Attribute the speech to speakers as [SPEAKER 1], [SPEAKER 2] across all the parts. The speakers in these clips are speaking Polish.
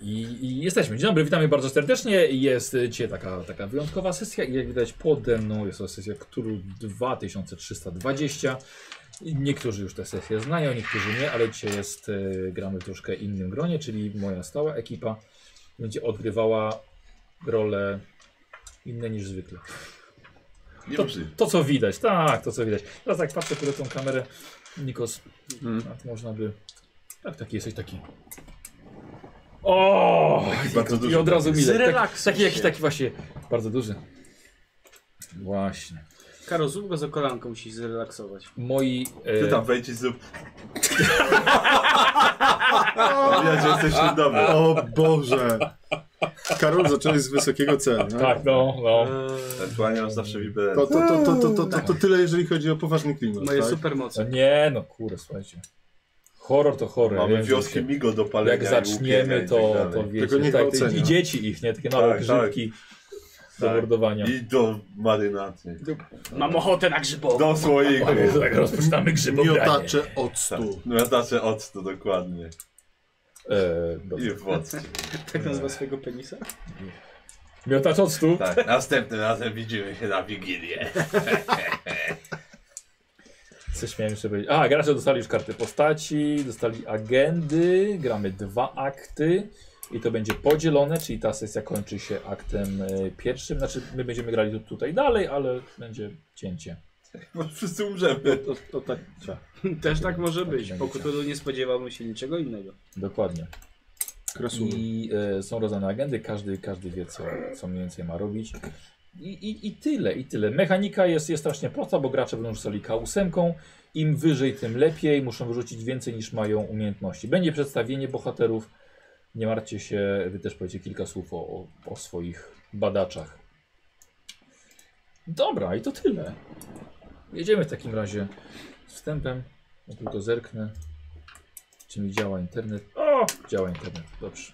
[SPEAKER 1] I, I jesteśmy. Dzień dobry, witamy bardzo serdecznie. Jest dzisiaj taka, taka wyjątkowa sesja i jak widać pode mną jest to sesja KTURU 2320. I Niektórzy już te sesje znają, niektórzy nie, ale dzisiaj jest, e, gramy w troszkę innym gronie, czyli moja stała ekipa będzie odgrywała role inne niż zwykle.
[SPEAKER 2] Nie
[SPEAKER 1] To,
[SPEAKER 2] przy.
[SPEAKER 1] to co widać, tak, to co widać. Teraz jak patrzę kurde tą kamerę, Nikos,
[SPEAKER 3] Mm.
[SPEAKER 1] tak można by... Tak, taki jesteś taki... O!
[SPEAKER 2] Taki bardzo
[SPEAKER 1] I
[SPEAKER 2] duży.
[SPEAKER 1] od razu widać. Tak,
[SPEAKER 3] Zrelaksuj
[SPEAKER 1] taki
[SPEAKER 3] się.
[SPEAKER 1] jakiś taki właśnie bardzo duży. Właśnie.
[SPEAKER 3] Karo, zrób go za kolanką, musisz zrelaksować.
[SPEAKER 1] Moi... E,
[SPEAKER 2] Ty tam wejdziesz zrób. Ja cię jesteś tym dobry.
[SPEAKER 4] O Boże! Karol, zacząłeś z wysokiego C. No?
[SPEAKER 1] Tak, no, no.
[SPEAKER 3] Eee,
[SPEAKER 2] Ewentualnie mam zawsze wibrę.
[SPEAKER 4] To, to, to, to, to, to, to,
[SPEAKER 2] Tak.
[SPEAKER 4] to tyle, jeżeli chodzi o poważny klimat.
[SPEAKER 3] moje
[SPEAKER 4] tak?
[SPEAKER 1] no
[SPEAKER 3] supermoce.
[SPEAKER 1] nie, no kurde, słuchajcie. Horror to horror.
[SPEAKER 2] E. Mamy
[SPEAKER 1] wiem, że
[SPEAKER 2] wioski
[SPEAKER 1] się-
[SPEAKER 2] Migo do palenia.
[SPEAKER 1] Jak
[SPEAKER 2] i
[SPEAKER 1] zaczniemy,
[SPEAKER 2] łupienia i
[SPEAKER 1] to,
[SPEAKER 2] tak
[SPEAKER 1] to
[SPEAKER 2] dalej.
[SPEAKER 1] wiecie.
[SPEAKER 4] Tylko nie
[SPEAKER 1] tak,
[SPEAKER 4] gwałcenia.
[SPEAKER 1] I dzieci ich, nie? Takie małe
[SPEAKER 2] Tak,
[SPEAKER 1] grzybki do
[SPEAKER 2] Tak.
[SPEAKER 1] mordowania.
[SPEAKER 2] I do marynacji.
[SPEAKER 3] Mam ochotę na grzybową.
[SPEAKER 2] Do słoiku. No
[SPEAKER 1] Jezu, tak rozpoczynamy grzybobranie.
[SPEAKER 4] Miotacze
[SPEAKER 2] Tak.
[SPEAKER 4] octu.
[SPEAKER 2] Miotacze octu znaczy dokładnie.
[SPEAKER 1] E, dobra.
[SPEAKER 2] I w occie.
[SPEAKER 3] Tak nazywa swojego penisa?
[SPEAKER 1] Miotacz octu.
[SPEAKER 2] Tak, następnym razem widzimy się na Wigilię.
[SPEAKER 1] Coś miałem jeszcze powiedzieć. A, gracze dostali już karty postaci, dostali agendy, gramy dwa akty i to będzie podzielone, czyli ta sesja kończy się aktem e, pierwszym. Znaczy, my będziemy grali tu, tutaj dalej, ale będzie cięcie.
[SPEAKER 2] Bo No wszyscy umrzemy.
[SPEAKER 4] To, to tak trzeba.
[SPEAKER 3] Też tak może
[SPEAKER 1] Taki
[SPEAKER 3] być.
[SPEAKER 1] będzie.
[SPEAKER 3] Po Cthulhu nie spodziewałbym się niczego innego.
[SPEAKER 1] Dokładnie.
[SPEAKER 4] Krasuje.
[SPEAKER 1] I e, są rozdane agendy, każdy, każdy wie, co, co mniej więcej ma robić. I, i, I tyle, i tyle. Mechanika jest, jest strasznie prosta, bo gracze będą rzucali K8. Im wyżej, tym lepiej. Muszą wyrzucić więcej niż mają umiejętności. Będzie przedstawienie bohaterów. Nie martwcie się, wy też powiecie kilka słów o, o, o swoich badaczach. Dobra, i to tyle. Jedziemy w takim razie z wstępem. Ja tylko zerknę. Czy mi działa internet? O! Działa internet, dobrze.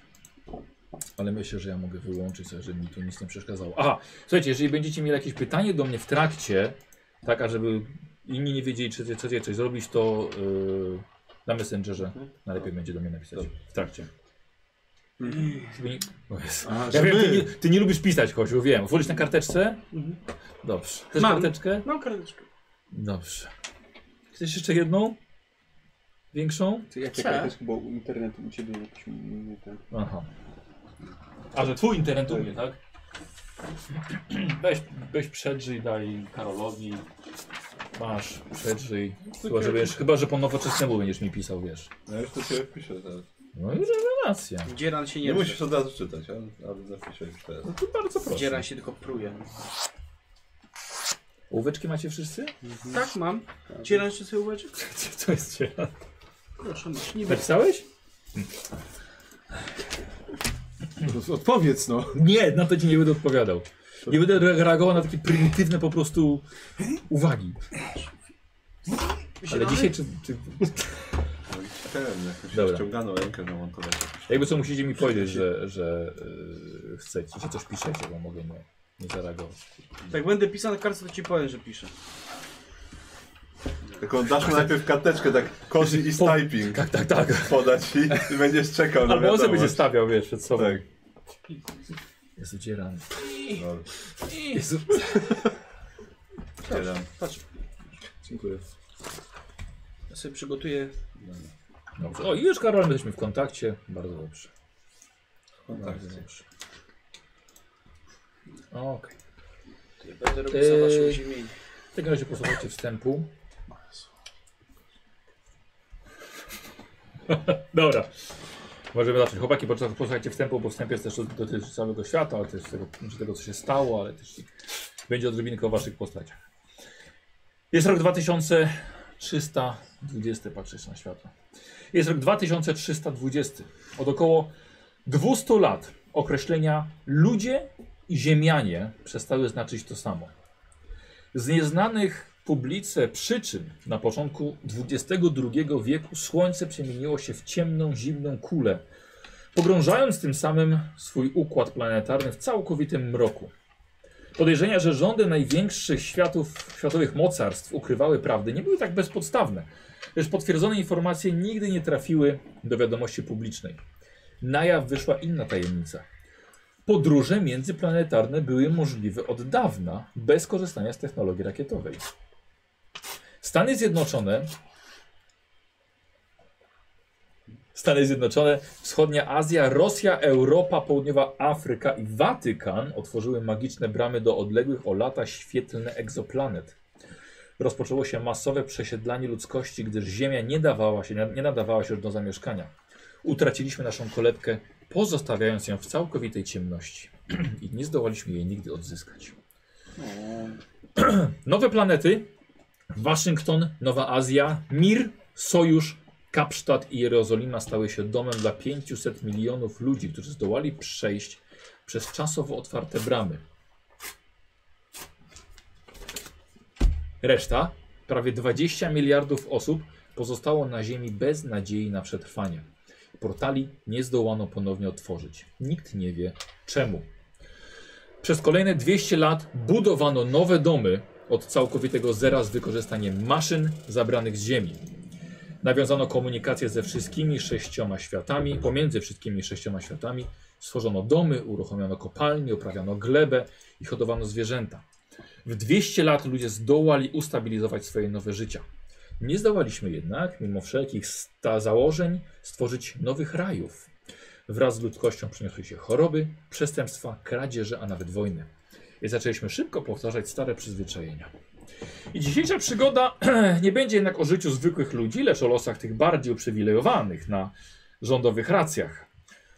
[SPEAKER 1] Ale myślę, że ja mogę wyłączyć, sobie, żeby mi tu nic nie przeszkadzało. Aha, słuchajcie, jeżeli będziecie mieli jakieś pytanie do mnie w trakcie, tak, ażeby inni nie wiedzieli, czy chcecie coś zrobić, to yy, na Messengerze
[SPEAKER 4] Mhm.
[SPEAKER 1] najlepiej będzie do mnie napisać w trakcie. Żeby nie- No jest.
[SPEAKER 4] A,
[SPEAKER 1] Ja
[SPEAKER 4] że
[SPEAKER 1] wiem, ty, nie,
[SPEAKER 4] my.
[SPEAKER 1] ty nie lubisz pisać, Koziu, wiem. Wolisz na karteczce?
[SPEAKER 3] Mhm.
[SPEAKER 1] Dobrze. Chcesz
[SPEAKER 3] Mam.
[SPEAKER 1] karteczkę?
[SPEAKER 3] Mam karteczkę.
[SPEAKER 1] Dobrze. Chcesz jeszcze jedną? Większą?
[SPEAKER 5] To jak
[SPEAKER 3] Co?
[SPEAKER 5] jaka to jest chyba u internetu u ciebie jakiś inny ten.
[SPEAKER 1] Aha. A że twój internet umie, tak? Weź, weź przedrzyj, daj Karolowi. Masz, przedrzyj. Chyba, że, wiesz, chyba, że po nowoczesnemu będziesz mi pisał, wiesz.
[SPEAKER 2] No już to się tak. wpiszę teraz.
[SPEAKER 1] No i rewelacja.
[SPEAKER 3] Dzieran się
[SPEAKER 2] Nie
[SPEAKER 3] nie drze.
[SPEAKER 2] musisz od razu czytać, ale, ale zapiszę już teraz.
[SPEAKER 1] No to bardzo proszę.
[SPEAKER 3] Dzieran się tylko pruje.
[SPEAKER 1] Ołóweczki macie wszyscy?
[SPEAKER 3] Tak, mam. Dzieran jeszcze sobie uważy?
[SPEAKER 1] Co jest cię?
[SPEAKER 3] Proszę, masz niby.
[SPEAKER 1] Napisałeś?
[SPEAKER 4] Odpowiedz no.
[SPEAKER 1] Nie, na to ci nie będę odpowiadał. Nie będę re- reagował na takie prymitywne po prostu uwagi. Ale dzisiaj czy, czy...
[SPEAKER 2] No i ten, jakąś
[SPEAKER 1] Dobra.
[SPEAKER 2] ściąganą rękę na montowanie.
[SPEAKER 1] Jakby co musicie mi powiedzieć, że, że yy, chcecie, że coś piszecie, bo mogę nie, nie zareagować.
[SPEAKER 3] Jak Tak będę pisał na kartce, to ci powiem, że piszę.
[SPEAKER 2] Tylko dasz mu najpierw karteczkę, tak kozi i
[SPEAKER 1] Po-
[SPEAKER 2] typing
[SPEAKER 1] Tak, tak,
[SPEAKER 2] No
[SPEAKER 1] tak.
[SPEAKER 2] podać i ty będziesz czekał na
[SPEAKER 1] Albo on sobie
[SPEAKER 2] wiadomość.
[SPEAKER 1] będzie stawiał, wiesz, przed sobą.
[SPEAKER 2] Tak.
[SPEAKER 1] Jest udzierany.
[SPEAKER 2] No,
[SPEAKER 1] Jezu.
[SPEAKER 2] otwieram.
[SPEAKER 3] Patrz,
[SPEAKER 4] Dziękuję.
[SPEAKER 3] ja sobie przygotuję.
[SPEAKER 1] Dobrze. O, i już Karol, jesteśmy w kontakcie. Bardzo dobrze. Bardzo
[SPEAKER 2] kontakcie.
[SPEAKER 1] dobrze. Okej.
[SPEAKER 3] Ja będę robił za waszym
[SPEAKER 1] Eee.
[SPEAKER 3] ziemię.
[SPEAKER 1] W takim razie posłuchajcie wstępu. Dobra. Możemy zacząć. Chłopaki, po- posłuchajcie wstępu, bo wstęp jest też dotyczy całego świata, ale też tego, czy tego, co się stało, ale też będzie odrobinkę o waszych postaciach. Jest rok 2320, patrzysz na światło. Jest rok 2320. Od około 200 lat określenia ludzie i ziemianie przestały znaczyć to samo. Z nieznanych publice przyczyn na początku XXII wieku słońce przemieniło się w ciemną, zimną kulę, pogrążając tym samym swój układ planetarny w całkowitym mroku. Podejrzenia, że rządy największych światów, światowych mocarstw ukrywały prawdy, nie były tak bezpodstawne, lecz potwierdzone informacje nigdy nie trafiły do wiadomości publicznej. Na jaw wyszła inna tajemnica. Podróże międzyplanetarne były możliwe od dawna, bez korzystania z technologii rakietowej. Stany Zjednoczone Stany Zjednoczone, Wschodnia Azja, Rosja, Europa, Południowa Afryka i Watykan otworzyły magiczne bramy do odległych o lata świetlne egzoplanet. Rozpoczęło się masowe przesiedlanie ludzkości, gdyż Ziemia nie, dawała się, nie nadawała się do zamieszkania. Utraciliśmy naszą kolebkę, pozostawiając ją w całkowitej ciemności i nie zdołaliśmy jej nigdy odzyskać. Nowe planety, Waszyngton, Nowa Azja, Mir, Sojusz, Kapsztat i Jerozolima stały się domem dla 500 milionów ludzi, którzy zdołali przejść przez czasowo otwarte bramy. Reszta, prawie 20 miliardów osób, pozostało na Ziemi bez nadziei na przetrwanie. Portali nie zdołano ponownie otworzyć. Nikt nie wie czemu. Przez kolejne 200 lat budowano nowe domy od całkowitego zera z wykorzystaniem maszyn zabranych z ziemi. Nawiązano komunikację ze wszystkimi sześcioma światami, pomiędzy wszystkimi sześcioma światami. Stworzono domy, uruchomiono kopalnie, uprawiano glebę i hodowano zwierzęta. W 200 lat ludzie zdołali ustabilizować swoje nowe życia. Nie zdołaliśmy jednak, mimo wszelkich sta założeń, stworzyć nowych rajów. Wraz z ludzkością przyniosły się choroby, przestępstwa, kradzieże, a nawet wojny. I zaczęliśmy szybko powtarzać stare przyzwyczajenia. I dzisiejsza przygoda nie będzie jednak o życiu zwykłych ludzi, lecz o losach tych bardziej uprzywilejowanych na rządowych racjach.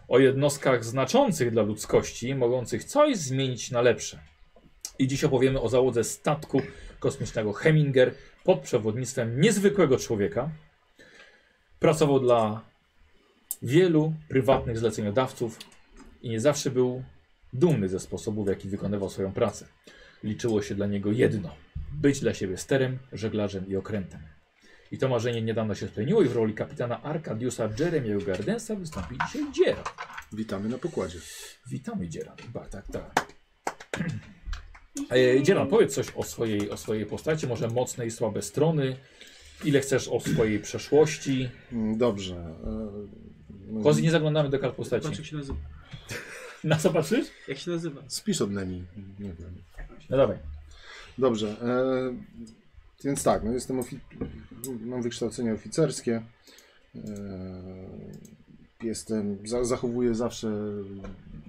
[SPEAKER 1] O jednostkach znaczących dla ludzkości, mogących coś zmienić na lepsze. I dziś opowiemy o załodze statku kosmicznego Heminger pod przewodnictwem niezwykłego człowieka. Pracował dla wielu prywatnych zleceniodawców i nie zawsze był dumny ze sposobu, w jaki wykonywał swoją pracę. Liczyło się dla niego jedno być dla siebie sterem, żeglarzem i okrętem. I to marzenie niedawno się spełniło i w roli kapitana Arkadiusa Jeremiego Gardensa wystąpi dzisiaj Dzieran.
[SPEAKER 4] Witamy na pokładzie.
[SPEAKER 1] Witamy Dzieran. Ba, tak, tak. E, Dzieran, powiedz coś o swojej, o swojej postaci, może mocne i słabe strony. Ile chcesz o swojej przeszłości?
[SPEAKER 4] Mm, Dobrze. e, no,
[SPEAKER 1] Kozy, nie zaglądamy do kart postaci.
[SPEAKER 3] Patrz jak się nazywa.
[SPEAKER 1] Na co patrzysz?
[SPEAKER 3] Jak się nazywa?
[SPEAKER 4] Spisz od Nemi. Nie wiem.
[SPEAKER 1] No dawaj.
[SPEAKER 4] Dobrze. E, więc tak, no jestem ofi- mam wykształcenie oficerskie. E, jestem, za- zachowuję zawsze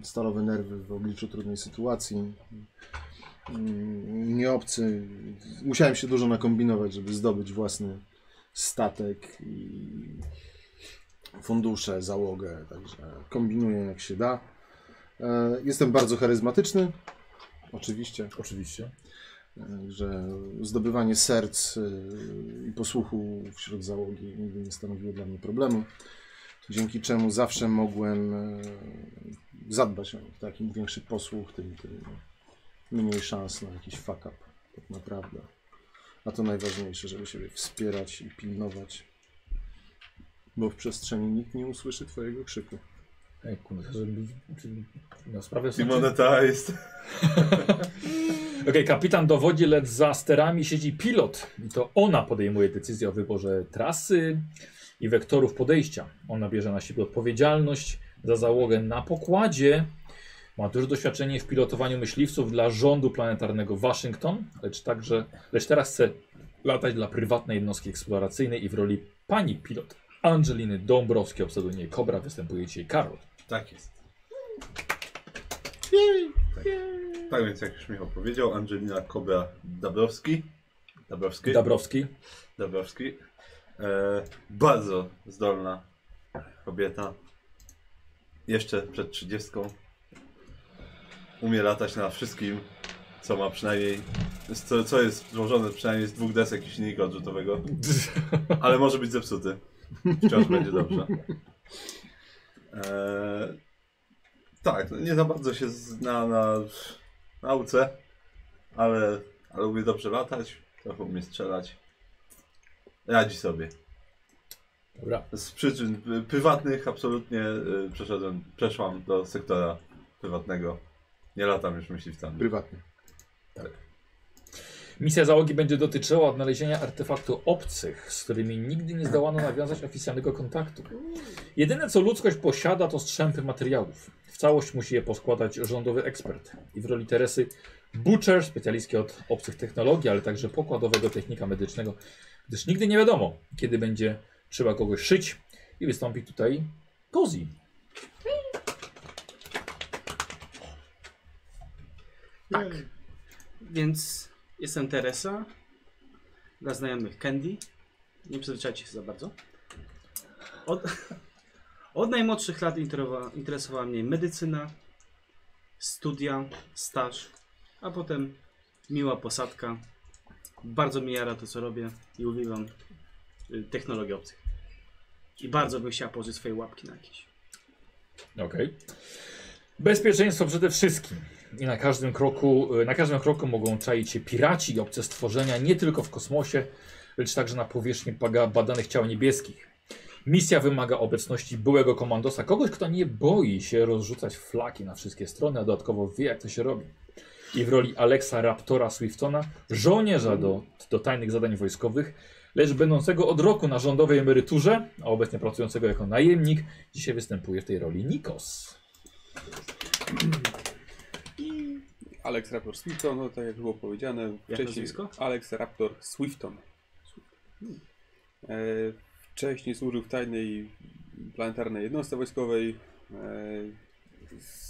[SPEAKER 4] stalowe nerwy w obliczu trudnej sytuacji. Mm, Nie obcy. Musiałem się dużo nakombinować, żeby zdobyć własny statek i fundusze, załogę, także kombinuję jak się da. E, Jestem bardzo charyzmatyczny, oczywiście.
[SPEAKER 1] Oczywiście.
[SPEAKER 4] Że zdobywanie serc y, i posłuchu wśród załogi nigdy nie stanowiło dla mnie problemu. Dzięki czemu zawsze mogłem y, zadbać o nich. Tak? Im większy posłuch, tym, tym mniej szans na jakiś fuck up, tak naprawdę. A to najważniejsze, żeby siebie wspierać i pilnować. Bo w przestrzeni nikt nie usłyszy Twojego krzyku.
[SPEAKER 1] Ej, kurde, żeby, czyli miał sprawę z
[SPEAKER 2] Simoneta jest.
[SPEAKER 1] Okej, kapitan dowodzi, lecz za sterami siedzi pilot. I to ona podejmuje decyzję o wyborze trasy i wektorów podejścia. Ona bierze na siebie odpowiedzialność za załogę na pokładzie. Ma duże doświadczenie w pilotowaniu myśliwców dla rządu planetarnego Waszyngton, lecz także, lecz teraz chce latać dla prywatnej jednostki eksploracyjnej i w roli pani pilot Angeliny Dąbrowskiej o pseudonimie Kobra występuje dzisiaj Karol.
[SPEAKER 2] Tak jest. Tak. tak więc, jak już Michał powiedział, Angelina Kobra Dabrowski. Dabrowski.
[SPEAKER 1] Dabrowski.
[SPEAKER 2] Dabrowski. E, bardzo zdolna kobieta. Jeszcze przed 30. Umie latać na wszystkim, co ma przynajmniej. Co, co jest złożone przynajmniej z dwóch desek i silnika odrzutowego. Ale może być zepsuty. Wciąż będzie dobrze. E, tak, no nie za bardzo się zna na nauce, ale, ale umie dobrze latać, trochę umie strzelać. Radzi sobie.
[SPEAKER 1] Dobra.
[SPEAKER 2] Z przyczyn y, prywatnych absolutnie y, przeszedłem, przeszłam do sektora prywatnego. Nie latam już myśliwcami.
[SPEAKER 4] Prywatnie.
[SPEAKER 1] Misja załogi będzie dotyczyła odnalezienia artefaktu obcych, z którymi nigdy nie zdołano nawiązać oficjalnego kontaktu. Jedyne co ludzkość posiada to strzępy materiałów. W całość musi je poskładać rządowy ekspert i w roli Teresy Butcher, specjalistki od obcych technologii, ale także pokładowego technika medycznego, gdyż nigdy nie wiadomo, kiedy będzie trzeba kogoś szyć i wystąpi tutaj Kozi.
[SPEAKER 3] Tak. Więc jestem Teresa. Dla znajomych Candy. Nie przyzwyczajcie się za bardzo. Od, od najmłodszych lat interesowała, interesowała mnie medycyna, studia, staż, a potem miła posadka. Bardzo mi jara to, co robię i uwielbiam y, technologię obcych. I bardzo bym chciała położyć swoje łapki na jakieś.
[SPEAKER 1] Okej. Bezpieczeństwo przede wszystkim. I na każdym kroku, na każdym kroku mogą czaić się piraci i obce stworzenia nie tylko w kosmosie, lecz także na powierzchni baga- badanych ciał niebieskich. Misja wymaga obecności byłego komandosa, kogoś, kto nie boi się rozrzucać flaki na wszystkie strony, a dodatkowo wie, jak to się robi. I w roli Alexa Raptora Swiftona, żołnierza do, do tajnych zadań wojskowych, lecz będącego od roku na rządowej emeryturze, a obecnie pracującego jako najemnik, dzisiaj występuje w tej roli Nikos.
[SPEAKER 5] I Alex Raptor Swifton, no tak jak było powiedziane wcześniej.
[SPEAKER 3] nazwisko?
[SPEAKER 5] Alex Raptor Swifton. E, wcześniej służył w tajnej planetarnej jednostce wojskowej. E,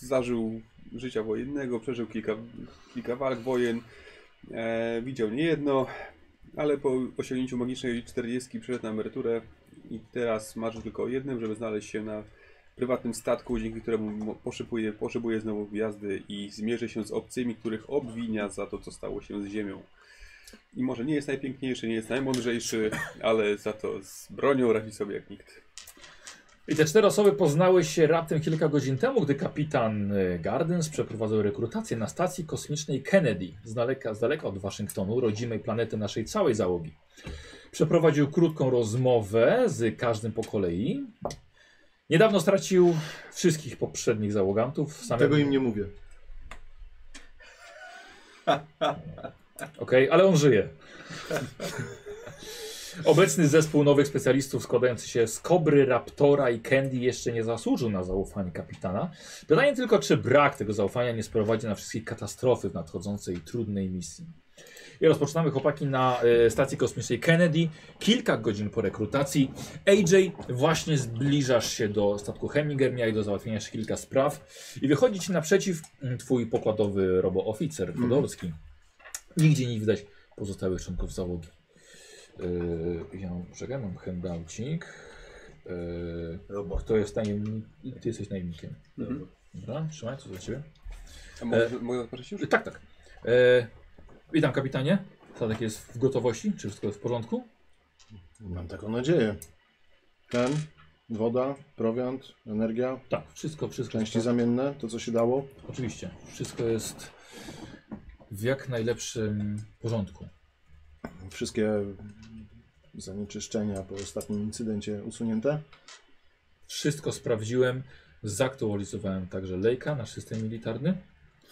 [SPEAKER 5] zażył życia wojennego, przeżył kilka, kilka walk wojen. E, widział niejedno, ale po osiągnięciu magicznej 40 przyszedł na emeryturę i teraz marzy tylko o jednym, żeby znaleźć się na prywatnym statku, dzięki któremu mo- poszybuje, poszybuje znowu gwiazdy i zmierzy się z obcymi, których obwinia za to, co stało się z Ziemią. I może nie jest najpiękniejszy, nie jest najmądrzejszy, ale za to z bronią radzi sobie jak nikt.
[SPEAKER 1] I te cztery osoby poznały się raptem kilka godzin temu, gdy kapitan y, Gardens przeprowadzał rekrutację na stacji kosmicznej Kennedy, z daleka, z daleka od Waszyngtonu, rodzimej planety naszej całej załogi. Przeprowadził krótką rozmowę z każdym po kolei. Niedawno stracił wszystkich poprzednich załogantów. Same...
[SPEAKER 4] Tego im nie mówię.
[SPEAKER 1] Okej, ale on żyje. Obecny zespół nowych specjalistów składający się z Kobry, Raptora i Candy jeszcze nie zasłużył na zaufanie kapitana. Pytanie tylko, czy brak tego zaufania nie sprowadzi na wszystkich katastrofy w nadchodzącej trudnej misji. I rozpoczynamy chłopaki na e, stacji kosmicznej Kennedy. Kilka godzin po rekrutacji. AJ, właśnie zbliżasz się do statku Heminger, miałeś do załatwienia jeszcze kilka spraw. I wychodzi ci naprzeciw mm, twój pokładowy robooficer Podolski. Nigdzie nie widać pozostałych członków załogi. Yy, ja mam, czekaj, mam handoucik. Yy,
[SPEAKER 2] Robot.
[SPEAKER 1] kto jest najemnikiem? Ty jesteś najemnikiem.
[SPEAKER 5] Mhm.
[SPEAKER 1] Dobra, trzymaj, co dla ciebie.
[SPEAKER 5] A mogę, mogę zaprosić już?
[SPEAKER 1] Yy, tak, tak. Yy, witam kapitanie. Statek jest w gotowości? Czy wszystko jest w porządku?
[SPEAKER 4] Mam taką nadzieję. Tlen, woda, prowiant, energia,
[SPEAKER 1] Tak, wszystko, wszystko.
[SPEAKER 4] części
[SPEAKER 1] jest,
[SPEAKER 4] zamienne, to co się dało.
[SPEAKER 1] Oczywiście, wszystko jest w jak najlepszym porządku.
[SPEAKER 4] Wszystkie zanieczyszczenia po ostatnim incydencie usunięte.
[SPEAKER 1] Wszystko sprawdziłem, zaktualizowałem także lejka, nasz system militarny.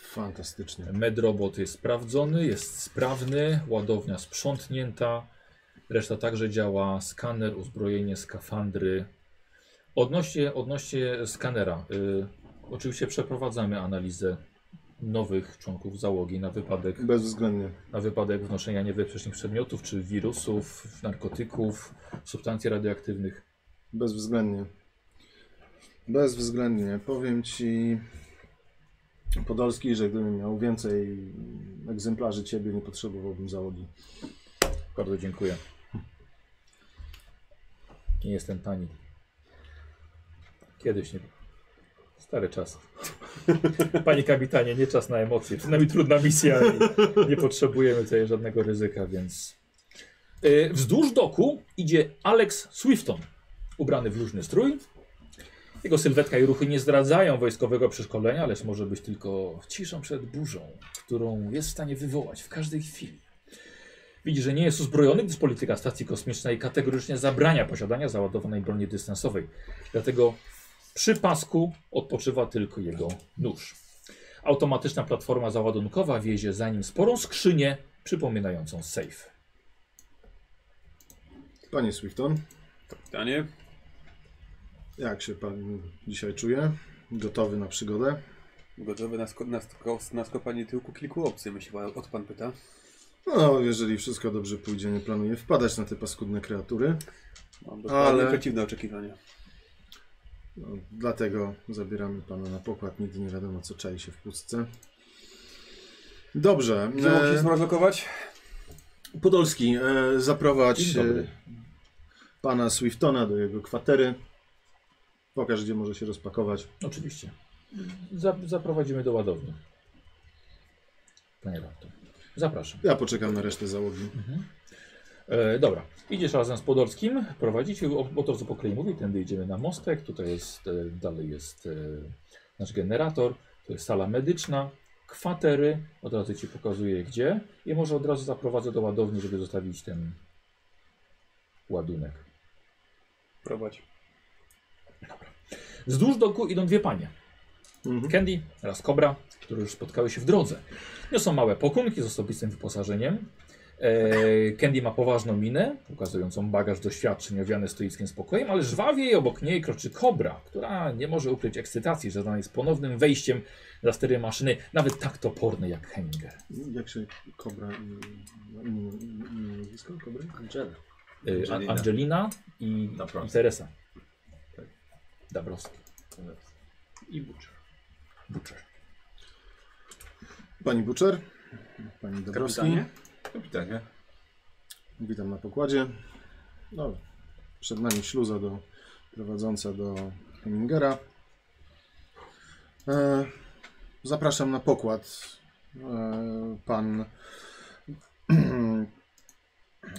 [SPEAKER 4] Fantastycznie.
[SPEAKER 1] Medrobot jest sprawdzony, jest sprawny, ładownia sprzątnięta. Reszta także działa. Skaner, uzbrojenie, skafandry. Odnośnie, odnośnie skanera. Y, oczywiście przeprowadzamy analizę nowych członków załogi na wypadek,
[SPEAKER 4] Bezwzględnie.
[SPEAKER 1] na wypadek wnoszenia niebezpiecznych przedmiotów, czy wirusów, narkotyków, substancji radioaktywnych.
[SPEAKER 4] Bezwzględnie. Bezwzględnie. Powiem ci, Podolski, że gdybym miał więcej egzemplarzy ciebie, nie potrzebowałbym załogi.
[SPEAKER 1] Bardzo dziękuję. Nie jestem pani. Kiedyś nie. Stary czas. Panie kapitanie, nie czas na emocje. Przed nami trudna misja. i Nie potrzebujemy tutaj żadnego ryzyka, więc. E, Wzdłuż doku idzie Alex Swifton, ubrany w luźny strój. Jego sylwetka i ruchy nie zdradzają wojskowego przeszkolenia, lecz może być tylko ciszą przed burzą, którą jest w stanie wywołać w każdej chwili. Widzi, że nie jest uzbrojony, gdyż polityka stacji kosmicznej kategorycznie zabrania posiadania załadowanej broni dystansowej. Dlatego przy pasku odpoczywa tylko jego nóż. Automatyczna platforma załadunkowa wiezie za nim sporą skrzynię przypominającą safe.
[SPEAKER 4] Panie Swifton,
[SPEAKER 5] Pytanie?
[SPEAKER 4] jak się pan dzisiaj czuje? Gotowy na przygodę?
[SPEAKER 5] Gotowe na, sko- na, sko- na skopanie tyłku kilku opcji, myślę, od pan pyta.
[SPEAKER 4] No, jeżeli wszystko dobrze pójdzie, nie planuję wpadać na te paskudne kreatury.
[SPEAKER 5] Mam dokładnie
[SPEAKER 4] Ale-
[SPEAKER 5] przeciwne oczekiwania.
[SPEAKER 4] No, dlatego zabieramy pana na pokład. Nigdy nie wiadomo, co czai się w pustce. Dobrze.
[SPEAKER 5] Gdzie mógł się
[SPEAKER 4] e,
[SPEAKER 5] zmarnować?
[SPEAKER 4] Podolski, e, zaprowadź
[SPEAKER 1] Dzień dobry.
[SPEAKER 4] e, pana Swiftona do jego kwatery. Pokaż, gdzie może się rozpakować.
[SPEAKER 1] Oczywiście. Za, zaprowadzimy do ładowni. Panie doktor. Zapraszam.
[SPEAKER 4] Ja poczekam na resztę załogi.
[SPEAKER 1] E, dobra, idziesz razem z Podolskim, prowadzić, o, o to co po kolei mówi, tędy idziemy na mostek, tutaj jest, e, dalej jest e, nasz generator, to jest sala medyczna, kwatery, od razu Ci pokazuję gdzie i może od razu zaprowadzę do ładowni, żeby zostawić ten ładunek.
[SPEAKER 5] Prowadź.
[SPEAKER 1] Wzdłuż doku idą dwie panie,
[SPEAKER 4] Mhm.
[SPEAKER 1] Candy oraz Kobra, które już spotkały się w drodze. Niosą małe pakunki z osobistym wyposażeniem. E, Candy ma poważną minę, pokazującą bagaż doświadczeń owiany stoickim spokojem, ale żwawiej obok niej kroczy Kobra, która nie może ukryć ekscytacji związanej z ponownym wejściem za stery maszyny, nawet tak toporny jak Henger.
[SPEAKER 4] Jak się kobra i ma imię- imię- nazwisko kobry?
[SPEAKER 3] Angela.
[SPEAKER 1] E,
[SPEAKER 2] Angelina.
[SPEAKER 1] Angelina, Angelina i, i
[SPEAKER 2] Dabrowski.
[SPEAKER 1] Teresa.
[SPEAKER 2] Tak.
[SPEAKER 1] Dabrowski.
[SPEAKER 3] I Butcher.
[SPEAKER 1] Butcher.
[SPEAKER 4] Pani Buczer, pani Dobrowski.
[SPEAKER 3] Kapitanie.
[SPEAKER 2] Kapitanie.
[SPEAKER 4] Witam na pokładzie. No, przed nami śluza do, prowadząca do Hemingera. E, zapraszam na pokład. E, pan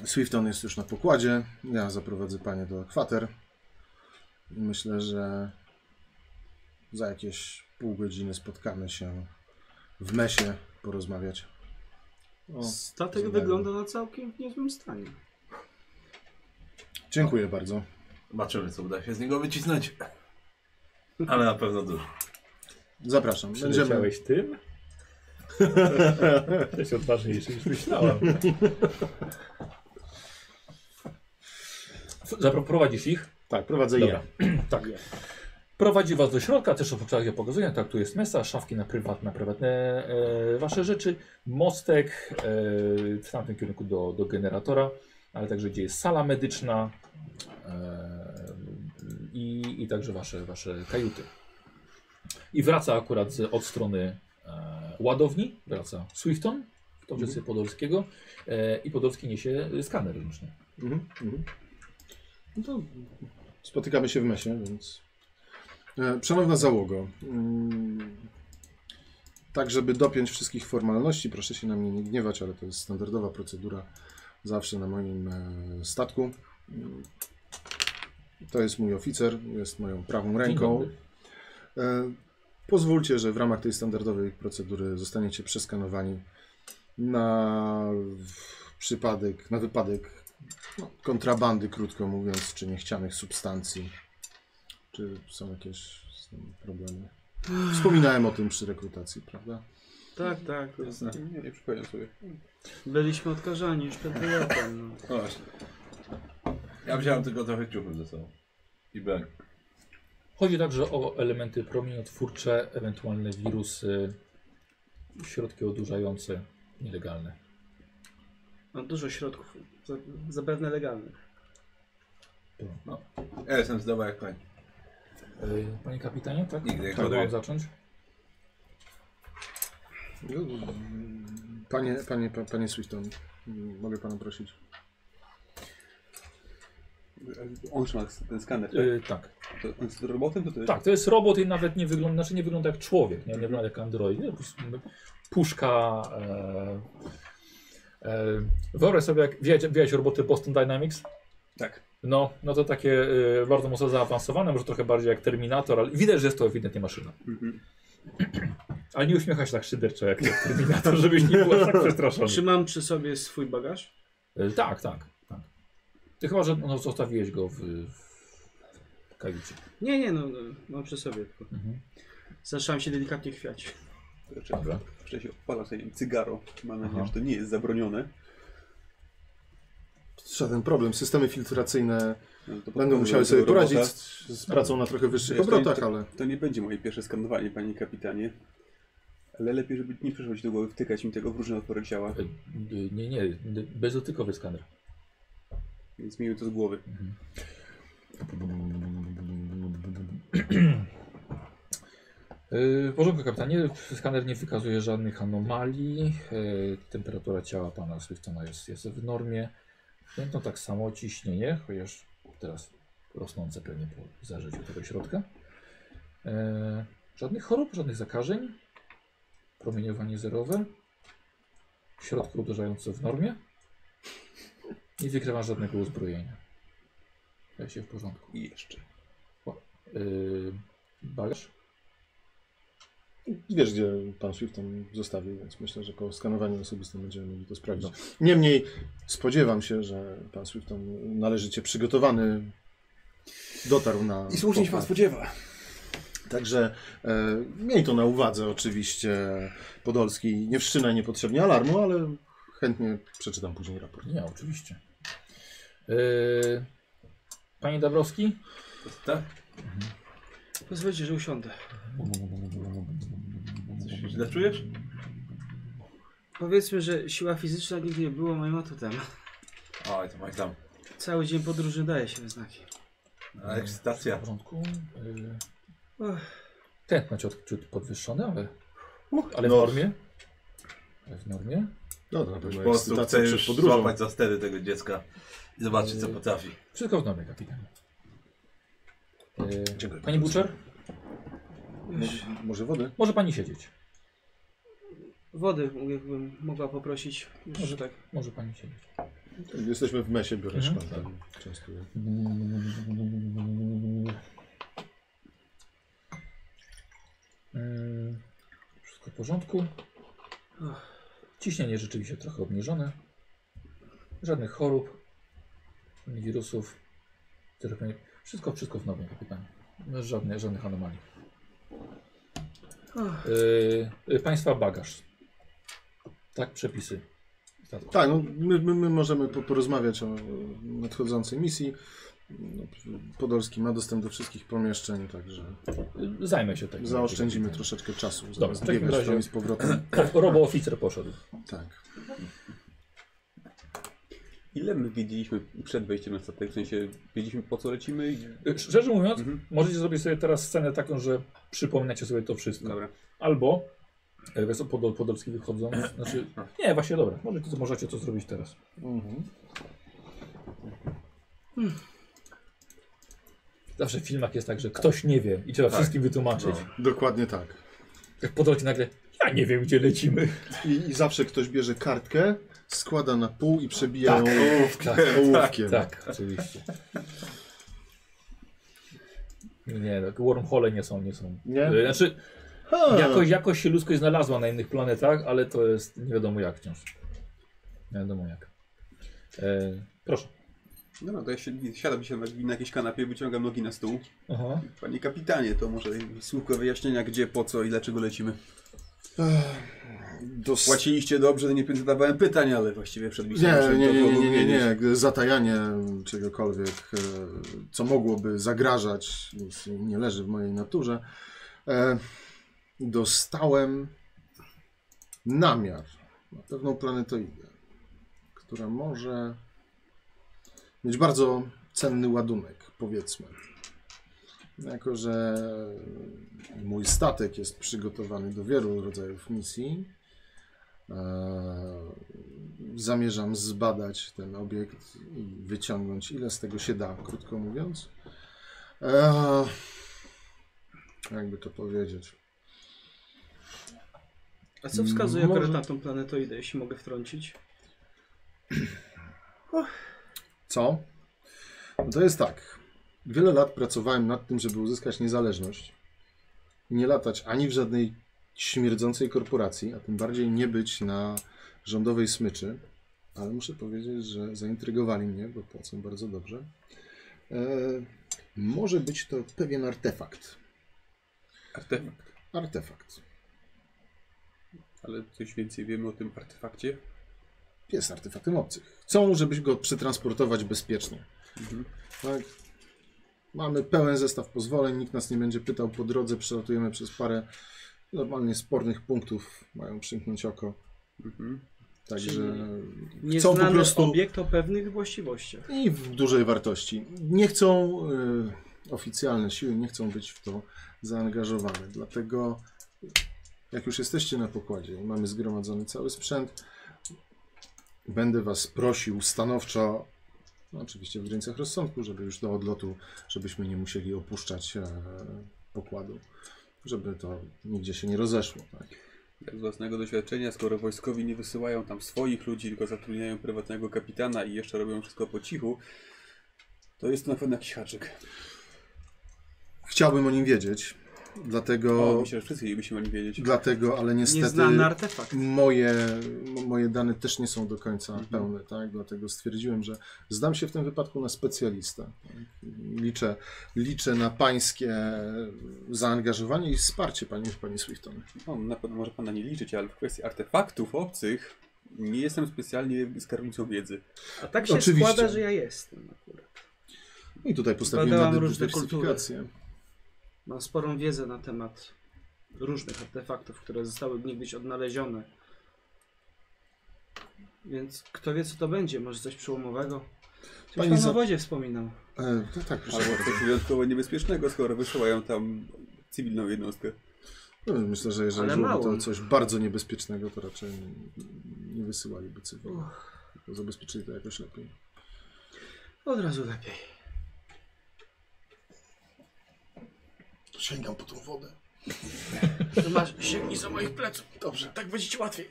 [SPEAKER 4] Swifton jest już na pokładzie. Ja zaprowadzę panie do kwater. I Myślę, że za jakieś pół godziny spotkamy się w mesie porozmawiać. O,
[SPEAKER 3] Statek
[SPEAKER 4] zadałem.
[SPEAKER 3] wygląda na całkiem w niezłym stanie.
[SPEAKER 4] dziękuję bardzo.
[SPEAKER 2] Zobaczymy, co uda się z niego wycisnąć. Ale na pewno dużo.
[SPEAKER 4] Zapraszam. Będziemy.
[SPEAKER 1] Przyleciałeś tym? Jesteś odważniejszy niż myślałem. F- Zaprowadzisz ich?
[SPEAKER 4] Tak, prowadzę
[SPEAKER 1] Dobra.
[SPEAKER 4] ja.
[SPEAKER 1] tak.
[SPEAKER 3] Je.
[SPEAKER 1] Prowadzi was do środka, też oczywiście pokazuję, tak tu jest mesa, szafki na prywatne, prywatne e, wasze rzeczy, mostek e, w tamtym kierunku do, do generatora, ale także gdzie jest sala medyczna e, i, i także wasze, wasze kajuty. I wraca akurat z, od strony e, ładowni, wraca Swifton w towarzystwie Podolskiego e, i Podolski niesie e, skaner ręczny.
[SPEAKER 4] Mhm, mhm. No to spotykamy się w mesie, więc. E, Szanowna załogo, mm, tak żeby dopiąć wszystkich formalności, proszę się na mnie nie gniewać, ale to jest standardowa procedura zawsze na moim e, statku. Mm, To jest mój oficer, jest moją prawą ręką.
[SPEAKER 1] dobry.
[SPEAKER 4] E, Pozwólcie, że w ramach tej standardowej procedury zostaniecie przeskanowani na w- przypadek, na wypadek no, kontrabandy, krótko mówiąc, czy niechcianych substancji. Czy są jakieś z tym problemy? Wspominałem o tym przy rekrutacji, prawda?
[SPEAKER 3] Tak, tak.
[SPEAKER 2] Jasne.
[SPEAKER 5] Nie, nie przypominam sobie.
[SPEAKER 3] Byliśmy odkażani jeszcze dwa lata. No.
[SPEAKER 2] No właśnie. Ja wziąłem tylko trochę ciuchów ze sobą. I brak.
[SPEAKER 1] Chodzi także o elementy promieniotwórcze, ewentualne wirusy, środki odurzające, nielegalne.
[SPEAKER 3] Mam No, dużo środków, za- zapewne legalnych.
[SPEAKER 2] Ja jestem zdrowa jak koń.
[SPEAKER 1] Yy, Panie kapitanie, tak?
[SPEAKER 2] Nigdy nie
[SPEAKER 1] tak
[SPEAKER 2] hoduję.
[SPEAKER 1] mam zacząć?
[SPEAKER 4] Panie, panie, pa- panie Swifton, mogę pana prosić?
[SPEAKER 5] E, On trzyma ten skaner. tak?
[SPEAKER 1] Yy, tak.
[SPEAKER 5] To on jest robotem, to to jest?
[SPEAKER 1] Tak, to jest robot i nawet nie wygląda, znaczy nie wygląda jak człowiek, nie, nie wygląda jak android. Nie, po prostu puszka. E, e, wyobraź sobie, jak widziałeś- widziałeś roboty Boston Dynamics?
[SPEAKER 5] Tak.
[SPEAKER 1] No, no to takie e, bardzo mocno zaawansowane, może trochę bardziej jak Terminator, ale widać, że jest to ewidentnie maszyna.
[SPEAKER 5] Mhm.
[SPEAKER 1] Ale nie uśmiecha się tak szyderczo jak jak Terminator, żebyś nie był aż tak przestraszony.
[SPEAKER 3] Czy mam przy sobie swój bagaż?
[SPEAKER 1] E, Tak, tak, tak. Ty chyba, że no, zostawiłeś go w, w kajucie.
[SPEAKER 3] Nie, nie, no, no mam przy sobie tylko.
[SPEAKER 1] Mhm.
[SPEAKER 3] Zaczynam się delikatnie chwiać.
[SPEAKER 5] Raczej
[SPEAKER 1] Dobra.
[SPEAKER 5] wcześniej odpala sobie cygaro. Mam nadzieję,
[SPEAKER 1] Aha.
[SPEAKER 5] że to nie jest zabronione.
[SPEAKER 4] Żaden problem. Systemy filtracyjne
[SPEAKER 5] No, to
[SPEAKER 4] będą
[SPEAKER 5] potem
[SPEAKER 4] musiały
[SPEAKER 5] zrobię
[SPEAKER 4] sobie
[SPEAKER 5] robotę.
[SPEAKER 4] poradzić z, z pracą na trochę wyższych
[SPEAKER 5] Wiesz, to-
[SPEAKER 4] obrotach, ale
[SPEAKER 5] To nie będzie moje pierwsze skanowanie, panie kapitanie. Ale lepiej, żeby nie przyszło ci do głowy wtykać mi tego w różne otwory ciała,
[SPEAKER 1] E, y, Nie, nie, y, bezdotykowy skaner. Mhm.
[SPEAKER 5] więc miejmy to z głowy.
[SPEAKER 1] Y, W porządku, kapitanie. Skaner nie wykazuje żadnych anomalii. Y, Temperatura ciała pana Swiftona jest, jest w normie. Tętno tak samo, ciśnienie, chociaż teraz rosnące pewnie po zażyciu tego środka. Y, Żadnych chorób, żadnych zakażeń. Promieniowanie zerowe. Środki uderzające w normie. Nie wykrywa żadnego uzbrojenia. Ja się w porządku.
[SPEAKER 5] I jeszcze.
[SPEAKER 1] Y, Bagaż?
[SPEAKER 4] wiesz, gdzie pan Swift tam zostawił, więc myślę, że po skanowaniu osobistym będziemy mogli to sprawdzić. Niemniej spodziewam się, że pan Swift tam należycie przygotowany dotarł na...
[SPEAKER 5] I słusznie się pan
[SPEAKER 4] pokład.
[SPEAKER 5] spodziewa.
[SPEAKER 4] Także e, miej to na uwadze oczywiście Podolski. Nie wszczynaj niepotrzebnie alarmu, ale chętnie przeczytam później raport.
[SPEAKER 1] Nie, oczywiście. Yy, Panie Dabrowski?
[SPEAKER 2] Tak?
[SPEAKER 3] Pozwólcie, że usiądę.
[SPEAKER 2] Coś się źle czujesz?
[SPEAKER 3] Powiedzmy, że siła fizyczna nigdy nie była moim atutem.
[SPEAKER 2] Oj, to Mike tam.
[SPEAKER 3] Cały dzień podróży daje się we znaki.
[SPEAKER 2] A, ekscytacja.
[SPEAKER 1] W porządku. Yy,
[SPEAKER 3] Ach,
[SPEAKER 1] tętno cię odczuć podwyższone, ale, ale w
[SPEAKER 4] no.
[SPEAKER 1] normie. Ale w normie.
[SPEAKER 4] No to na
[SPEAKER 2] Już
[SPEAKER 4] pewno
[SPEAKER 2] po
[SPEAKER 4] jest
[SPEAKER 2] prostu chcę
[SPEAKER 4] cytacja przed
[SPEAKER 2] już
[SPEAKER 4] podróżą.
[SPEAKER 2] złapać za stery tego dziecka i zobaczyć, co potrafi.
[SPEAKER 1] Wszystko w normie, kapitan. Yy,
[SPEAKER 4] Dziękuję
[SPEAKER 1] Pani Buczer,
[SPEAKER 3] już.
[SPEAKER 4] Może wody?
[SPEAKER 1] może pani siedzieć.
[SPEAKER 3] Wody jakbym mogła poprosić. Już
[SPEAKER 1] Może
[SPEAKER 3] tak.
[SPEAKER 1] Może pani siedzieć.
[SPEAKER 4] Tak, Jesteśmy w mesie, biorę
[SPEAKER 1] Mhm.
[SPEAKER 4] szklankę. Częstuję.
[SPEAKER 1] Mm, Wszystko w porządku. Ciśnienie rzeczywiście trochę obniżone. Żadnych chorób, żadnych wirusów. Terapii- Wszystko, wszystko w normie, kapitanie. No, Żadne, żadnych anomalii.
[SPEAKER 3] Ach,
[SPEAKER 1] Yy, yy, państwa bagaż. Tak, przepisy. statku.
[SPEAKER 4] Tak, no, my, my, my możemy po, porozmawiać o nadchodzącej misji. No, Podolski ma dostęp do wszystkich pomieszczeń, także
[SPEAKER 1] Yy, Zajmę się tym.
[SPEAKER 4] zaoszczędzimy troszeczkę czasu.
[SPEAKER 1] tak. Dobra, w
[SPEAKER 4] Zamiast
[SPEAKER 1] takim
[SPEAKER 4] biegać
[SPEAKER 1] razie-
[SPEAKER 4] tam i z powrotem.
[SPEAKER 1] Tak, Robo oficer poszedł.
[SPEAKER 4] Tak.
[SPEAKER 5] Ile my wiedzieliśmy przed wejściem na statek? W sensie wiedzieliśmy po co lecimy? i-
[SPEAKER 1] Yy, Szczerze mówiąc,
[SPEAKER 5] Mhm.
[SPEAKER 1] Możecie zrobić sobie teraz scenę taką, że przypominacie sobie to wszystko.
[SPEAKER 5] Dobra.
[SPEAKER 1] Albo e, wiesz, co, podol, Podolski wychodzą. Znaczy, nie, właśnie dobra. Możecie, to- możecie to zrobić teraz.
[SPEAKER 4] Mhm.
[SPEAKER 1] Zawsze w filmach jest tak, że ktoś nie wie i trzeba
[SPEAKER 2] Tak.
[SPEAKER 1] wszystkim wytłumaczyć.
[SPEAKER 2] No.
[SPEAKER 4] Dokładnie tak.
[SPEAKER 1] Jak Podolski nagle, ja nie wiem gdzie lecimy.
[SPEAKER 4] I, I zawsze ktoś bierze kartkę, składa na pół i przebija ją
[SPEAKER 1] Tak,
[SPEAKER 4] ołówkiem.
[SPEAKER 1] tak, oczywiście. Nie, tak, wormhole nie są, nie są.
[SPEAKER 4] Nie?
[SPEAKER 1] E, Znaczy,
[SPEAKER 4] Ha!
[SPEAKER 1] jakoś, jakoś się ludzkość znalazła na innych planetach, ale to jest nie wiadomo jak wciąż. Nie wiadomo jak. E, proszę.
[SPEAKER 5] No, no to ja się, siadam się na, na jakiejś kanapie, wyciągam nogi na stół.
[SPEAKER 1] Aha.
[SPEAKER 5] Panie kapitanie, to może słówko wyjaśnienia gdzie, po co i dlaczego lecimy.
[SPEAKER 4] Dos...
[SPEAKER 5] Płaciliście dobrze, nie zadawałem pytań, ale właściwie przed misją
[SPEAKER 4] Nie,
[SPEAKER 5] muszę
[SPEAKER 4] nie,
[SPEAKER 5] to
[SPEAKER 4] nie,
[SPEAKER 5] było
[SPEAKER 4] nie, nie, nie,
[SPEAKER 5] wiedzieć.
[SPEAKER 4] nie. Zatajanie czegokolwiek, e, co mogłoby zagrażać, nic nie leży w mojej naturze. E, Dostałem namiar na pewną planetoidę, która może mieć bardzo cenny ładunek, powiedzmy. Jako, że mój statek jest przygotowany do wielu rodzajów misji, Eee, Zamierzam zbadać ten obiekt i wyciągnąć ile z tego się da, krótko mówiąc. Eee, Jakby to powiedzieć.
[SPEAKER 3] A co wskazuje
[SPEAKER 4] Mm, Może-
[SPEAKER 3] akurat na tą planetoidę, jeśli mogę wtrącić?
[SPEAKER 4] Co? No to jest tak. Wiele lat pracowałem nad tym, żeby uzyskać niezależność. i Nie latać ani w żadnej śmierdzącej korporacji, a tym bardziej nie być na rządowej smyczy. Ale muszę powiedzieć, że zaintrygowali mnie, bo płacą bardzo dobrze. E, może być to pewien artefakt.
[SPEAKER 5] Artefakt.
[SPEAKER 4] Artefakt.
[SPEAKER 5] ale coś więcej wiemy o tym artefakcie.
[SPEAKER 4] Jest artefaktem obcych. Chcą, żebyś go przetransportować bezpiecznie.
[SPEAKER 5] Mhm.
[SPEAKER 4] Tak? Mamy pełen zestaw pozwoleń, nikt nas nie będzie pytał po drodze, przelatujemy przez parę normalnie spornych punktów, mają przymknąć oko.
[SPEAKER 5] Mhm.
[SPEAKER 4] Także chcą
[SPEAKER 3] Nieznany
[SPEAKER 4] po prostu
[SPEAKER 3] obiekt o pewnych właściwościach.
[SPEAKER 4] i w dużej wartości. Nie chcą y, oficjalne siły, nie chcą być w to zaangażowane. Dlatego jak już jesteście na pokładzie i mamy zgromadzony cały sprzęt, będę was prosił stanowczo, no oczywiście w granicach rozsądku, żeby już do odlotu, żebyśmy nie musieli opuszczać e, pokładu, żeby to nigdzie się nie rozeszło. Tak?
[SPEAKER 5] Jak z własnego doświadczenia, skoro wojskowi nie wysyłają tam swoich ludzi, tylko zatrudniają prywatnego kapitana i jeszcze robią wszystko po cichu, to jest to na pewno jakiś haczyk.
[SPEAKER 4] Chciałbym o nim wiedzieć, dlatego,
[SPEAKER 5] O, myślę, że wszyscy chcielibyśmy o nim wiedzieć.
[SPEAKER 4] dlatego ale niestety...
[SPEAKER 3] Nieznany artefakt.
[SPEAKER 4] Moje, m- moje dane też nie są do końca
[SPEAKER 3] Mhm.
[SPEAKER 4] pełne, tak? Dlatego stwierdziłem, że zdam się w tym wypadku na specjalistę. Liczę, liczę na pańskie zaangażowanie i wsparcie, panie, panie Swifton.
[SPEAKER 5] No, na pewno może pana nie liczyć, ale w kwestii artefaktów obcych nie jestem specjalnie skarbnicą wiedzy.
[SPEAKER 3] A tak się
[SPEAKER 4] Oczywiście.
[SPEAKER 3] składa, że ja jestem akurat.
[SPEAKER 4] No i tutaj postawiłem
[SPEAKER 3] Badałam
[SPEAKER 4] na dy-
[SPEAKER 3] różne
[SPEAKER 4] dywersyfikację.
[SPEAKER 3] Mam sporą wiedzę na temat różnych artefaktów, które zostały niegdyś odnalezione. Więc kto wie co to będzie, może coś przełomowego. Coś
[SPEAKER 4] Pani
[SPEAKER 3] pan
[SPEAKER 4] za-
[SPEAKER 3] o wodzie wspominał.
[SPEAKER 4] E, to tak, proszę
[SPEAKER 5] Albo
[SPEAKER 4] bardzo.
[SPEAKER 5] coś wyjątkowo niebezpiecznego, skoro wysyłają tam cywilną jednostkę.
[SPEAKER 4] No, Myślę, że jeżeli
[SPEAKER 3] Ale
[SPEAKER 4] byłoby to
[SPEAKER 3] mało.
[SPEAKER 4] coś bardzo niebezpiecznego, to raczej nie wysyłaliby cywili. Zabezpieczyli to jakoś lepiej.
[SPEAKER 3] Od razu lepiej.
[SPEAKER 4] Sięgam po tą wodę.
[SPEAKER 3] To masz, sięgnij za moich pleców. Dobrze. Tak będzie ci łatwiej.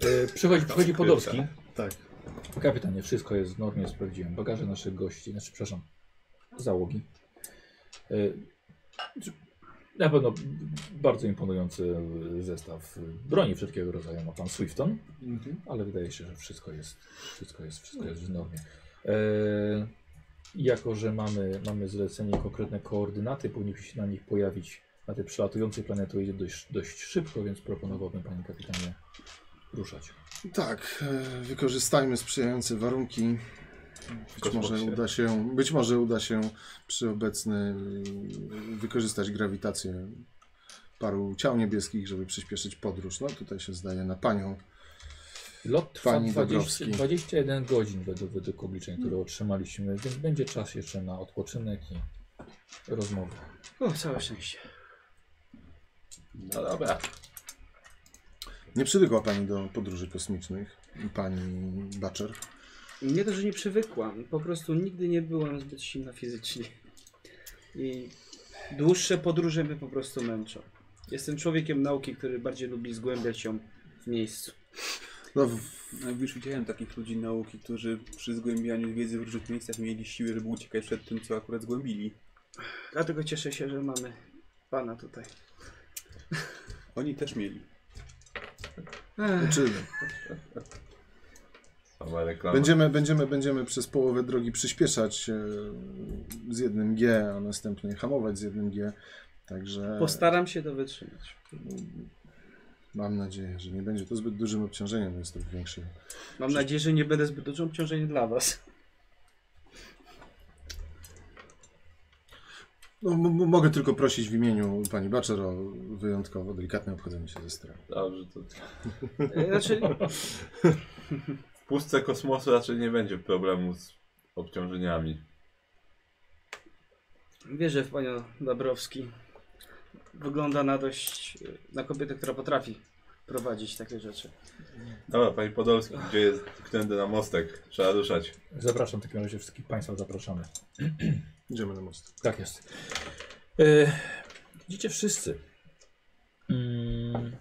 [SPEAKER 1] E, przychodzi, przychodzi Podolski.
[SPEAKER 4] Tak.
[SPEAKER 1] Kapitanie, wszystko jest w normie, sprawdziłem. Bagaże naszych gości, znaczy, przepraszam, załogi. E, czy- Na pewno b- bardzo imponujący e, zestaw e, broni wszelkiego rodzaju ma pan Swifton, ale wydaje się, że wszystko jest, wszystko jest, wszystko jest w normie. E, jako, że mamy, mamy zlecenie i konkretne koordynaty, powinniśmy się na nich pojawić na tej przelatującej planetoidzie dość, dość szybko, więc proponowałbym panie kapitanie ruszać.
[SPEAKER 4] Tak, e, wykorzystajmy sprzyjające warunki. Być
[SPEAKER 2] kosmosie.
[SPEAKER 4] może, uda się, być może uda się przy obecny y, wykorzystać grawitację paru ciał niebieskich, żeby przyspieszyć podróż. No tutaj się zdaje na panią.
[SPEAKER 1] Lot trwa
[SPEAKER 4] Pani
[SPEAKER 1] 20,
[SPEAKER 4] Dobrowski.
[SPEAKER 1] 21 godzin według, według obliczeń, które otrzymaliśmy, więc będzie czas jeszcze na odpoczynek i rozmowę.
[SPEAKER 3] O, całe szczęście.
[SPEAKER 2] No dobra.
[SPEAKER 4] Nie przywykła pani do podróży kosmicznych, pani Baczer.
[SPEAKER 3] Nie to, że nie przywykłam. Po prostu nigdy nie byłam zbyt silna fizycznie. I dłuższe podróże mnie po prostu męczą. Jestem człowiekiem nauki, który bardziej lubi zgłębiać ją w miejscu.
[SPEAKER 4] No, w-
[SPEAKER 5] No, już widziałem takich ludzi nauki, którzy przy zgłębianiu wiedzy w różnych miejscach mieli siły, żeby uciekać przed tym, co akurat zgłębili.
[SPEAKER 3] Dlatego cieszę się, że mamy pana tutaj.
[SPEAKER 5] Oni też mieli.
[SPEAKER 3] Ech,
[SPEAKER 4] czy
[SPEAKER 2] Sama reklama.
[SPEAKER 4] będziemy, będziemy, będziemy przez połowę drogi przyspieszać e, z jednym G, a następnie hamować z jednym G. Także
[SPEAKER 3] Postaram się to wytrzymać.
[SPEAKER 4] Mam nadzieję, że nie będzie to zbyt dużym obciążeniem, więc to większy.
[SPEAKER 3] Mam nadzieję, że nie będę zbyt dużym obciążeniem dla was.
[SPEAKER 4] No, m- m- mogę tylko prosić w imieniu pani Baczer o wyjątkowo delikatne obchodzenie się ze strony.
[SPEAKER 2] Dobrze, to
[SPEAKER 3] E, Znaczy,
[SPEAKER 2] w pustce kosmosu raczej nie będzie problemu z obciążeniami.
[SPEAKER 3] wierzę w panią Dabrowski. Wygląda na dość... na kobietę, która potrafi prowadzić takie rzeczy.
[SPEAKER 2] Dobra, pani Podolski, gdzie jest tędy na mostek? Trzeba ruszać.
[SPEAKER 1] Zapraszam w takim razie wszystkich Państwa, zapraszamy.
[SPEAKER 4] Idziemy na most.
[SPEAKER 1] Tak jest. E, widzicie wszyscy. Mm,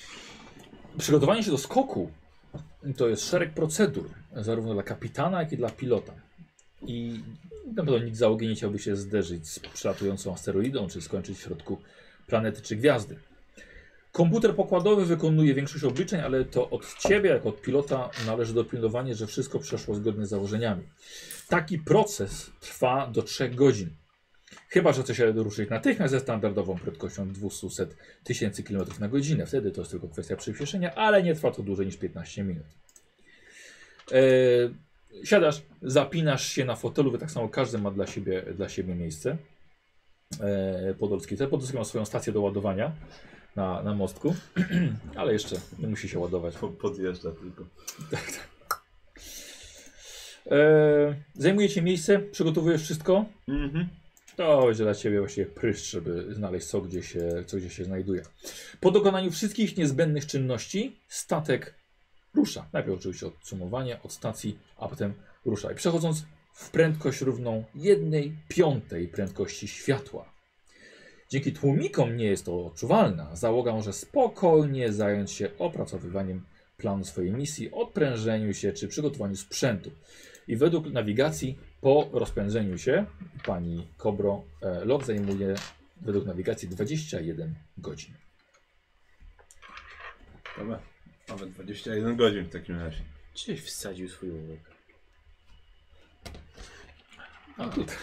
[SPEAKER 1] przygotowanie się do skoku to jest szereg procedur, zarówno dla kapitana, jak i dla pilota. I na pewno nikt z załogi nie chciałby się zderzyć z przelatującą asteroidą, czy skończyć w środku planety czy gwiazdy. Komputer pokładowy wykonuje większość obliczeń, ale to od ciebie, jako od pilota, należy dopilnowanie, że wszystko przeszło zgodnie z założeniami. Taki proces trwa do 3 godzin. Chyba, że chce się ruszyć natychmiast ze standardową prędkością 200 tysięcy km na godzinę. Wtedy to jest tylko kwestia przyspieszenia, ale nie trwa to dłużej niż 15 minut. E, siadasz, zapinasz się na fotelu, wy tak samo każdy ma dla siebie, dla siebie miejsce. E, Podolski. Ten Podolski ma swoją stację do ładowania na, na mostku, ale jeszcze nie musi się ładować.
[SPEAKER 2] Po- Podjeżdża tylko.
[SPEAKER 1] E, zajmuje ci miejsce, przygotowujesz wszystko.
[SPEAKER 2] Mhm.
[SPEAKER 1] To będzie dla ciebie właściwie pryszcz, żeby znaleźć co gdzie, się, co gdzie się znajduje. Po dokonaniu wszystkich niezbędnych czynności statek rusza. Najpierw oczywiście odsumowanie od stacji, a potem rusza. I przechodząc w prędkość równą 1 piątej prędkości światła. Dzięki tłumikom nie jest to odczuwalne. Załoga może spokojnie zająć się opracowywaniem planu swojej misji, odprężeniu się czy przygotowaniu sprzętu. I według nawigacji po rozpędzeniu się pani Kobro, e, lot zajmuje według nawigacji 21 godzin.
[SPEAKER 2] Dobra. Mamy 21 godzin w takim razie.
[SPEAKER 3] Gdzieś wsadził swój łówek.
[SPEAKER 1] A tutaj.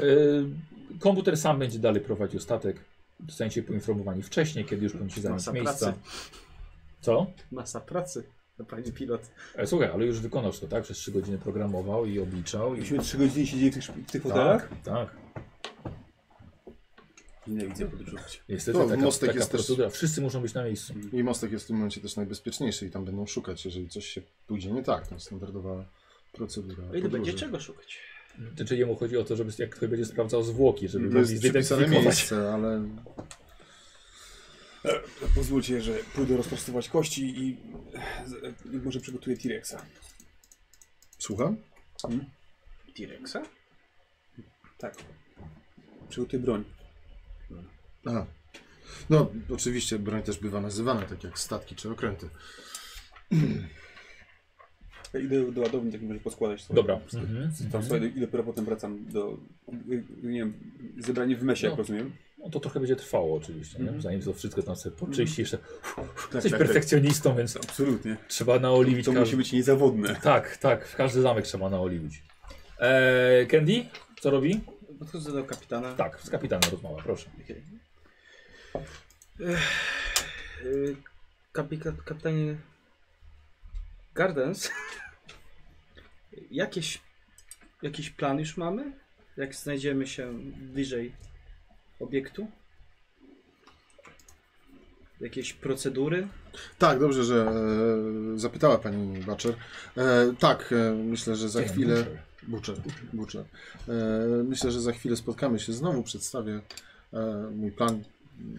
[SPEAKER 1] E, Komputer sam będzie dalej prowadził statek. Zostaniecie poinformowani wcześniej, kiedy już będziecie zająć
[SPEAKER 3] Masa
[SPEAKER 1] miejsca.
[SPEAKER 3] pracy.
[SPEAKER 1] Co?
[SPEAKER 3] Masa pracy na pani pilot.
[SPEAKER 1] E, słuchaj, ale już wykonał to, tak? Przez 3 godziny programował i obliczał. I...
[SPEAKER 5] Myśmy 3 godziny siedzieli w tych, szp- w tych fotelach?
[SPEAKER 1] Tak, tak.
[SPEAKER 5] Nienawidzę podróżować.
[SPEAKER 1] Niestety
[SPEAKER 4] To
[SPEAKER 1] taka,
[SPEAKER 4] No, mostek
[SPEAKER 1] taka
[SPEAKER 4] jest też-
[SPEAKER 1] procedura. Wszyscy muszą być na miejscu.
[SPEAKER 4] I mostek jest w tym momencie też najbezpieczniejszy i tam będą szukać, jeżeli coś się pójdzie nie tak. To jest standardowa procedura.
[SPEAKER 3] O ile
[SPEAKER 4] podróży.
[SPEAKER 3] będzie czego szukać?
[SPEAKER 1] Czy- Czy jemu chodzi o to, żeby jak ktoś będzie sprawdzał zwłoki, żeby
[SPEAKER 4] To
[SPEAKER 1] mogli
[SPEAKER 4] jest przypisane
[SPEAKER 1] zidentyfikować.
[SPEAKER 4] miejsce, ale
[SPEAKER 5] Pozwólcie, że pójdę rozprostować kości i z- i może przygotuję T-Rexa.
[SPEAKER 4] słucham?
[SPEAKER 5] Hmm?
[SPEAKER 3] T-Rexa?
[SPEAKER 5] Tak. Przygotuję broń.
[SPEAKER 4] Aha. No, oczywiście broń też bywa nazywana tak jak statki czy okręty.
[SPEAKER 5] Ja idę do ładowni, tak może poskładać swoje.
[SPEAKER 1] Dobra. Mhm.
[SPEAKER 5] Tam sobie i dopiero potem wracam do, y, y, nie wiem, zebranie w mesie,
[SPEAKER 1] No.
[SPEAKER 5] jak rozumiem.
[SPEAKER 1] No to trochę będzie trwało oczywiście, nie?
[SPEAKER 5] Mhm.
[SPEAKER 1] zanim to wszystko tam sobie poczyści. Jeszcze... Jesteś
[SPEAKER 5] tak,
[SPEAKER 1] perfekcjonistą, więc
[SPEAKER 5] Absolutnie.
[SPEAKER 1] trzeba naoliwić.
[SPEAKER 5] To
[SPEAKER 1] każdy-
[SPEAKER 5] musi być niezawodne.
[SPEAKER 1] Tak, tak, w każdy zamek trzeba naoliwić. Eee, Candy, co robi?
[SPEAKER 3] Podchodzę do kapitana.
[SPEAKER 1] Tak, z kapitanem rozmowa, proszę.
[SPEAKER 3] Okej. Ech, y, Kapika- kapitanie Gardens, jakieś, jakiś plan już mamy? Jak znajdziemy się bliżej obiektu? Jakieś procedury?
[SPEAKER 4] Tak, dobrze, że e, zapytała pani Baczer. E, tak, e, myślę, że za chwilę. Buczer. Buczer. E, myślę, że za chwilę spotkamy się znowu. Przedstawię e, mój plan.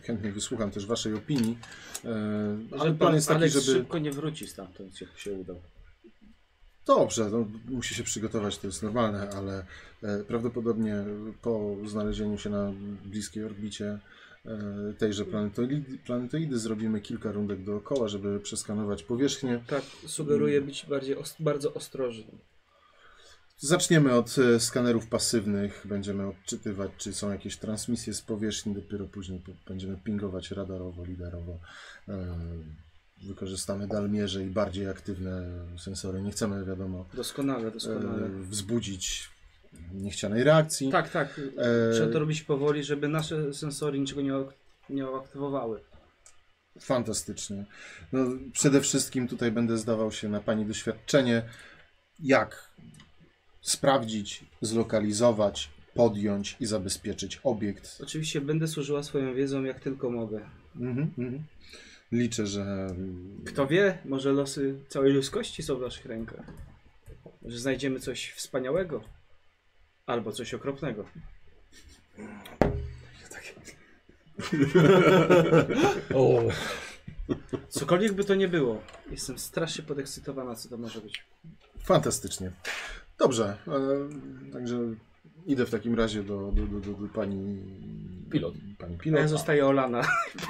[SPEAKER 4] Chętnie wysłucham też waszej opinii. E, ale
[SPEAKER 3] Żeby
[SPEAKER 4] plan
[SPEAKER 3] pan
[SPEAKER 4] jest taki,
[SPEAKER 3] Alex
[SPEAKER 4] żeby.
[SPEAKER 3] szybko nie wróci stamtąd, jak się udał.
[SPEAKER 4] Dobrze, no, musi się przygotować, to jest normalne, ale e, prawdopodobnie po znalezieniu się na bliskiej orbicie e, tejże planetoidy, planetoidy zrobimy kilka rundek dookoła, żeby przeskanować powierzchnię.
[SPEAKER 3] Tak, sugeruję być bardziej os- bardzo ostrożnym.
[SPEAKER 4] Zaczniemy od e, skanerów pasywnych, będziemy odczytywać, czy są jakieś transmisje z powierzchni, dopiero później p- będziemy pingować radarowo, lidarowo. E, Wykorzystamy dalmierze i bardziej aktywne sensory. Nie chcemy, wiadomo,
[SPEAKER 3] Doskonale,
[SPEAKER 4] e,
[SPEAKER 3] doskonale.
[SPEAKER 4] wzbudzić niechcianej reakcji.
[SPEAKER 3] Tak, tak.
[SPEAKER 4] E,
[SPEAKER 3] Trzeba to robić powoli, żeby nasze sensory niczego nie, ak- nie aktywowały.
[SPEAKER 4] Fantastycznie. No, przede wszystkim tutaj będę zdawał się na Pani doświadczenie, jak sprawdzić, zlokalizować, podjąć i zabezpieczyć obiekt.
[SPEAKER 3] Oczywiście będę służyła swoją wiedzą jak tylko mogę.
[SPEAKER 4] Mhm, mhm. Liczę, że mm,
[SPEAKER 3] Kto wie, może losy całej ludzkości są w naszych rękach. Może znajdziemy coś wspaniałego. Albo coś okropnego.
[SPEAKER 1] O,
[SPEAKER 3] Cokolwiek by to nie było. Jestem strasznie podekscytowana, co to może być.
[SPEAKER 4] fantastycznie. Dobrze, e, także idę w takim razie do, do, do, do, do Pani
[SPEAKER 1] Pilot.
[SPEAKER 4] Pani
[SPEAKER 3] A
[SPEAKER 4] pilot.
[SPEAKER 3] ja zostaję olana.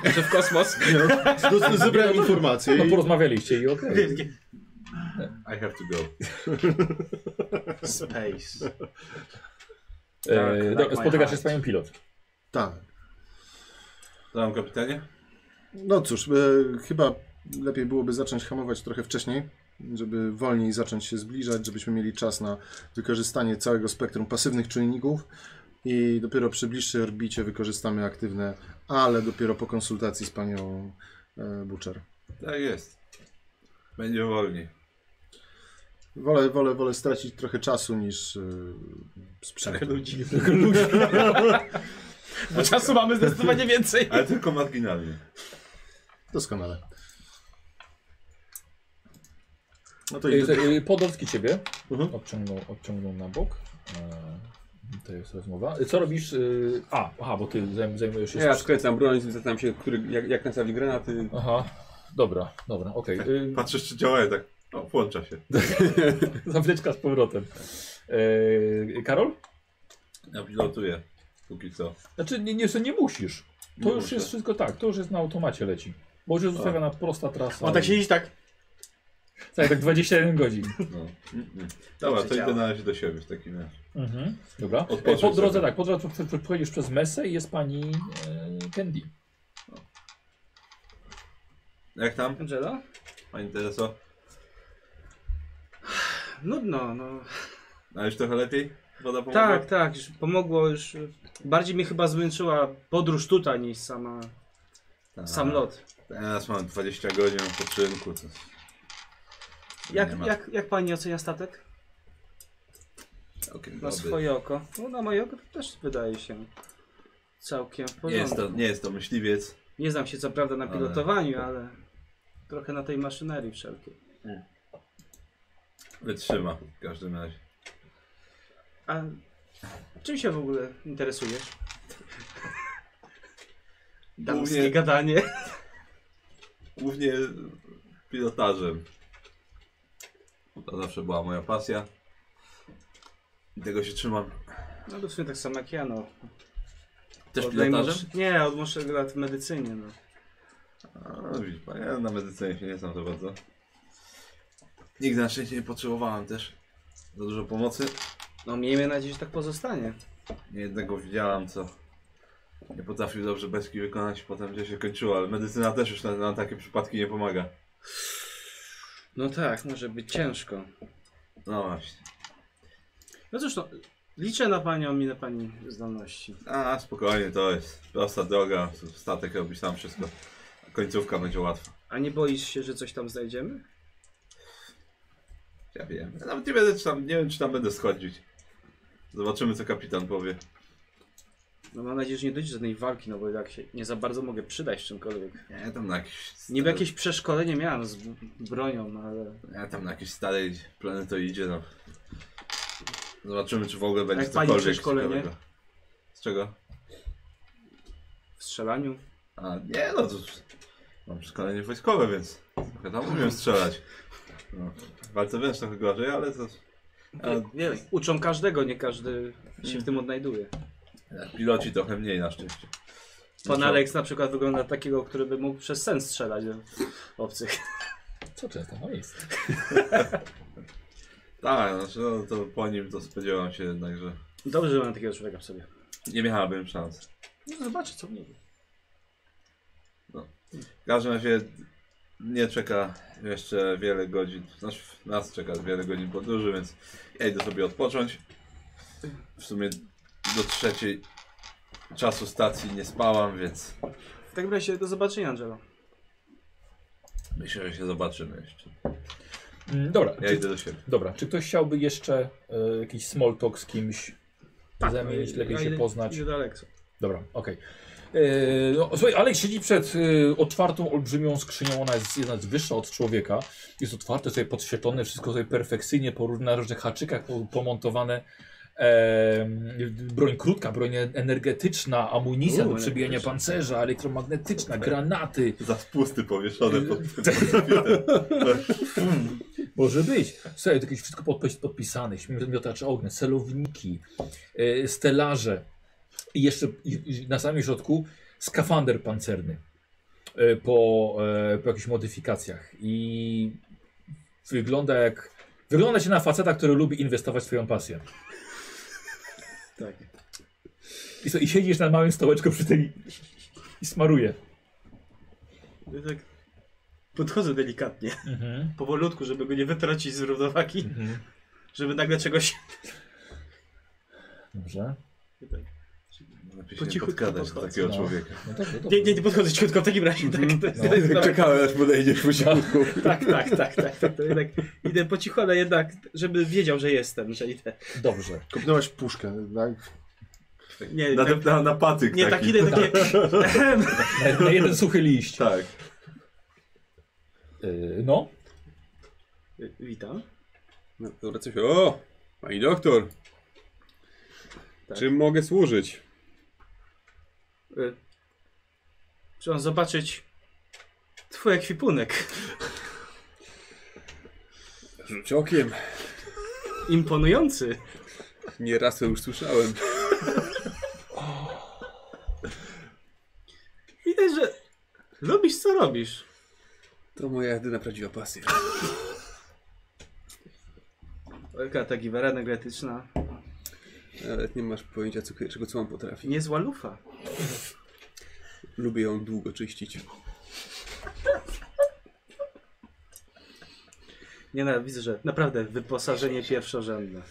[SPEAKER 3] Że w kosmos.
[SPEAKER 4] Nie, no, z- z- zebrałem
[SPEAKER 1] No
[SPEAKER 4] informację. i-
[SPEAKER 1] porozmawialiście i okej.
[SPEAKER 2] I have to go.
[SPEAKER 3] Space.
[SPEAKER 1] E,
[SPEAKER 3] Tak,
[SPEAKER 1] do-
[SPEAKER 3] like my
[SPEAKER 1] Spotykasz się
[SPEAKER 3] heart.
[SPEAKER 1] z panią pilot.
[SPEAKER 4] Tak.
[SPEAKER 2] Dam kapitanie?
[SPEAKER 4] No cóż, e, chyba lepiej byłoby zacząć hamować trochę wcześniej. żeby wolniej zacząć się zbliżać, żebyśmy mieli czas na wykorzystanie całego spektrum pasywnych czynników i dopiero przy bliższej orbicie wykorzystamy aktywne, ale dopiero po konsultacji z panią e, Butcher.
[SPEAKER 2] Tak jest. Będzie wolniej.
[SPEAKER 4] Wolę, wolę, wolę stracić trochę czasu niż yy, sprzętu.
[SPEAKER 1] ludzi. Trochę ludzi. Bo czasu mamy zdecydowanie więcej.
[SPEAKER 2] Ale tylko marginalnie.
[SPEAKER 4] Doskonale. No to
[SPEAKER 1] Y,
[SPEAKER 4] idę.
[SPEAKER 1] tak, y, Podolski ciebie
[SPEAKER 4] Mhm.
[SPEAKER 1] obciągnął, obciągnął na bok. E, To jest rozmowa. Y, Co robisz? y, A, aha, bo ty zajm- zajmujesz się...
[SPEAKER 5] Ja skręcam broń, zatem się, który, jak, jak nastawić granaty.
[SPEAKER 1] Aha, dobra, dobra, okej. Y,
[SPEAKER 2] Patrzysz, czy działają tak. O, włącza się.
[SPEAKER 1] Zawleczka z powrotem. E, Karol?
[SPEAKER 2] Ja pilotuję. Póki co.
[SPEAKER 1] Znaczy nie, nie, nie musisz. To
[SPEAKER 2] Nie
[SPEAKER 1] już
[SPEAKER 2] muszę.
[SPEAKER 1] jest wszystko tak, to już jest na automacie leci. Bo już jest ustawiona prosta trasa.
[SPEAKER 3] On tak siedzi tak.
[SPEAKER 1] Tak, tak 21 godzin.
[SPEAKER 2] No. Mm-mm. Dobra, to idę
[SPEAKER 3] działa.
[SPEAKER 2] na razie do siebie w takim razie.
[SPEAKER 1] Mhm. Dobra.
[SPEAKER 2] Odpocznij
[SPEAKER 1] po drodze
[SPEAKER 2] sobie.
[SPEAKER 1] tak, po drodze prze- prze- przechodzisz przez Mesę i jest pani e, Candy.
[SPEAKER 2] Jak tam?
[SPEAKER 3] Angela?
[SPEAKER 2] Pani Tereso?
[SPEAKER 3] Nudno, no.
[SPEAKER 2] A już trochę lepiej? Woda pomogła?
[SPEAKER 3] Tak, tak, już pomogło już. y, Bardziej mnie chyba zmęczyła podróż tutaj niż sama,
[SPEAKER 2] Tak.
[SPEAKER 3] sam lot.
[SPEAKER 2] Teraz mam 20 godzin odpoczynku. To... Nie
[SPEAKER 3] Jak,
[SPEAKER 2] ma-
[SPEAKER 3] jak, jak pani ocenia statek?
[SPEAKER 2] Całkiem
[SPEAKER 3] Na
[SPEAKER 2] dobry.
[SPEAKER 3] swoje oko. No na moje oko to też wydaje się całkiem w porządku.
[SPEAKER 2] nie, jest to, nie jest to myśliwiec.
[SPEAKER 3] Nie znam się co prawda na
[SPEAKER 2] Ale-
[SPEAKER 3] pilotowaniu, ale trochę na tej maszynerii wszelkiej.
[SPEAKER 2] Wytrzyma w każdym razie.
[SPEAKER 3] A czym się w ogóle interesujesz? Damskie
[SPEAKER 2] Głównie-
[SPEAKER 3] gadanie.
[SPEAKER 2] Głównie pilotażem. To zawsze była moja pasja. I tego się trzymam.
[SPEAKER 3] No to w sumie tak samo jak ja, no.
[SPEAKER 2] Też
[SPEAKER 3] Od
[SPEAKER 2] pilotażem?
[SPEAKER 3] najmłodszych- Nie, od młodszego lat w medycynie, no.
[SPEAKER 2] A, widzi pan, ja na medycynie się nie znam za bardzo. Nigdy na szczęście nie potrzebowałem też za dużo pomocy.
[SPEAKER 3] No miejmy nadzieję, że tak pozostanie.
[SPEAKER 2] Nie jednego widziałam, co nie potrafił dobrze beczki wykonać, potem gdzie się kończyło, ale medycyna też już na, na takie przypadki nie pomaga.
[SPEAKER 3] No tak, może być ciężko.
[SPEAKER 2] No właśnie.
[SPEAKER 3] No cóż, no, liczę na panią i na pani zdolności.
[SPEAKER 2] A spokojnie, to jest prosta droga, statek robi sam wszystko. a Końcówka będzie łatwa.
[SPEAKER 3] A nie boisz się, że coś tam znajdziemy?
[SPEAKER 2] Ja wiem. Ja nawet nie będę czy tam, nie wiem czy tam będę schodzić. Zobaczymy co kapitan powie.
[SPEAKER 3] No mam nadzieję, że nie dojdzie do żadnej walki, no bo tak się nie za bardzo mogę przydać w czymkolwiek.
[SPEAKER 2] Ja tam na jakiś.
[SPEAKER 3] Niby
[SPEAKER 1] Tak.
[SPEAKER 3] jakieś przeszkolenie miałem z b- bronią, no ale
[SPEAKER 2] Ja tam na jakiejś starej planetoidzie, no. Zobaczymy czy w ogóle będzie
[SPEAKER 3] Jak pani
[SPEAKER 2] cokolwiek
[SPEAKER 3] przeszkolenie?
[SPEAKER 2] ciekawego. Z czego?
[SPEAKER 3] w strzelaniu.
[SPEAKER 2] A nie no, to mam szkolenie wojskowe, więc trochę tam umiem strzelać. No, w walce wręcz trochę gorzej, ale to... A,
[SPEAKER 3] Nie, uczą każdego, nie każdy się w tym odnajduje.
[SPEAKER 2] piloci trochę mniej na szczęście.
[SPEAKER 3] Pan
[SPEAKER 2] Muszą-
[SPEAKER 3] Alex na przykład wygląda na takiego, który by mógł przez sen strzelać do obcych.
[SPEAKER 1] Co często ma miejsce.
[SPEAKER 2] Tak, znaczy, no, to po nim to spodziewam się jednak, że
[SPEAKER 3] Dobrze, że mam takiego człowieka w sobie.
[SPEAKER 2] nie miałabym szans.
[SPEAKER 3] No zobaczę, co mnie.
[SPEAKER 2] No. W każdym razie nie czeka jeszcze wiele godzin, znaczy nas czeka wiele godzin podróży, więc ja idę sobie odpocząć. W sumie do trzeciej czasu stacji nie spałam, więc
[SPEAKER 3] W takim razie do zobaczenia, Angelo.
[SPEAKER 2] myślę, że się zobaczymy jeszcze.
[SPEAKER 1] Mm, Dobra,
[SPEAKER 2] Ja
[SPEAKER 1] czy,
[SPEAKER 2] idę do siebie.
[SPEAKER 1] dobra, czy ktoś chciałby jeszcze e, jakiś small talk z kimś zamienić, lepiej
[SPEAKER 3] Tak, e, Ja
[SPEAKER 1] się
[SPEAKER 3] idę-
[SPEAKER 1] poznać?
[SPEAKER 3] Idę do Alexa.
[SPEAKER 1] Dobra, okej. Yy, No, słuchaj, Alek siedzi przed yy, otwartą, olbrzymią skrzynią, ona jest, jest nawet wyższa od człowieka. Jest otwarte, sobie podświetlone, wszystko sobie perfekcyjnie po róż- na różnych haczykach po- pomontowane. Em, broń krótka, broń e- energetyczna, amunicja
[SPEAKER 3] U,
[SPEAKER 1] do przebijania
[SPEAKER 3] energetyczna.
[SPEAKER 1] pancerza, elektromagnetyczna, granaty.
[SPEAKER 2] Za spusty powieszone pod
[SPEAKER 1] Tak.
[SPEAKER 2] sufitem.
[SPEAKER 1] Może być. Słuchaj, to jakieś wszystko podpis, podpisane, śmiem- miotacze ognia, celowniki, yy, stelaże. I jeszcze i, i na samym środku skafander pancerny e, po, e, po jakichś modyfikacjach. I wygląda jak. Wygląda się na faceta, który lubi inwestować w swoją pasję.
[SPEAKER 3] Tak.
[SPEAKER 1] I, co, I siedzisz na małym stołeczku przy tej i smaruje.
[SPEAKER 3] Ja tak. Podchodzę delikatnie,
[SPEAKER 1] Mhm.
[SPEAKER 3] powolutku, żeby go nie wytracić z równowagi,
[SPEAKER 1] Mhm.
[SPEAKER 3] żeby nagle czegoś...
[SPEAKER 1] Dobrze. tak.
[SPEAKER 2] Lepiej
[SPEAKER 3] Po
[SPEAKER 2] się nie
[SPEAKER 3] cichu
[SPEAKER 2] podkadać do
[SPEAKER 3] podchodzę.
[SPEAKER 2] takiego
[SPEAKER 1] No.
[SPEAKER 2] człowieka.
[SPEAKER 1] No dobrze, dobrze.
[SPEAKER 3] Nie, nie, nie podchodzę ciutko w takim razie, tak, to jest,
[SPEAKER 1] No.
[SPEAKER 5] Czekałem aż podejdziesz po cichutku.
[SPEAKER 3] tak, tak, tak, tak, tak, to jednak idę po cichu, ale jednak, żeby wiedział, że jestem, że idę.
[SPEAKER 1] Dobrze.
[SPEAKER 4] Kopnąłeś puszkę, tak?
[SPEAKER 3] Nie,
[SPEAKER 2] Na,
[SPEAKER 3] tak,
[SPEAKER 2] na, na patyk
[SPEAKER 3] nie, tak
[SPEAKER 2] taki.
[SPEAKER 3] idę, takie...
[SPEAKER 1] Na, na jeden suchy liść.
[SPEAKER 2] Tak.
[SPEAKER 1] Yy, no.
[SPEAKER 3] Witam.
[SPEAKER 5] No, Wraca się. O! Pani doktor!
[SPEAKER 3] Tak.
[SPEAKER 5] Czym mogę służyć?
[SPEAKER 3] Y, Chciałem zobaczyć twój ekwipunek.
[SPEAKER 5] Rzuć okiem.
[SPEAKER 3] Imponujący.
[SPEAKER 5] Nie raz to już słyszałem.
[SPEAKER 3] Widać, że lubisz co robisz.
[SPEAKER 5] To moja jedyna prawdziwa pasja.
[SPEAKER 3] Taka ta giwera energetyczna.
[SPEAKER 5] Nawet nie masz pojęcia co, czego co on potrafi.
[SPEAKER 3] Niezła lufa.
[SPEAKER 5] Lubię ją długo czyścić.
[SPEAKER 3] Nie no, widzę, że naprawdę wyposażenie pierwszorzędne.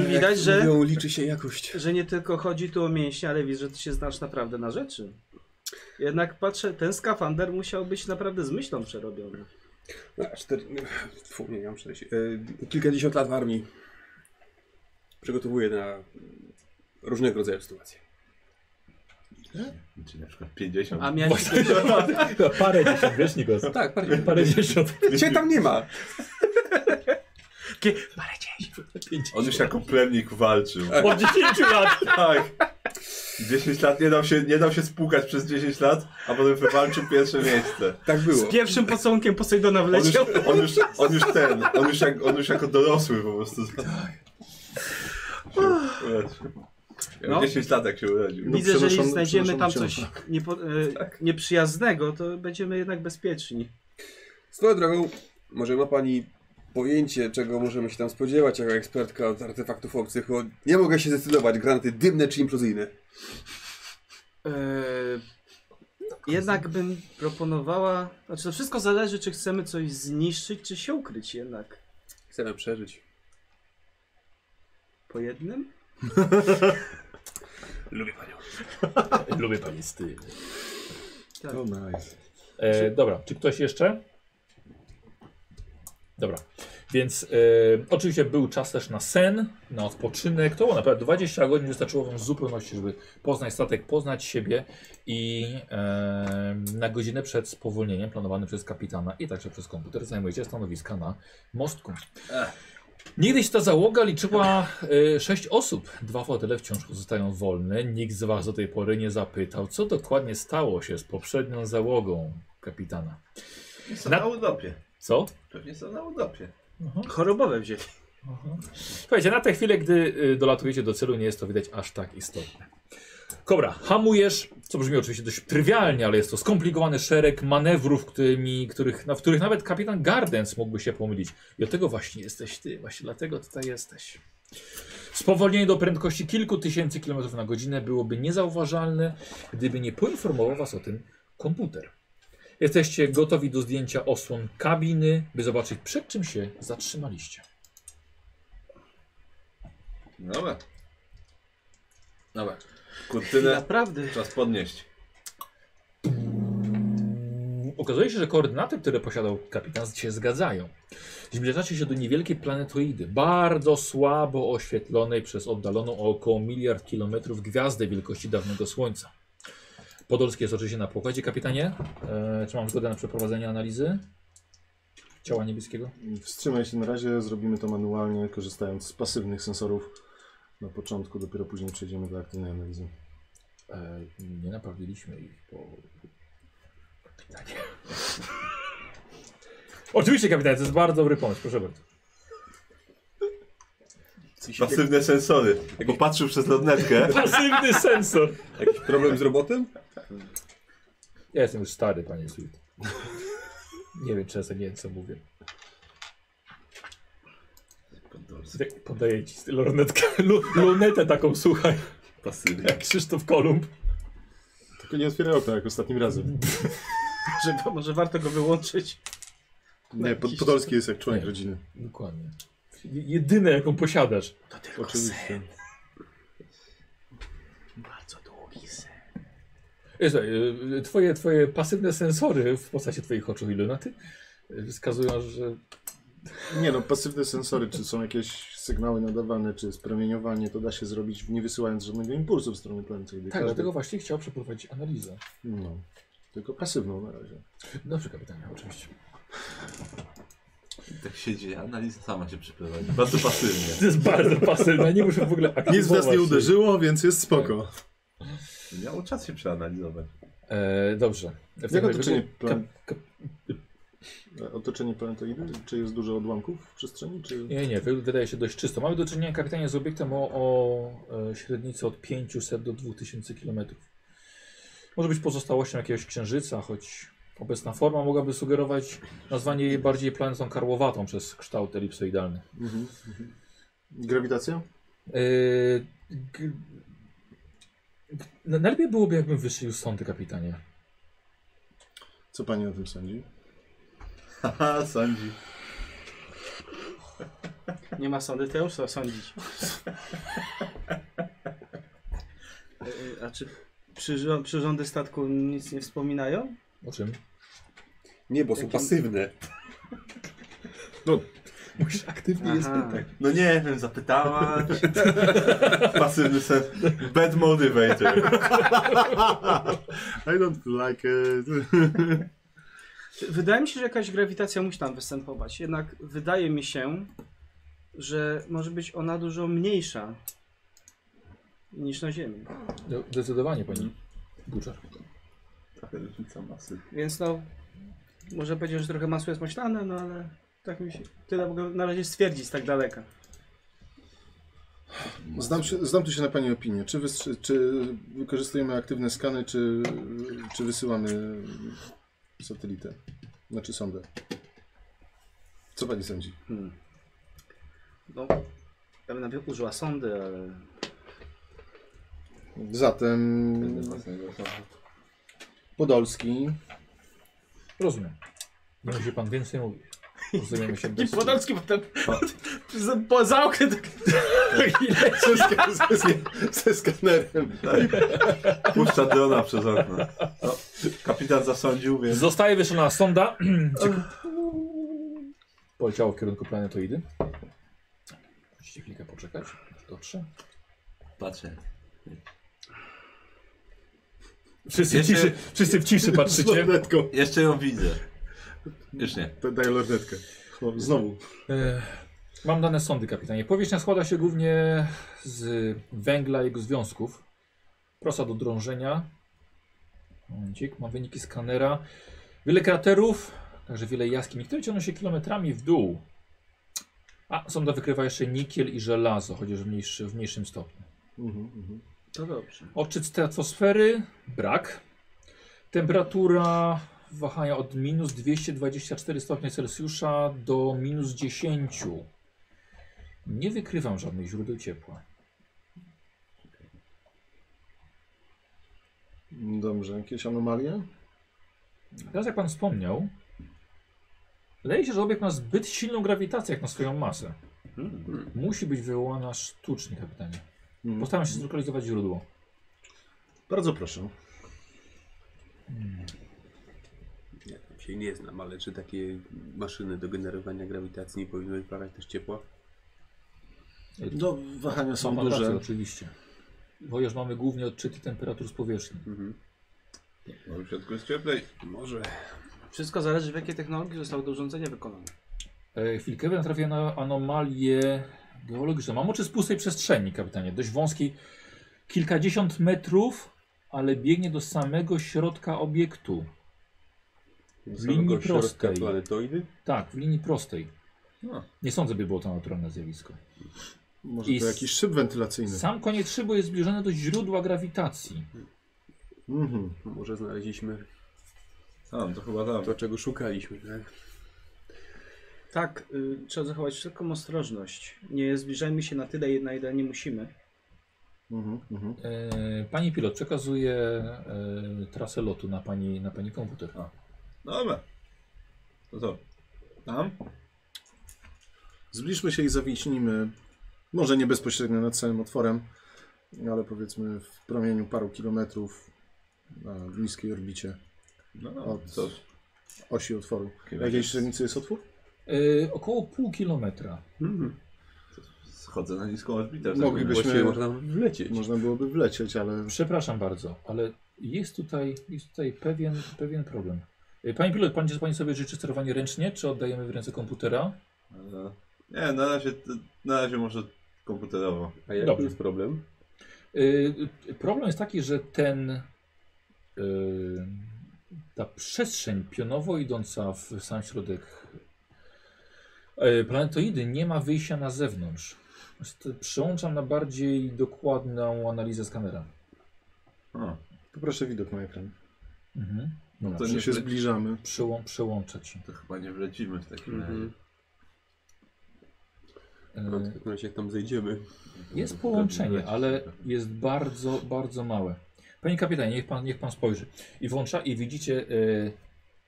[SPEAKER 3] I widać, że,
[SPEAKER 5] Ją liczy się jakość.
[SPEAKER 3] że nie tylko chodzi tu o mięśnie, ale widzę, że ty się znasz naprawdę na rzeczy. Jednak patrzę, ten skafander musiał być naprawdę z myślą przerobiony.
[SPEAKER 5] A, cztery... no, Fu, nie, mam cztery... E, kilkadziesiąt lat w armii. Przygotowuję na różnego rodzaju sytuacje.
[SPEAKER 2] Czy na przykład 50.
[SPEAKER 3] A miałeś...
[SPEAKER 1] tak No, Parę dziesiąt, wiesz Nikos?
[SPEAKER 5] Tak, bardziej.
[SPEAKER 1] Parę dziesiąt.
[SPEAKER 5] Cię tam nie ma!
[SPEAKER 3] Parę dziesięć.
[SPEAKER 2] On już jako plemnik walczył.
[SPEAKER 1] Od 10 lat.
[SPEAKER 2] Tak. 10 lat nie dał, się, nie dał się spłukać przez 10 lat, a potem wywalczył pierwsze miejsce.
[SPEAKER 5] Tak było.
[SPEAKER 3] Z pierwszym pocałunkiem Posejdona
[SPEAKER 2] On już,
[SPEAKER 3] wleciał.
[SPEAKER 2] on już, on już ten, on już, jak, on już jako dorosły po prostu. Tak. Się uleczył. Miał
[SPEAKER 3] No.
[SPEAKER 2] 10 lat jak się urodził.
[SPEAKER 4] No,
[SPEAKER 3] Widzę, że jeśli
[SPEAKER 4] przenoszony-
[SPEAKER 3] znajdziemy tam
[SPEAKER 4] przenoszony
[SPEAKER 3] coś niepo, e, nieprzyjaznego, to będziemy jednak bezpieczni.
[SPEAKER 5] Swoją drogą, może ma pani pojęcie, czego możemy się tam spodziewać jako ekspertka od artefaktów obcych, bo nie mogę się zdecydować, granaty dymne czy implozyjne.
[SPEAKER 3] E, jednak bym proponowała... Znaczy to wszystko zależy, czy chcemy coś zniszczyć, czy się ukryć jednak.
[SPEAKER 5] Chcemy przeżyć.
[SPEAKER 3] Po jednym?
[SPEAKER 5] Lubię panią.
[SPEAKER 1] Lubię pani styl.
[SPEAKER 3] Tak.
[SPEAKER 4] To No, nice.
[SPEAKER 1] E, dobra, czy ktoś jeszcze? Dobra, więc e, oczywiście był czas też na sen, na odpoczynek. To było naprawdę 20 godzin wystarczyło wam w zupełności, żeby poznać statek, poznać siebie i e, na godzinę przed spowolnieniem planowanym przez kapitana i także przez komputer zajmujecie stanowiska na mostku. Niegdyś ta załoga liczyła e, sześć osób. Dwa fotele wciąż pozostają wolne. Nikt z Was do tej pory nie zapytał, co dokładnie stało się z poprzednią załogą kapitana.
[SPEAKER 2] Są
[SPEAKER 1] Na-
[SPEAKER 2] na Udopie.
[SPEAKER 1] Co?
[SPEAKER 2] Pewnie są na Udopie.
[SPEAKER 3] Chorobowe wzięli.
[SPEAKER 1] Słuchajcie, na tę chwilę, gdy y, dolatujecie do celu, nie jest to widać aż tak istotne. Kobra, hamujesz, co brzmi oczywiście dość trywialnie, ale jest to skomplikowany szereg manewrów, którymi, których, na, w których nawet kapitan Gardens mógłby się pomylić. I od tego właśnie jesteś ty, właśnie dlatego tutaj jesteś. Spowolnienie do prędkości kilku tysięcy kilometrów na godzinę byłoby niezauważalne, gdyby nie poinformował was o tym komputer. Jesteście gotowi do zdjęcia osłon kabiny, by zobaczyć przed czym się zatrzymaliście.
[SPEAKER 2] Dobra. Dobra.
[SPEAKER 3] I
[SPEAKER 2] Kurtynę
[SPEAKER 3] Naprawdę.
[SPEAKER 2] czas podnieść.
[SPEAKER 1] Mm, Okazuje się, że koordynaty, które posiadał kapitan, się zgadzają. Zbliżacie się do niewielkiej planetoidy, bardzo słabo oświetlonej przez oddaloną o około miliard kilometrów gwiazdę wielkości dawnego Słońca. Podolski jest oczywiście na pokładzie, kapitanie. E, czy mam zgodę na przeprowadzenie analizy ciała niebieskiego?
[SPEAKER 4] Wstrzymaj się na razie, zrobimy to manualnie, korzystając z pasywnych sensorów. Na początku, dopiero później przejdziemy do aktywnej analizy.
[SPEAKER 1] E, nie naprawiliśmy ich, bo... Kapitanie. Oczywiście, kapitanie, to jest bardzo dobry pomysł, proszę bardzo.
[SPEAKER 2] Pasywne sensory. Bo patrzył przez lodnetkę.
[SPEAKER 1] Pasywny sensor.
[SPEAKER 5] Jakiś problem z robotem?
[SPEAKER 1] Ja jestem już stary, panie Sweet. Nie wiem, czasem nie wiem, co mówię. Tak, Podaję ci styl- lornetkę, lu, lunetę taką, słuchaj,
[SPEAKER 2] Pasywnie.
[SPEAKER 1] jak Krzysztof Kolumb.
[SPEAKER 4] Tylko nie otwieraj okna jak ostatnim razem.
[SPEAKER 3] Że, może warto go wyłączyć.
[SPEAKER 4] Nie, Pod- Podolski jest jak członek
[SPEAKER 1] Nie.
[SPEAKER 4] rodziny.
[SPEAKER 1] Dokładnie. Je- Jedyne, jaką posiadasz.
[SPEAKER 3] To tylko
[SPEAKER 4] Oczywiście.
[SPEAKER 3] sen. Bardzo długi sen.
[SPEAKER 1] E, słuchaj, e, Twoje, twoje pasywne sensory w postaci Twoich oczu i lunaty e, wskazują, że
[SPEAKER 4] Nie no, pasywne sensory, czy są jakieś sygnały nadawane, czy jest promieniowanie, to da się zrobić nie wysyłając żadnego impulsu w stronę planetoidy.
[SPEAKER 1] Tak,
[SPEAKER 4] Każdy-
[SPEAKER 1] dlatego właśnie chciał przeprowadzić analizę.
[SPEAKER 4] No, tylko pasywną na razie.
[SPEAKER 1] Dobrze, kapitanie, oczywiście.
[SPEAKER 2] Tak siedzi, analiza sama się przeprowadzi. Bardzo pasywnie.
[SPEAKER 1] To jest bardzo pasywne, nie muszę w ogóle aktywować.
[SPEAKER 4] Nic w nas nie
[SPEAKER 1] się.
[SPEAKER 4] uderzyło, więc jest spoko.
[SPEAKER 2] Miało czas się przeanalizować.
[SPEAKER 1] E, dobrze. W takim
[SPEAKER 4] Jak
[SPEAKER 1] razie-
[SPEAKER 4] otoczenie, plan...
[SPEAKER 1] kap-
[SPEAKER 4] Tak. E, otoczenie planetoidy? Czy jest dużo odłamków w przestrzeni? Czy...
[SPEAKER 1] Nie, nie, wy- wydaje się dość czysto. Mamy do czynienia, kapitanie, z obiektem o, o e, średnicy od 500 do 2000 km. Może być pozostałością jakiegoś księżyca, choć obecna forma mogłaby sugerować nazwanie jej bardziej planetą karłowatą przez kształt elipsoidalny.
[SPEAKER 4] Mhm. mhm. Grawitacja?
[SPEAKER 1] Yy, g- g- na- najlepiej byłoby, jakbym wyszył sądy, kapitanie.
[SPEAKER 4] Co pani o tym sądzi?
[SPEAKER 2] Haha, sądzi.
[SPEAKER 3] Nie ma sądy, to już trzeba sądzić. E, A czy przyrząd, przyrządy statku nic nie wspominają?
[SPEAKER 1] O czym?
[SPEAKER 5] Nie, bo są
[SPEAKER 3] Jakim-
[SPEAKER 5] pasywne.
[SPEAKER 1] Musisz aktywnie
[SPEAKER 3] Aha.
[SPEAKER 2] No nie wiem, zapytała. Pasywny sen. Bad motivator.
[SPEAKER 4] I don't like it.
[SPEAKER 3] Wydaje mi się, że jakaś grawitacja musi tam występować. Jednak wydaje mi się, że może być ona dużo mniejsza niż na Ziemi.
[SPEAKER 1] No, Zdecydowanie, pani Buczar.
[SPEAKER 2] Trochę różnica masy.
[SPEAKER 3] Więc no, może powiedzieć, że trochę masło jest maślane, no ale tak mi się tyle mogę na razie stwierdzić z tak daleka.
[SPEAKER 4] Znam, się, znam tu się na Pani opinię. Czy, wys- czy wykorzystujemy aktywne skany, czy, czy wysyłamy satelitę? Znaczy sondę. Co Pani sądzi?
[SPEAKER 3] Hmm. No, ja bym najpierw użyła sondy, ale
[SPEAKER 4] Zatem Podolski.
[SPEAKER 1] Rozumiem. Nie musi pan więcej mówić. Rozumiemy się bez...
[SPEAKER 3] potem za, po, za oknem tak...
[SPEAKER 4] Ze, sk- ze, sk- ze skanerem.
[SPEAKER 2] Puszcza drona przez okno. No, kapitan zasądził, więc.
[SPEAKER 1] Zostaje wyszona sonda. Ciek- Poleciało w kierunku planetoidy. Musicie chwilkę poczekać. aż Dotrze.
[SPEAKER 2] Patrzę.
[SPEAKER 1] Wszyscy w
[SPEAKER 2] Jeszcze-
[SPEAKER 1] ciszy, wszyscy w ciszy
[SPEAKER 4] Z
[SPEAKER 1] patrzycie.
[SPEAKER 4] lornetką.
[SPEAKER 2] Jeszcze ją widzę. Już nie.
[SPEAKER 4] Da- Daj lornetkę. O, Znowu.
[SPEAKER 1] E, Mam dane sądy, kapitanie. Powierzchnia składa się głównie z węgla i jego związków. Prosta do drążenia. Momencik, mam wyniki skanera. Wiele kraterów, także wiele jaskiń. Niektóre ciągną się kilometrami w dół. A, sonda wykrywa jeszcze nikiel i żelazo, chociaż w, mniejszy, w mniejszym stopniu.
[SPEAKER 4] Mhm, mhm.
[SPEAKER 3] To dobrze.
[SPEAKER 1] Odczyt stratosfery, brak. Temperatura wahania od minus 224 stopnie Celsjusza do minus 10. Nie wykrywam żadnych źródeł ciepła.
[SPEAKER 4] Dobrze. Jakieś anomalie?
[SPEAKER 1] Teraz jak pan wspomniał, wydaje się, że obiekt ma zbyt silną grawitację jak na swoją masę.
[SPEAKER 4] Hmm.
[SPEAKER 1] Musi być wywołana sztucznie, kapitanie.
[SPEAKER 4] Mhm.
[SPEAKER 1] Postaram się zlokalizować źródło.
[SPEAKER 4] Bardzo proszę.
[SPEAKER 5] Ja tam się nie znam, ale czy takie maszyny do generowania grawitacji nie powinny wypalać też ciepła?
[SPEAKER 4] No, wahania są
[SPEAKER 1] Ma pan rację,
[SPEAKER 4] duże.
[SPEAKER 1] Oczywiście. Chociaż mamy głównie odczyty temperatur z powierzchni.
[SPEAKER 2] No w środku jest cieplej.
[SPEAKER 5] Może.
[SPEAKER 3] Wszystko zależy w jakiej technologii zostało to urządzenie wykonane.
[SPEAKER 1] E, Chwilkę będę trafił na anomalię geologiczną. Mam oczy z pustej przestrzeni, kapitanie. Dość wąskiej, kilkadziesiąt metrów, ale biegnie do samego środka obiektu.
[SPEAKER 5] Z
[SPEAKER 1] linii
[SPEAKER 5] samego środka
[SPEAKER 1] prostej.
[SPEAKER 5] planetoidy?
[SPEAKER 1] Tak, w linii prostej.
[SPEAKER 2] No.
[SPEAKER 1] Nie sądzę, by było to naturalne zjawisko.
[SPEAKER 4] Może
[SPEAKER 1] I
[SPEAKER 4] to
[SPEAKER 1] s-
[SPEAKER 4] jakiś szyb wentylacyjny.
[SPEAKER 1] Sam koniec szybu jest zbliżony do źródła grawitacji.
[SPEAKER 4] Mhm.
[SPEAKER 5] Może znaleźliśmy
[SPEAKER 2] A, no to chyba tam.
[SPEAKER 5] to, czego szukaliśmy, tak?
[SPEAKER 3] Tak, y, trzeba zachować wszelką ostrożność. Nie zbliżajmy się na tyle, na ile nie musimy.
[SPEAKER 4] Mhm. Mhm.
[SPEAKER 1] E, Pani pilot przekazuje e, trasę lotu na pani, na pani komputer.
[SPEAKER 2] A. No dobra. To co? Tam?
[SPEAKER 4] Zbliżmy się i zawiśnijmy, może nie bezpośrednio nad samym otworem, ale powiedzmy w promieniu paru kilometrów na bliskiej orbicie
[SPEAKER 2] No,
[SPEAKER 4] O,
[SPEAKER 2] no cóż.
[SPEAKER 4] osi otworu. W
[SPEAKER 2] Kilometr.
[SPEAKER 4] jakiej średnicy jest otwór?
[SPEAKER 1] Yy, około pół kilometra.
[SPEAKER 5] Mhm.
[SPEAKER 2] Schodzę na niską orbitę.
[SPEAKER 4] Moglibyśmy-
[SPEAKER 5] Właściwie można wlecieć.
[SPEAKER 4] Można byłoby wlecieć, ale
[SPEAKER 1] Przepraszam bardzo, ale jest tutaj, jest tutaj pewien, pewien problem. Yy, Panie pilot, pan, czy pani sobie życzy sterowanie ręcznie, czy oddajemy w ręce komputera?
[SPEAKER 2] E, Nie, na razie, na razie może komputerowo.
[SPEAKER 5] A jaki
[SPEAKER 1] Dobrze.
[SPEAKER 5] jest problem?
[SPEAKER 1] Yy, Problem jest taki, że ten. yy, Ta przestrzeń pionowo idąca w sam środek yy, planetoidy nie ma wyjścia na zewnątrz. Jest- Przełączam na bardziej dokładną analizę skamera.
[SPEAKER 2] O,
[SPEAKER 4] poproszę widok na ekran.
[SPEAKER 1] Mhm. No,
[SPEAKER 2] to
[SPEAKER 1] to
[SPEAKER 4] Że
[SPEAKER 2] nie
[SPEAKER 4] się
[SPEAKER 2] wle-
[SPEAKER 4] zbliżamy.
[SPEAKER 1] przełą przełączę ci.
[SPEAKER 2] to chyba nie wlecimy w takim razie.
[SPEAKER 5] Mhm. No,
[SPEAKER 1] Yy,
[SPEAKER 5] w takim razie jak tam zejdziemy.
[SPEAKER 1] Jest połączenie, ale jest bardzo, bardzo małe. Panie kapitanie, niech pan, niech pan spojrzy. I włącza i widzicie e,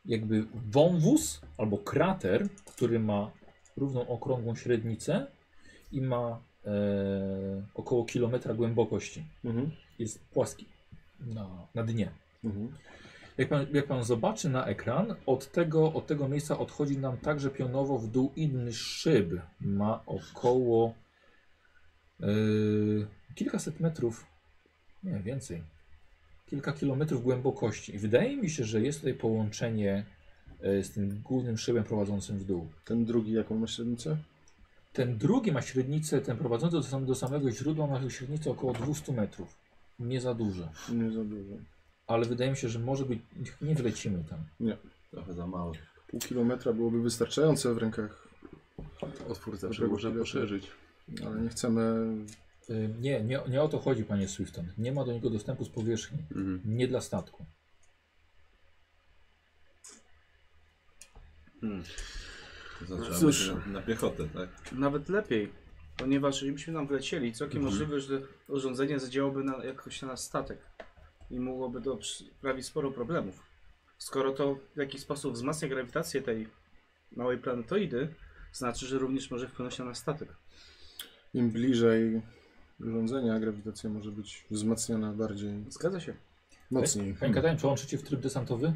[SPEAKER 1] jakby wąwóz albo krater, który ma równą okrągłą średnicę i ma e, około kilometra głębokości.
[SPEAKER 4] Mhm.
[SPEAKER 1] Jest płaski na, na dnie.
[SPEAKER 4] Mhm.
[SPEAKER 1] Jak pan, jak pan zobaczy na ekran, od tego, od tego miejsca odchodzi nam także pionowo w dół inny szyb. Ma około yy, kilkaset metrów, nie więcej, kilka kilometrów głębokości. I wydaje mi się, że jest tutaj połączenie yy, z tym głównym szybem prowadzącym w dół.
[SPEAKER 4] Ten drugi, jaką ma średnicę?
[SPEAKER 1] Ten drugi ma średnicę, ten prowadzący do, sam- do samego źródła ma średnicę około 200 metrów. Nie za dużo,
[SPEAKER 4] Nie za dużo.
[SPEAKER 1] ale wydaje mi się, że może być, nie wlecimy tam.
[SPEAKER 2] Trochę za mało.
[SPEAKER 4] Pół kilometra byłoby wystarczające w rękach,
[SPEAKER 5] Otwór zawsze
[SPEAKER 4] Dobrego
[SPEAKER 5] można
[SPEAKER 4] pilotu.
[SPEAKER 5] poszerzyć.
[SPEAKER 4] ale nie chcemy...
[SPEAKER 1] Y, Nie, nie, nie o to chodzi, panie Swifton. Nie ma do niego dostępu z powierzchni.
[SPEAKER 5] Mhm.
[SPEAKER 1] Nie dla statku.
[SPEAKER 3] Hmm.
[SPEAKER 2] To znaczy,
[SPEAKER 3] Cóż.
[SPEAKER 2] Cóż. Na, na piechotę, tak?
[SPEAKER 3] Nawet lepiej, ponieważ byśmy nam wlecieli, całkiem
[SPEAKER 5] Mhm.
[SPEAKER 3] możliwe, że urządzenie zadziałałoby na, jakoś na nasz statek i mogłoby to przy- sprawić sporo problemów. Skoro to w jakiś sposób wzmacnia grawitację tej małej planetoidy, znaczy, że również może wpłynąć na nasz statek.
[SPEAKER 4] Im bliżej urządzenia, grawitacja może być wzmacniana bardziej
[SPEAKER 3] Zgadza się.
[SPEAKER 4] mocniej.
[SPEAKER 1] Panie Katarzyn, przełączycie w tryb desantowy?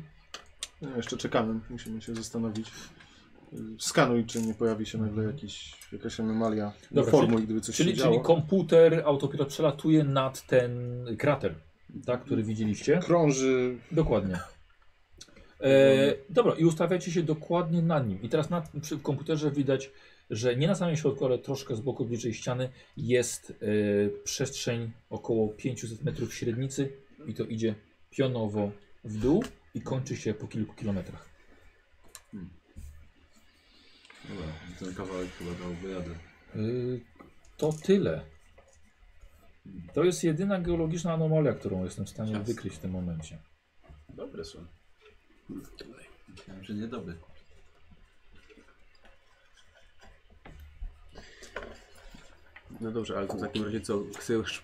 [SPEAKER 4] No, jeszcze czekamy, musimy się zastanowić. Skanuj, czy nie pojawi się nagle jakiś, jakaś anomalia.
[SPEAKER 1] Dobra,
[SPEAKER 4] Informuj, gdyby coś
[SPEAKER 1] Czyli,
[SPEAKER 4] się działo.
[SPEAKER 1] czyli komputer, autopilot przelatuje nad ten krater, tak, który widzieliście.
[SPEAKER 4] Krąży
[SPEAKER 1] Dokładnie. E, dobra, i ustawiacie się dokładnie na nim. I teraz na, przy w komputerze widać, że nie na samym środku, ale troszkę z boku bliżej ściany jest e, przestrzeń około 500 metrów średnicy i to idzie pionowo w dół i kończy się po kilku kilometrach.
[SPEAKER 2] Dobra, ten kawałek chyba dałby radę.
[SPEAKER 1] Y, To tyle. To jest jedyna geologiczna anomalia, którą jestem w stanie
[SPEAKER 2] Jasne.
[SPEAKER 1] wykryć w tym momencie.
[SPEAKER 2] Dobre są. Myślałem, że niedobre.
[SPEAKER 5] No dobrze, ale to w takim razie co? Chcesz,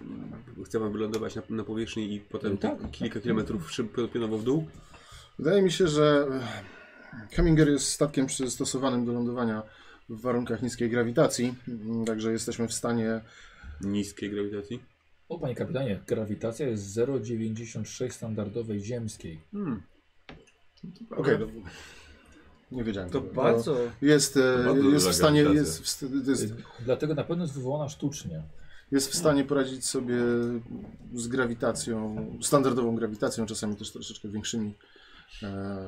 [SPEAKER 5] chcemy wylądować na, na powierzchni i potem
[SPEAKER 1] Tak.
[SPEAKER 5] kilka kilometrów szybko pionowo w dół?
[SPEAKER 4] Wydaje mi się, że eh, Heminger jest statkiem przystosowanym do lądowania w warunkach niskiej grawitacji, mm, także jesteśmy w stanie
[SPEAKER 5] Niskiej grawitacji?
[SPEAKER 1] O, panie kapitanie, grawitacja jest 0,96 standardowej ziemskiej.
[SPEAKER 5] Hmm.
[SPEAKER 4] Okej. Nie wiedziałem.
[SPEAKER 3] To
[SPEAKER 4] tego.
[SPEAKER 3] bardzo.
[SPEAKER 4] Jest, eh,
[SPEAKER 2] Bardzo
[SPEAKER 4] jest
[SPEAKER 2] duża
[SPEAKER 4] w stanie
[SPEAKER 2] grawitacja.
[SPEAKER 4] jest w, st- jest,
[SPEAKER 1] Y, Dlatego na pewno jest wywołana sztucznie.
[SPEAKER 4] jest w stanie poradzić sobie z grawitacją, standardową grawitacją, czasami też troszeczkę większymi e,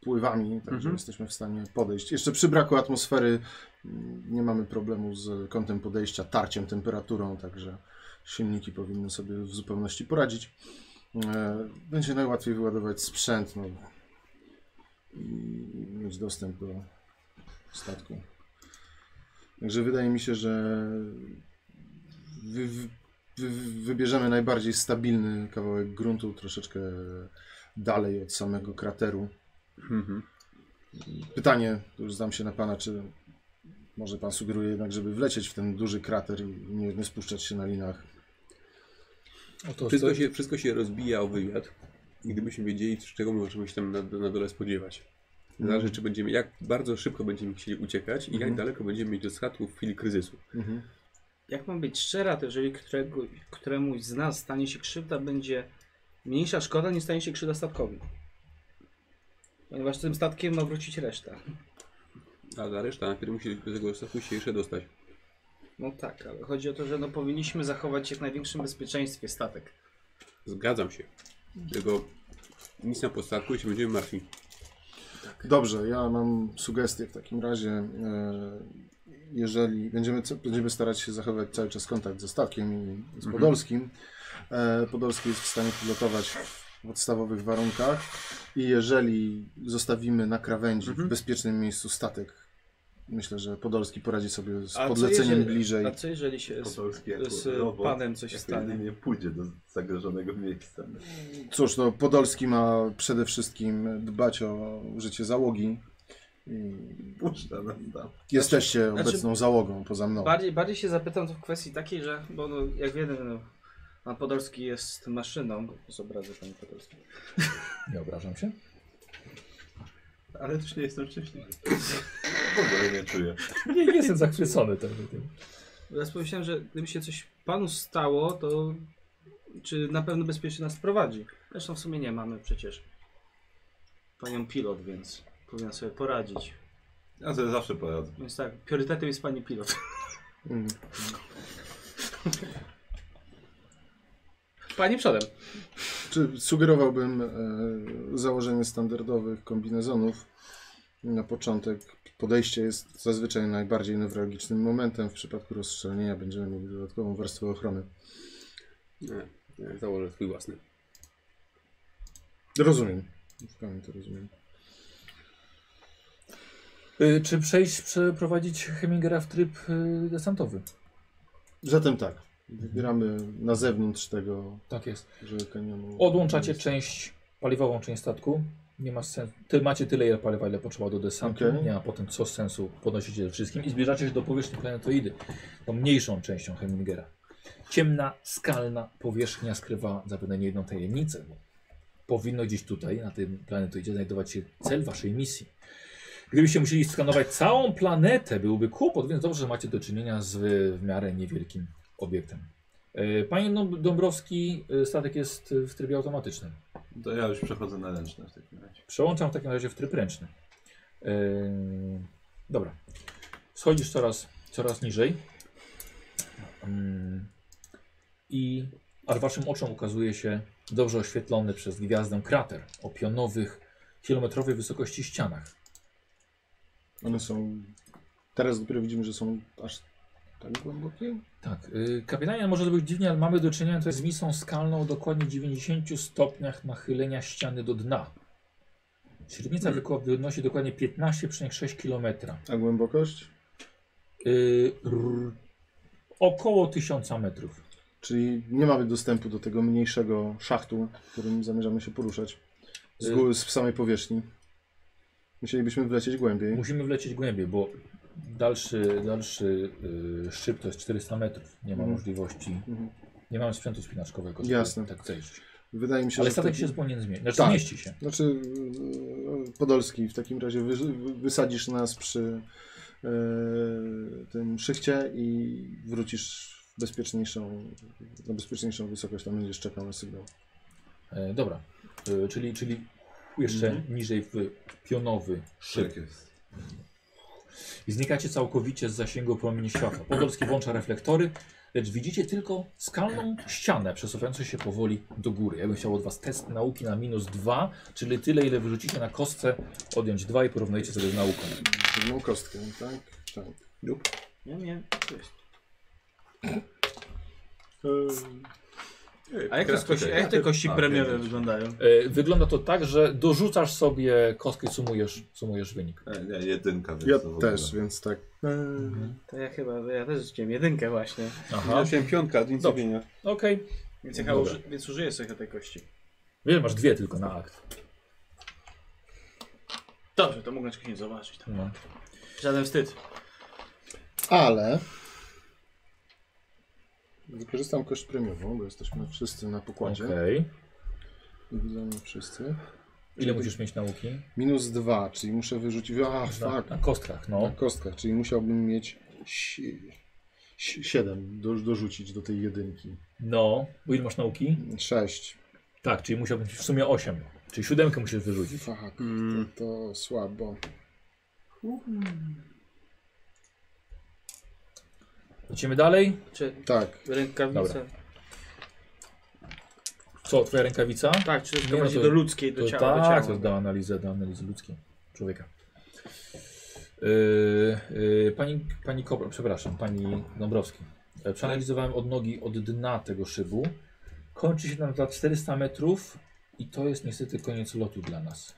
[SPEAKER 4] pływami, także
[SPEAKER 5] Mhm.
[SPEAKER 4] jesteśmy w stanie podejść. Jeszcze przy braku atmosfery mm, nie mamy problemu z kątem podejścia, tarciem, temperaturą, także silniki powinny sobie w zupełności poradzić. E, będzie najłatwiej wyładować sprzęt no, i mieć dostęp do statku. Także wydaje mi się, że wy, wy, wy, wybierzemy najbardziej stabilny kawałek gruntu, troszeczkę dalej od samego krateru.
[SPEAKER 5] Mhm.
[SPEAKER 4] Pytanie, to już znam się na pana, czy może pan sugeruje jednak, żeby wlecieć w ten duży krater i nie, nie spuszczać się na linach?
[SPEAKER 1] Oto No
[SPEAKER 5] Wszystko, się, wszystko się rozbija o wywiad. i gdybyśmy wiedzieli, z czego możemy się tam na, na dole spodziewać.
[SPEAKER 1] Mhm.
[SPEAKER 5] Zależy, czy będziemy, jak bardzo szybko będziemy chcieli uciekać i jak
[SPEAKER 4] Mhm.
[SPEAKER 5] daleko będziemy mieć do statku w chwili kryzysu.
[SPEAKER 4] Mhm.
[SPEAKER 3] Jak mam być szczera, to jeżeli którego, któremuś z nas stanie się krzywda, będzie mniejsza szkoda niż stanie się krzywda statkowi. Ponieważ tym statkiem ma wrócić reszta.
[SPEAKER 5] A ta reszta najpierw musi do tego statku się jeszcze dostać.
[SPEAKER 3] No tak, ale chodzi o to, że no powinniśmy zachować się w największym bezpieczeństwie statek.
[SPEAKER 5] Zgadzam się. Tylko nic na podstatku i się będziemy martwi.
[SPEAKER 4] Dobrze, ja mam sugestię w takim razie. e, Jeżeli będziemy, c- będziemy starać się zachować cały czas kontakt ze statkiem i
[SPEAKER 3] Mhm.
[SPEAKER 4] z Podolskim, e, Podolski jest w stanie pilotować w podstawowych warunkach i jeżeli zostawimy na krawędzi
[SPEAKER 3] Mhm.
[SPEAKER 4] w bezpiecznym miejscu statek, myślę, że Podolski poradzi sobie z
[SPEAKER 3] A co
[SPEAKER 4] podleceniem
[SPEAKER 3] jeżeli-
[SPEAKER 4] bliżej.
[SPEAKER 3] A co jeżeli się z,
[SPEAKER 2] Podolski jako
[SPEAKER 3] z
[SPEAKER 2] robot,
[SPEAKER 3] panem coś
[SPEAKER 2] jako
[SPEAKER 3] stanie?
[SPEAKER 2] jedyny nie pójdzie do zagrożonego miejsca.
[SPEAKER 4] Cóż, no Podolski ma przede wszystkim dbać o życie załogi. I
[SPEAKER 2] Puszcza nas tam.
[SPEAKER 4] Jesteście
[SPEAKER 3] znaczy-
[SPEAKER 4] obecną załogą poza mną.
[SPEAKER 3] Bardziej, bardziej się zapytam to w kwestii takiej, że, bo no, jak wiemy, no, pan Podolski jest maszyną, z obrazy pan Podolski,
[SPEAKER 1] Nie obrażam się.
[SPEAKER 2] Ale też nie jestem szczęśliwy. W ogóle nie czuję.
[SPEAKER 1] Nie, nie jestem zachwycony tym. tym.
[SPEAKER 3] Teraz pomyślałem, że gdyby się coś panu stało, to czy na pewno bezpiecznie nas prowadzi? Zresztą w sumie nie mamy przecież panią pilot, więc powinna sobie poradzić.
[SPEAKER 2] Ja sobie zawsze poradzę.
[SPEAKER 3] Więc tak, priorytetem jest pani pilot.
[SPEAKER 4] Mm.
[SPEAKER 3] Pani przodem.
[SPEAKER 4] Czy sugerowałbym e, założenie standardowych kombinezonów na początek. Podejście jest zazwyczaj najbardziej newralgicznym momentem. W przypadku rozstrzelnienia będziemy mieli dodatkową warstwę ochrony.
[SPEAKER 5] Nie, nie, założę swój własny.
[SPEAKER 4] Rozumiem. W pełni to rozumiem.
[SPEAKER 1] Y, czy przejść, przeprowadzić Hemingera w tryb y, desantowy?
[SPEAKER 4] Zatem tak. Wybieramy na zewnątrz tego
[SPEAKER 1] Tak jest.
[SPEAKER 4] że kanionu.
[SPEAKER 1] Odłączacie część, paliwową część statku. Nie ma sensu. Ty macie tyle ile paliwa, ile potrzeba do desantu.
[SPEAKER 4] Okej.
[SPEAKER 1] Nie ma potem co sensu podnosicie ze wszystkim i zbliżacie się do powierzchni planetoidy, tą mniejszą częścią Hemingera. Ciemna, skalna powierzchnia skrywa zapewne nie jedną tajemnicę. Powinno gdzieś tutaj, na tym planetoidzie, znajdować się cel waszej misji. Gdybyście musieli skanować całą planetę, byłby kłopot, więc dobrze, że macie do czynienia z w miarę niewielkim obiektem. E, Panie Dąb- Dąbrowski, e, statek jest e, w trybie automatycznym.
[SPEAKER 2] To ja już przechodzę na ręczne w takim razie.
[SPEAKER 1] Przełączam w takim razie w tryb ręczny. E, Dobra. Schodzisz coraz, coraz niżej. Mm, I aż waszym oczom ukazuje się dobrze oświetlony przez gwiazdę krater o pionowych, kilometrowej wysokości ścianach.
[SPEAKER 4] One są. Teraz dopiero widzimy, że są aż tak głębokie.
[SPEAKER 1] Tak, y, kapitanie, może to być dziwnie, ale mamy do czynienia tutaj z misą skalną o dokładnie 90 stopniach nachylenia ściany do dna. Średnica wyko- wynosi dokładnie 15,6 km.
[SPEAKER 4] A głębokość?
[SPEAKER 1] Y, rrr, około 1000 metrów.
[SPEAKER 4] Czyli nie mamy dostępu do tego mniejszego szachtu, w którym zamierzamy się poruszać. Z
[SPEAKER 1] Y-
[SPEAKER 4] góry, z samej powierzchni. Musielibyśmy wlecieć głębiej.
[SPEAKER 1] Musimy wlecieć głębiej, bo dalszy, dalszy y, szczyt to jest 400 metrów. Nie ma
[SPEAKER 4] Mhm.
[SPEAKER 1] możliwości,
[SPEAKER 4] Mhm.
[SPEAKER 1] nie mamy sprzętu spinaczkowego. żeby
[SPEAKER 4] Jasne.
[SPEAKER 1] Tak zejść.
[SPEAKER 4] Wydaje mi się,
[SPEAKER 1] Ale
[SPEAKER 4] że. w
[SPEAKER 1] statek
[SPEAKER 4] takim-
[SPEAKER 1] się zupełnie nie zmieni. Znaczy
[SPEAKER 4] Tak.
[SPEAKER 1] zmieści się.
[SPEAKER 4] Znaczy, yy, Podolski, w takim razie wy, wy- wysadzisz nas przy yy, tym szychcie i wrócisz w bezpieczniejszą, na bezpieczniejszą wysokość. Tam będziesz czekał na sygnał.
[SPEAKER 1] E, dobra, e, czyli, czyli jeszcze
[SPEAKER 4] Mhm.
[SPEAKER 1] niżej w pionowy szyb.
[SPEAKER 2] Tak jest.
[SPEAKER 1] I znikacie całkowicie z zasięgu promieni światła. Podolski włącza reflektory, lecz widzicie tylko skalną ścianę przesuwającą się powoli do góry. Ja bym chciał od Was test nauki na minus dwa, czyli tyle, ile wyrzucicie na kostce, odjąć dwa i porównujecie sobie z nauką.
[SPEAKER 4] Jedną kostkę, tak? Tak.
[SPEAKER 3] Nie, nie. Cześć.
[SPEAKER 5] Ej,
[SPEAKER 3] A jak, to z kości, a jak te kości
[SPEAKER 2] A,
[SPEAKER 3] premiowe
[SPEAKER 2] pierdolę.
[SPEAKER 3] wyglądają?
[SPEAKER 1] E, wygląda to tak, że dorzucasz sobie kostkę i sumujesz, sumujesz wynik.
[SPEAKER 2] E, Nie, jedynka. więc
[SPEAKER 4] Ja
[SPEAKER 2] to w ogóle.
[SPEAKER 4] też, więc tak.
[SPEAKER 3] To ja chyba, ja też rzuciłem jedynkę właśnie.
[SPEAKER 1] Aha,
[SPEAKER 5] Miałem piątka, No. nic
[SPEAKER 1] Dobrze.
[SPEAKER 5] nie wiem.
[SPEAKER 1] okej.
[SPEAKER 3] Więc, ja chyba
[SPEAKER 1] Dobra.
[SPEAKER 3] uży, więc użyję sobie tej kości.
[SPEAKER 1] Wiem, masz dwie tylko na akt.
[SPEAKER 3] Dobrze, to mogę czegoś nie zobaczyć. Tam.
[SPEAKER 1] No.
[SPEAKER 3] Żaden wstyd.
[SPEAKER 4] Ale wykorzystam koszt premiową, bo jesteśmy wszyscy na pokładzie.
[SPEAKER 1] Okej.
[SPEAKER 4] Widzimy wszyscy.
[SPEAKER 1] Ile musisz mieć nauki?
[SPEAKER 4] Minus dwa, czyli muszę wyrzucić. A,
[SPEAKER 1] Na,
[SPEAKER 4] fuck.
[SPEAKER 1] na kostkach,
[SPEAKER 4] Na
[SPEAKER 1] no.
[SPEAKER 4] kostkach, czyli musiałbym mieć 7 do, dorzucić do tej jedynki.
[SPEAKER 1] No. Bo ile masz nauki?
[SPEAKER 4] 6.
[SPEAKER 1] Tak, czyli musiałbym w sumie 8. Czyli siódemkę musisz wyrzucić.
[SPEAKER 4] Fuck, to,
[SPEAKER 5] Mm.
[SPEAKER 4] to słabo.
[SPEAKER 1] Lecimy dalej.
[SPEAKER 3] Czy
[SPEAKER 4] Tak,
[SPEAKER 3] rękawica?
[SPEAKER 1] Co, twoja rękawica?
[SPEAKER 3] Tak, czy
[SPEAKER 1] Nie,
[SPEAKER 3] rękawica
[SPEAKER 1] to-
[SPEAKER 3] do ludzkiej, do
[SPEAKER 1] To,
[SPEAKER 3] ciała, do ciała.
[SPEAKER 1] tak, to do analizy, do analizy ludzkiej człowieka. Yy, yy, pani, pani Kobra, przepraszam, pani Dąbrowski. E, Przeanalizowałem od nogi, od dna tego szybu. Kończy się nam za 400 metrów i to jest niestety koniec lotu dla nas.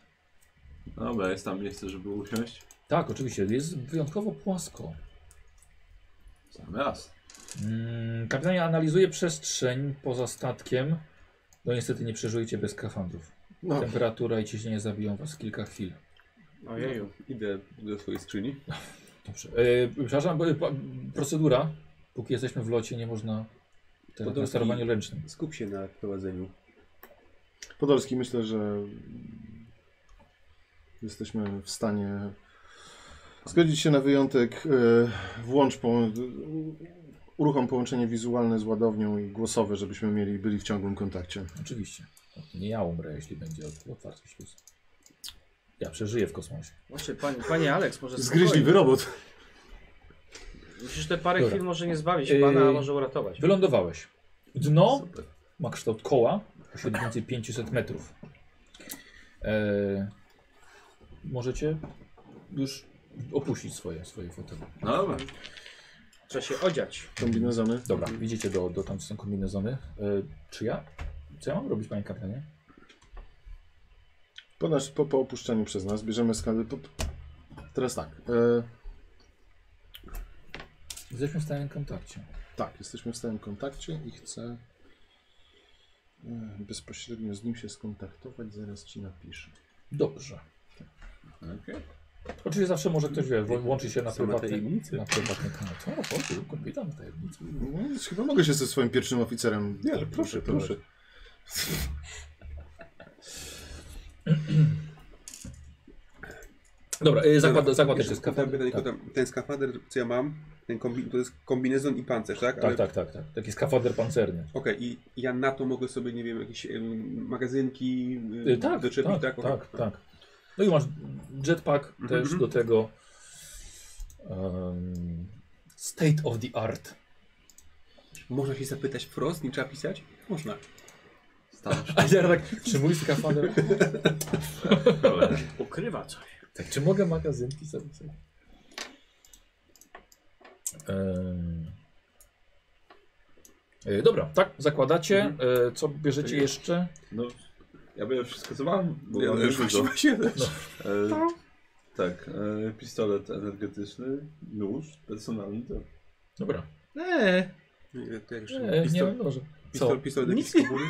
[SPEAKER 2] Dobra, jest tam miejsce, żeby usiąść.
[SPEAKER 1] Tak, oczywiście, jest wyjątkowo płasko.
[SPEAKER 2] Sam raz.
[SPEAKER 1] Mm, kapitanie analizuje przestrzeń poza statkiem. No niestety nie przeżyjecie bez skafandrów.
[SPEAKER 4] no,
[SPEAKER 1] Temperatura i ciśnienie zabiją was w kilka chwil.
[SPEAKER 3] Ojeju.
[SPEAKER 5] Idę E, do swojej skrzyni.
[SPEAKER 1] Dobrze. E, przepraszam, bo, pa, procedura. Póki jesteśmy w locie, nie można teraz na
[SPEAKER 5] Podolski.
[SPEAKER 1] sterowaniu ręcznym.
[SPEAKER 5] Skup się na prowadzeniu.
[SPEAKER 4] Podolski myślę, że jesteśmy w stanie zgodzić się na wyjątek. e, Włącz po, uruchom połączenie wizualne z ładownią i głosowe, żebyśmy mieli byli w ciągłym kontakcie.
[SPEAKER 1] Oczywiście. Tak, Nie ja umrę, jeśli będzie ot- otwarty śluz. Ja przeżyję w kosmosie.
[SPEAKER 3] Właśnie, panie, panie Aleks, może
[SPEAKER 4] Zgryźliwy robot.
[SPEAKER 3] Myślisz, że te parę
[SPEAKER 1] Dobra.
[SPEAKER 3] chwil może nie zbawić
[SPEAKER 1] Yy,
[SPEAKER 3] pana, a może uratować.
[SPEAKER 1] Wylądowałeś. Dno
[SPEAKER 2] Super.
[SPEAKER 1] ma kształt koła, o średniej więcej 500 metrów. E, możecie już opuścić swoje, swoje fotele.
[SPEAKER 2] No dobra.
[SPEAKER 3] Trzeba się odziać.
[SPEAKER 4] Kombinezony.
[SPEAKER 1] Dobra, widzicie do, do tam są kombinezony. E, czy ja? Co ja mam robić, panie kapitanie?
[SPEAKER 4] Po, nas, po, po opuszczeniu przez nas bierzemy skalę. Po, teraz tak. E,
[SPEAKER 1] Jesteśmy w stałym kontakcie.
[SPEAKER 4] tak, jesteśmy w stałym kontakcie i chcę e, bezpośrednio z nim się skontaktować. Zaraz ci napiszę.
[SPEAKER 1] Dobrze.
[SPEAKER 2] Okej.
[SPEAKER 1] Oczywiście zawsze może ktoś wie, wło- łączy się na
[SPEAKER 5] Same
[SPEAKER 1] prywatny,
[SPEAKER 5] tajemnice.
[SPEAKER 1] na prywatny kanał. Co? Chodź, komputer tajemnicy.
[SPEAKER 4] No, więc chyba mogę się ze swoim pierwszym oficerem.
[SPEAKER 5] Nie, ale proszę, proszę.
[SPEAKER 1] Dobra, yy, zakład, zakład
[SPEAKER 5] Jeszcze
[SPEAKER 1] jeszcze jest
[SPEAKER 5] pytanie,
[SPEAKER 1] skafander.
[SPEAKER 5] tylko
[SPEAKER 1] Tak,
[SPEAKER 5] tam, Ten skafander, co ja mam, ten kombi to jest kombinezon i pancerz, tak? Ale-
[SPEAKER 1] tak, tak, tak, tak. Taki skafander pancerny.
[SPEAKER 5] Okej, i ja na to mogę sobie, nie wiem, jakieś em, magazynki em,
[SPEAKER 1] Yy, tak,
[SPEAKER 5] doczepić,
[SPEAKER 1] tak,
[SPEAKER 5] tak? Mhm.
[SPEAKER 1] tak,
[SPEAKER 5] Okej.
[SPEAKER 1] tak, No i masz jetpack też do tego. em, state of the art.
[SPEAKER 5] Można się zapytać wprost, nie trzeba pisać? Można.
[SPEAKER 2] Staram się.
[SPEAKER 1] A ja tak, czy mój skafander?
[SPEAKER 2] Dobra.
[SPEAKER 3] Ukrywa coś.
[SPEAKER 1] Tak, czy mogę magazynki zrobić? Em. E, Dobra, tak, zakładacie.
[SPEAKER 5] Mhm.
[SPEAKER 1] E, Co bierzecie
[SPEAKER 2] Ja-
[SPEAKER 1] jeszcze?
[SPEAKER 2] No, ja bym wszystko co mam, bo
[SPEAKER 5] Ja
[SPEAKER 2] mam
[SPEAKER 5] No, już
[SPEAKER 2] już dużo.
[SPEAKER 5] właśnie się
[SPEAKER 2] E, tak, e, pistolet energetyczny, nóż, personalny. Tak.
[SPEAKER 1] Dobra.
[SPEAKER 3] Eee.
[SPEAKER 5] Nie, to jak jeszcze-
[SPEAKER 1] E, nie
[SPEAKER 5] Pistol,
[SPEAKER 1] wiem, może. Co?
[SPEAKER 5] pistol, pistol jakiś
[SPEAKER 3] Nic
[SPEAKER 5] z
[SPEAKER 3] nie-
[SPEAKER 5] kobury?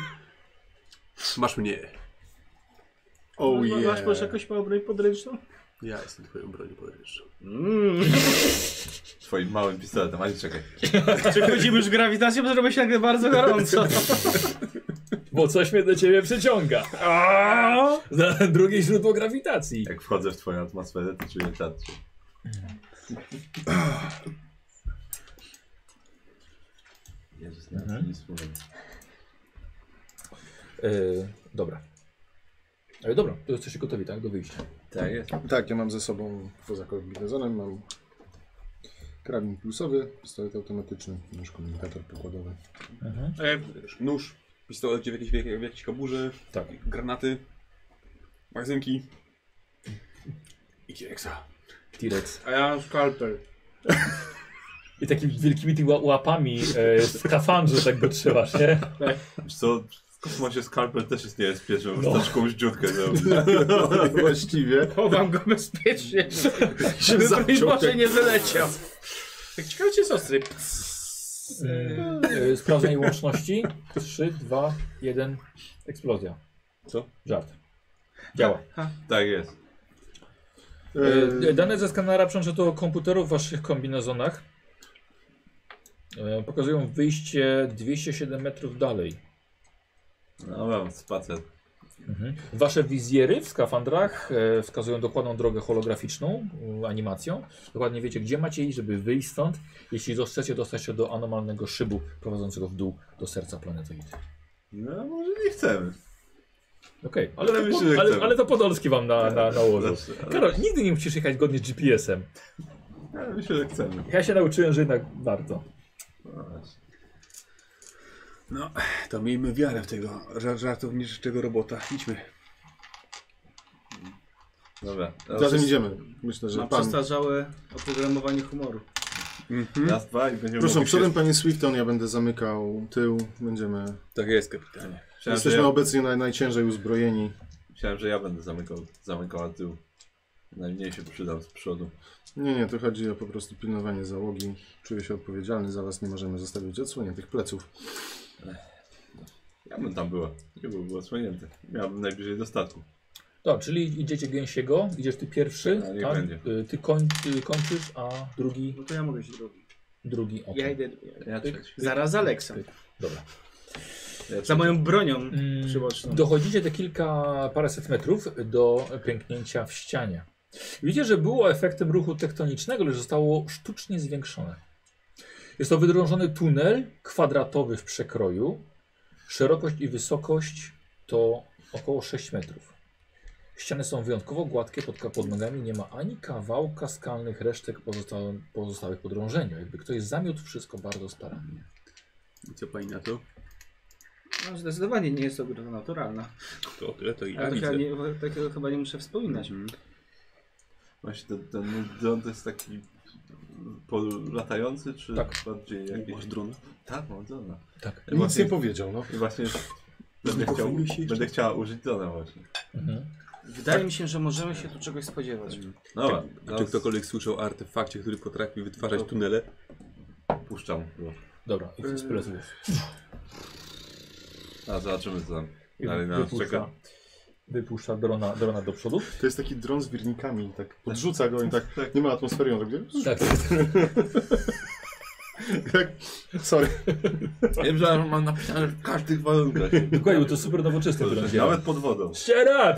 [SPEAKER 5] Masz mnie.
[SPEAKER 4] Oh
[SPEAKER 3] Ma- Masz może
[SPEAKER 4] yeah.
[SPEAKER 3] jakąś małą podręczną?
[SPEAKER 5] Ja jestem twoją bronią podręczną.
[SPEAKER 3] Mm.
[SPEAKER 2] Twoim małym pistoletem, ale czekaj.
[SPEAKER 3] Przechodzimy już grawitację, bo zrobi się nagle bardzo gorąco.
[SPEAKER 1] Bo coś mnie do ciebie przyciąga. Za drugie źródło grawitacji.
[SPEAKER 2] Jak wchodzę w twoją atmosferę, to czuję czat. Jezus, nie
[SPEAKER 1] Mhm.
[SPEAKER 2] mhm. nic mówię.
[SPEAKER 1] E, dobra. E, dobra, to jesteście gotowi, tak? Do wyjścia.
[SPEAKER 2] Tak jest.
[SPEAKER 4] Tak, ja mam ze sobą poza kombinezonem mam karabin pulsowy, pistolet automatyczny, nasz komunikator pokładowy.
[SPEAKER 3] E,
[SPEAKER 5] Nóż, pistolet gdzie w jakiejś, w jakiejś kaburze,
[SPEAKER 1] Tak.
[SPEAKER 5] granaty, magazynki i T-Rexa.
[SPEAKER 1] T-Rex.
[SPEAKER 3] A ja mam skalpel.
[SPEAKER 1] I takimi wielkimi ty ła- łapami e, skafandrze tak go trzymasz, nie?
[SPEAKER 2] Wiesz co, w kosmosie skalpel też jest niebezpieczny,
[SPEAKER 1] No.
[SPEAKER 2] bo wystarczy komuś dziutkę zrobić.
[SPEAKER 4] Właściwie.
[SPEAKER 3] Chowam go bezpiecznie, żeby
[SPEAKER 4] zaciął,
[SPEAKER 3] broń Boże
[SPEAKER 4] tak.
[SPEAKER 3] nie wyleciał. Tak ciekawe czy jest ostry.
[SPEAKER 1] E, sprawdzenie łączności. 3, 2, 1. Eksplozja.
[SPEAKER 5] Co?
[SPEAKER 1] Żart. Działa.
[SPEAKER 2] Tak jest.
[SPEAKER 1] E, dane ze skanera przenoszę do komputerów w waszych kombinezonach. E, pokazują wyjście 207 metrów dalej.
[SPEAKER 2] No mam spacer.
[SPEAKER 1] Mhm. Wasze wizjery w skafandrach e, wskazują dokładną drogę holograficzną, e, animacją. Dokładnie wiecie, gdzie macie iść, żeby wyjść stąd, jeśli zos- chcecie dostać się do anomalnego szybu prowadzącego w dół do serca planetoidy.
[SPEAKER 2] No może nie chcemy.
[SPEAKER 1] Okej, ale,
[SPEAKER 2] Ale
[SPEAKER 1] to
[SPEAKER 2] myślę,
[SPEAKER 1] po-
[SPEAKER 2] że
[SPEAKER 1] ale,
[SPEAKER 2] chcemy. Tak. Znaczy,
[SPEAKER 1] ale to Podolski wam na, na, nałożył.
[SPEAKER 2] Zawsze,
[SPEAKER 1] Karol, nigdy nie musisz jechać zgodnie z GPS-em.
[SPEAKER 2] ale, ale myślę, że chcemy.
[SPEAKER 1] Ja się nauczyłem, że jednak warto.
[SPEAKER 2] No właśnie.
[SPEAKER 5] No, to miejmy wiarę w tego ża- żartowniczego robota. Idźmy.
[SPEAKER 2] Dobra. Raz,
[SPEAKER 4] Zatem idziemy. Myślę, że
[SPEAKER 3] Ma
[SPEAKER 4] pan...
[SPEAKER 3] przestarzałe oprogramowanie humoru.
[SPEAKER 5] Mhm.
[SPEAKER 2] raz, dwa i będziemy
[SPEAKER 4] Proszę,
[SPEAKER 2] mogli
[SPEAKER 4] przodem
[SPEAKER 2] się-
[SPEAKER 4] panie Swifton, ja będę zamykał tył. Będziemy...
[SPEAKER 5] Tak jest, kapitanie.
[SPEAKER 2] Myślałem, że
[SPEAKER 4] Jesteśmy
[SPEAKER 2] ja,
[SPEAKER 4] obecnie naj, najciężej uzbrojeni.
[SPEAKER 2] myślałem, że ja będę zamykał, zamykał od tyłu. Najmniej się przydam z przodu.
[SPEAKER 4] Nie, nie, to chodzi o po prostu pilnowanie załogi. Czuję się odpowiedzialny za was, nie możemy zostawić odsłoniętych pleców.
[SPEAKER 2] Ja bym tam była. Nie byłby odsłonięty. Miałbym najbliżej do statku.
[SPEAKER 1] Tak, czyli idziecie gęsiego, idziesz ty pierwszy,
[SPEAKER 2] Tak, nie
[SPEAKER 1] tak?
[SPEAKER 2] będzie.
[SPEAKER 1] Y, Ty, koń, ty kończysz, a drugi,
[SPEAKER 3] No to ja mogę się drugi.
[SPEAKER 1] drugi ok.
[SPEAKER 3] Ja idę.
[SPEAKER 2] Ja trzeci.
[SPEAKER 3] Zaraz z Aleksem.
[SPEAKER 1] Dobra.
[SPEAKER 2] Ja
[SPEAKER 3] Za moją bronią
[SPEAKER 1] Mm,
[SPEAKER 3] przyboczną.
[SPEAKER 1] Dochodzicie te kilka, paręset metrów do pęknięcia w ścianie. Widzicie, że było efektem ruchu tektonicznego, lecz zostało sztucznie zwiększone. Jest to wydrążony tunel kwadratowy w przekroju. Szerokość i wysokość to około 6 metrów. Ściany są wyjątkowo gładkie, pod, pod nogami nie ma ani kawałka skalnych resztek pozostałych, pozostałych po drążeniu. Jakby ktoś zamiótł wszystko bardzo starannie.
[SPEAKER 5] I co pani na to?
[SPEAKER 3] No, zdecydowanie nie jest to gra naturalna.
[SPEAKER 5] To o tyle to i
[SPEAKER 3] Ale
[SPEAKER 5] ja
[SPEAKER 3] to chyba
[SPEAKER 5] widzę.
[SPEAKER 3] nie, takiego chyba nie muszę wspominać.
[SPEAKER 5] Mhm.
[SPEAKER 2] Właśnie ten, ten dron to jest taki pol- latający, czy
[SPEAKER 1] Tak.
[SPEAKER 2] bardziej jakiś...
[SPEAKER 5] Masz drona?
[SPEAKER 2] Tak, mam drona.
[SPEAKER 1] Tak.
[SPEAKER 2] Ja
[SPEAKER 4] Nic
[SPEAKER 2] właśnie-
[SPEAKER 4] nie powiedział, no.
[SPEAKER 2] I właśnie będę,
[SPEAKER 5] Znowu
[SPEAKER 2] chciał,
[SPEAKER 5] myślisz?
[SPEAKER 2] będę chciała użyć drona właśnie.
[SPEAKER 1] Mhm.
[SPEAKER 3] Wydaje mi się, że możemy się tu czegoś spodziewać.
[SPEAKER 2] No
[SPEAKER 1] Tak.
[SPEAKER 2] Dobra,
[SPEAKER 5] A czy ktokolwiek słyszał o artefakcie, który potrafi wytwarzać
[SPEAKER 2] To-
[SPEAKER 5] tunele?
[SPEAKER 2] puszczam go.
[SPEAKER 1] Dobra, i splecujesz.
[SPEAKER 2] A zobaczymy co tam
[SPEAKER 1] I
[SPEAKER 2] dalej na nas czeka.
[SPEAKER 1] wypuszcza drona, drona do przodu.
[SPEAKER 4] To jest taki dron z wirnikami, tak podrzuca go i tak, nie ma atmosfery, on tak gdzie?
[SPEAKER 1] Tak.
[SPEAKER 4] Tak, sorry.
[SPEAKER 2] Wiem, że mam napisane w każdych warunkach.
[SPEAKER 1] Dokładnie, bo to super nowoczesny dron.
[SPEAKER 2] Dobrze, Nawet pod wodą.
[SPEAKER 1] Shut up!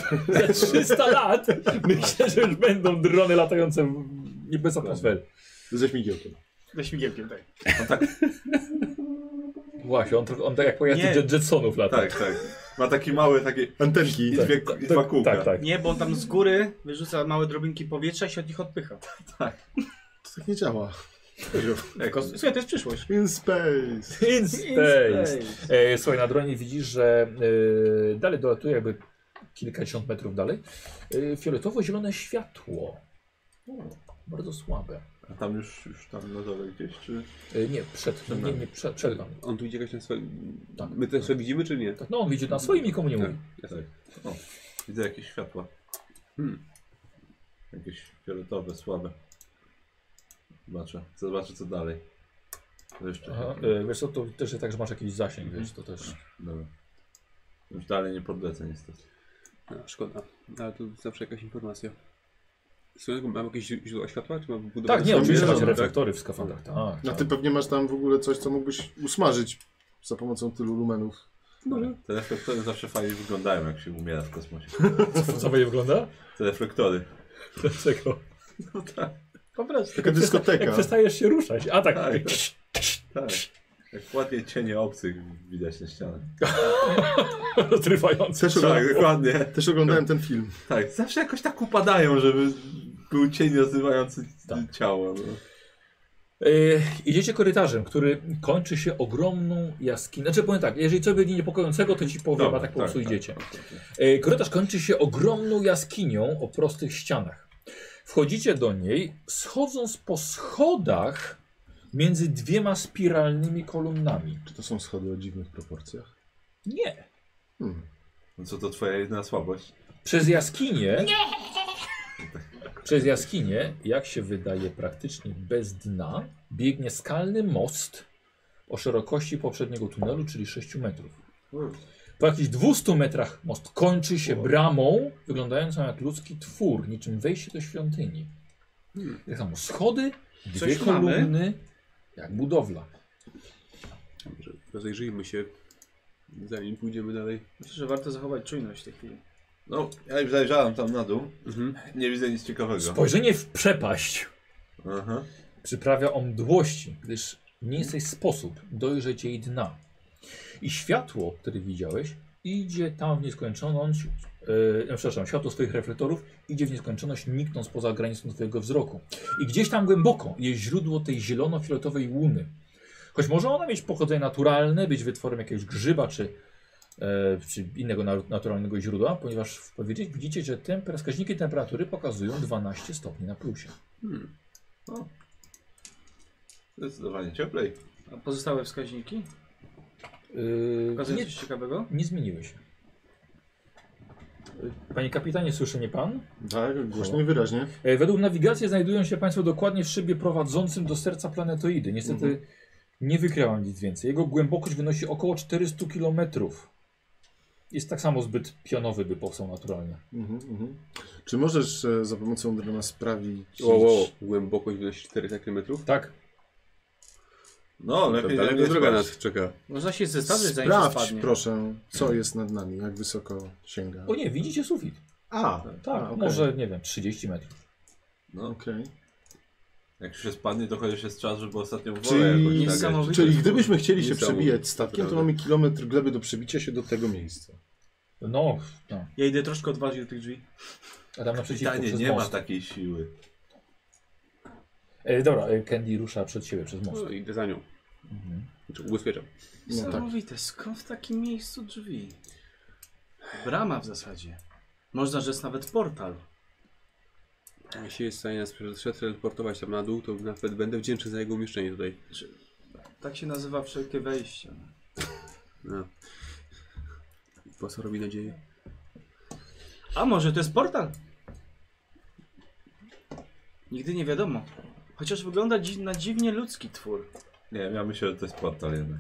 [SPEAKER 1] Za 300 lat myślę, że już będą drony latające w... nie bez atmosfery.
[SPEAKER 4] Ze śmigiełkiem.
[SPEAKER 3] Ze śmigiełkiem, tak.
[SPEAKER 2] No tak,
[SPEAKER 1] Właśnie, on, tro- on tak jak pojazd
[SPEAKER 3] Nie.
[SPEAKER 1] Jet- Jetsonów lata.
[SPEAKER 2] tak, tak. Ma taki mały taki
[SPEAKER 4] Antenki.
[SPEAKER 2] i
[SPEAKER 1] Tak,
[SPEAKER 2] dwie, i dwa kółka.
[SPEAKER 1] tak, tak.
[SPEAKER 3] Nie, bo on tam z góry wyrzuca małe drobinki powietrza i się od nich odpycha.
[SPEAKER 4] To tak nie działa.
[SPEAKER 2] Jak,
[SPEAKER 3] Tylko, słuchaj, to jest przyszłość.
[SPEAKER 4] In space.
[SPEAKER 1] In space. E, słuchaj, na dronie widzisz, że e, dalej dolatuje jakby kilkadziesiąt metrów dalej. E, fioletowo-zielone światło. Bardzo słabe.
[SPEAKER 2] a tam już, już tam na dole gdzieś, czy...
[SPEAKER 1] E, nie, przed, nie, nie, przed, przed wami.
[SPEAKER 5] On tu idzie jakoś na swoim...
[SPEAKER 1] Tak.
[SPEAKER 5] My też to widzimy, czy nie?
[SPEAKER 1] Tak, no on widzi na swoim i komu nie
[SPEAKER 5] Tak.
[SPEAKER 1] mówi.
[SPEAKER 2] Tak. O, widzę jakieś światła.
[SPEAKER 5] Hmm.
[SPEAKER 2] Jakieś fioletowe, słabe. Zobaczę, zobaczę co dalej. To jeszcze.
[SPEAKER 1] Aha, e, wiesz co, to też jest tak, że masz jakiś zasięg, wiesz, to też...
[SPEAKER 2] Dobra. Już dalej nie podlecę niestety.
[SPEAKER 5] A, No, szkoda. Ale tu zawsze jakaś informacja. Słuchaj, mam jakieś źró- źródła światła? Czy mam budować
[SPEAKER 1] Tak, nie,
[SPEAKER 5] sobie?
[SPEAKER 1] oczywiście masz
[SPEAKER 4] tak.
[SPEAKER 1] reflektory w skafandrach, tak.
[SPEAKER 4] A ty pewnie masz tam w ogóle coś, co mógłbyś usmażyć za pomocą tylu lumenów.
[SPEAKER 5] Może.
[SPEAKER 2] Te reflektory zawsze fajnie wyglądają jak się umiera w kosmosie.
[SPEAKER 1] Co, co fajnie wygląda?
[SPEAKER 2] Te reflektory.
[SPEAKER 1] Dlaczego?
[SPEAKER 2] No tak,
[SPEAKER 1] Po prostu.
[SPEAKER 4] Taka dyskoteka.
[SPEAKER 1] Jak przestajesz się ruszać, a tak...
[SPEAKER 2] Tak. tak. Jak ładnie cienie obcych widać na ścianach.
[SPEAKER 1] rozrywający.
[SPEAKER 4] Też,
[SPEAKER 2] Tak,
[SPEAKER 4] ogląda,
[SPEAKER 2] dokładnie.
[SPEAKER 4] też oglądałem ten film.
[SPEAKER 2] Tak, zawsze jakoś tak upadają, żeby był cień rozrywający
[SPEAKER 1] Tak.
[SPEAKER 2] ciało. No.
[SPEAKER 1] E, idziecie korytarzem, który kończy się ogromną jaskinią. Znaczy powiem tak, jeżeli coś będzie niepokojącego, to ci powiem,
[SPEAKER 2] Dobra,
[SPEAKER 1] a tak po prostu idziecie.
[SPEAKER 2] tak, tak.
[SPEAKER 1] E, Korytarz kończy się ogromną jaskinią o prostych ścianach. Wchodzicie do niej, schodząc po schodach między dwiema spiralnymi kolumnami.
[SPEAKER 4] Czy to są schody o dziwnych proporcjach?
[SPEAKER 1] Nie.
[SPEAKER 4] Hmm.
[SPEAKER 2] No co to twoja jedyna słabość?
[SPEAKER 1] Przez jaskinię. Przez jaskinię, jak się wydaje, praktycznie bez dna, biegnie skalny most o szerokości poprzedniego tunelu, czyli 6 metrów. Po jakichś 200 metrach most kończy się bramą, wyglądającą jak ludzki twór, niczym wejście do świątyni. Tak samo schody, dwie
[SPEAKER 3] Coś
[SPEAKER 1] kolumny, jak budowla.
[SPEAKER 5] Może rozejrzyjmy się. zanim pójdziemy dalej.
[SPEAKER 3] Myślę, że warto zachować czujność w tej chwili.
[SPEAKER 2] No, ja już zajrzałem tam na dół.
[SPEAKER 5] Mhm.
[SPEAKER 2] Nie widzę nic ciekawego.
[SPEAKER 1] Spojrzenie w przepaść
[SPEAKER 2] Aha.
[SPEAKER 1] przyprawia o mdłości, gdyż nie jesteś sposób dojrzeć jej dna. I światło, które widziałeś, idzie tam w nieskończoność, yy, przepraszam, światło swoich reflektorów idzie w nieskończoność, niknąc poza granicą twojego wzroku. I gdzieś tam głęboko jest źródło tej zielono-fioletowej łuny. Choć może ona mieć pochodzenie naturalne, być wytworem jakiegoś grzyba czy, e, czy innego na- naturalnego źródła, ponieważ w- powiedzieć widzicie, że temper, wskaźniki temperatury pokazują 12 stopni na plusie.
[SPEAKER 2] No. Zdecydowanie cieplej.
[SPEAKER 3] A pozostałe wskaźniki?
[SPEAKER 1] Yy,
[SPEAKER 3] Pokazują
[SPEAKER 1] nie,
[SPEAKER 3] coś ciekawego?
[SPEAKER 1] nie zmieniły się. Yy, Panie kapitanie, słyszy mnie pan?
[SPEAKER 4] Tak, głośno i wyraźnie.
[SPEAKER 1] E, Według nawigacji znajdują się Państwo dokładnie w szybie prowadzącym do serca planetoidy. Niestety
[SPEAKER 2] Mhm.
[SPEAKER 1] nie wykryłam nic więcej. Jego głębokość wynosi około 400 km. Jest tak samo zbyt pionowy, by powstał naturalnie.
[SPEAKER 4] Mhm, mhm. Czy możesz e, za pomocą drona sprawić...
[SPEAKER 5] Tak. Wow, wow. Głębokość wynosi 400 km.
[SPEAKER 1] Tak.
[SPEAKER 2] No, lepiej
[SPEAKER 5] Daleko
[SPEAKER 2] nie
[SPEAKER 5] droga
[SPEAKER 2] spać.
[SPEAKER 5] nas czeka.
[SPEAKER 3] Można się zestawić, zanim się
[SPEAKER 4] Sprawdź,
[SPEAKER 3] spadnie.
[SPEAKER 4] proszę, co jest nad nami, jak wysoko sięga.
[SPEAKER 1] O nie, widzicie sufit.
[SPEAKER 4] A,
[SPEAKER 1] Tak,
[SPEAKER 4] a, okej.
[SPEAKER 1] może nie wiem, 30 metrów.
[SPEAKER 2] No,
[SPEAKER 4] Okej.
[SPEAKER 2] jak już się spadnie, to chociaż jest czas, żeby ostatnią wolę
[SPEAKER 4] Czyli-
[SPEAKER 2] jakoś nagrać.
[SPEAKER 3] Niesamowite.
[SPEAKER 4] Czyli gdybyśmy chcieli się
[SPEAKER 5] Niesamowite.
[SPEAKER 4] przebijać statkiem, to
[SPEAKER 5] Naprawdę.
[SPEAKER 4] mamy kilometr gleby do przebicia się do tego miejsca.
[SPEAKER 1] No, no.
[SPEAKER 3] Ja idę troszkę odważnie do tych drzwi.
[SPEAKER 1] a tam naprzeciwko
[SPEAKER 2] Pytanie,
[SPEAKER 1] przez
[SPEAKER 2] nie ma tak-
[SPEAKER 1] most.
[SPEAKER 2] takiej siły.
[SPEAKER 1] E, dobra, e, Candy rusza przed siebie przez most.
[SPEAKER 5] No, idę za nią.
[SPEAKER 1] Mhm.
[SPEAKER 5] Znaczy, ubezpieczam.
[SPEAKER 4] No tak.
[SPEAKER 3] Niesamowite, skąd w takim miejscu drzwi? Brama w zasadzie. Można rzec nawet portal.
[SPEAKER 5] Jeśli jest w stanie nas przeteleportować tam na dół, to nawet będę wdzięczny za jego umieszczenie tutaj.
[SPEAKER 3] Czy- Tak się nazywa wszelkie wejścia.
[SPEAKER 5] No. Po co robi nadzieję?
[SPEAKER 3] A może to jest portal? Nigdy nie wiadomo. Chociaż wygląda dzi na dziwnie ludzki twór.
[SPEAKER 2] Nie, ja myślę, że to jest portal jednak.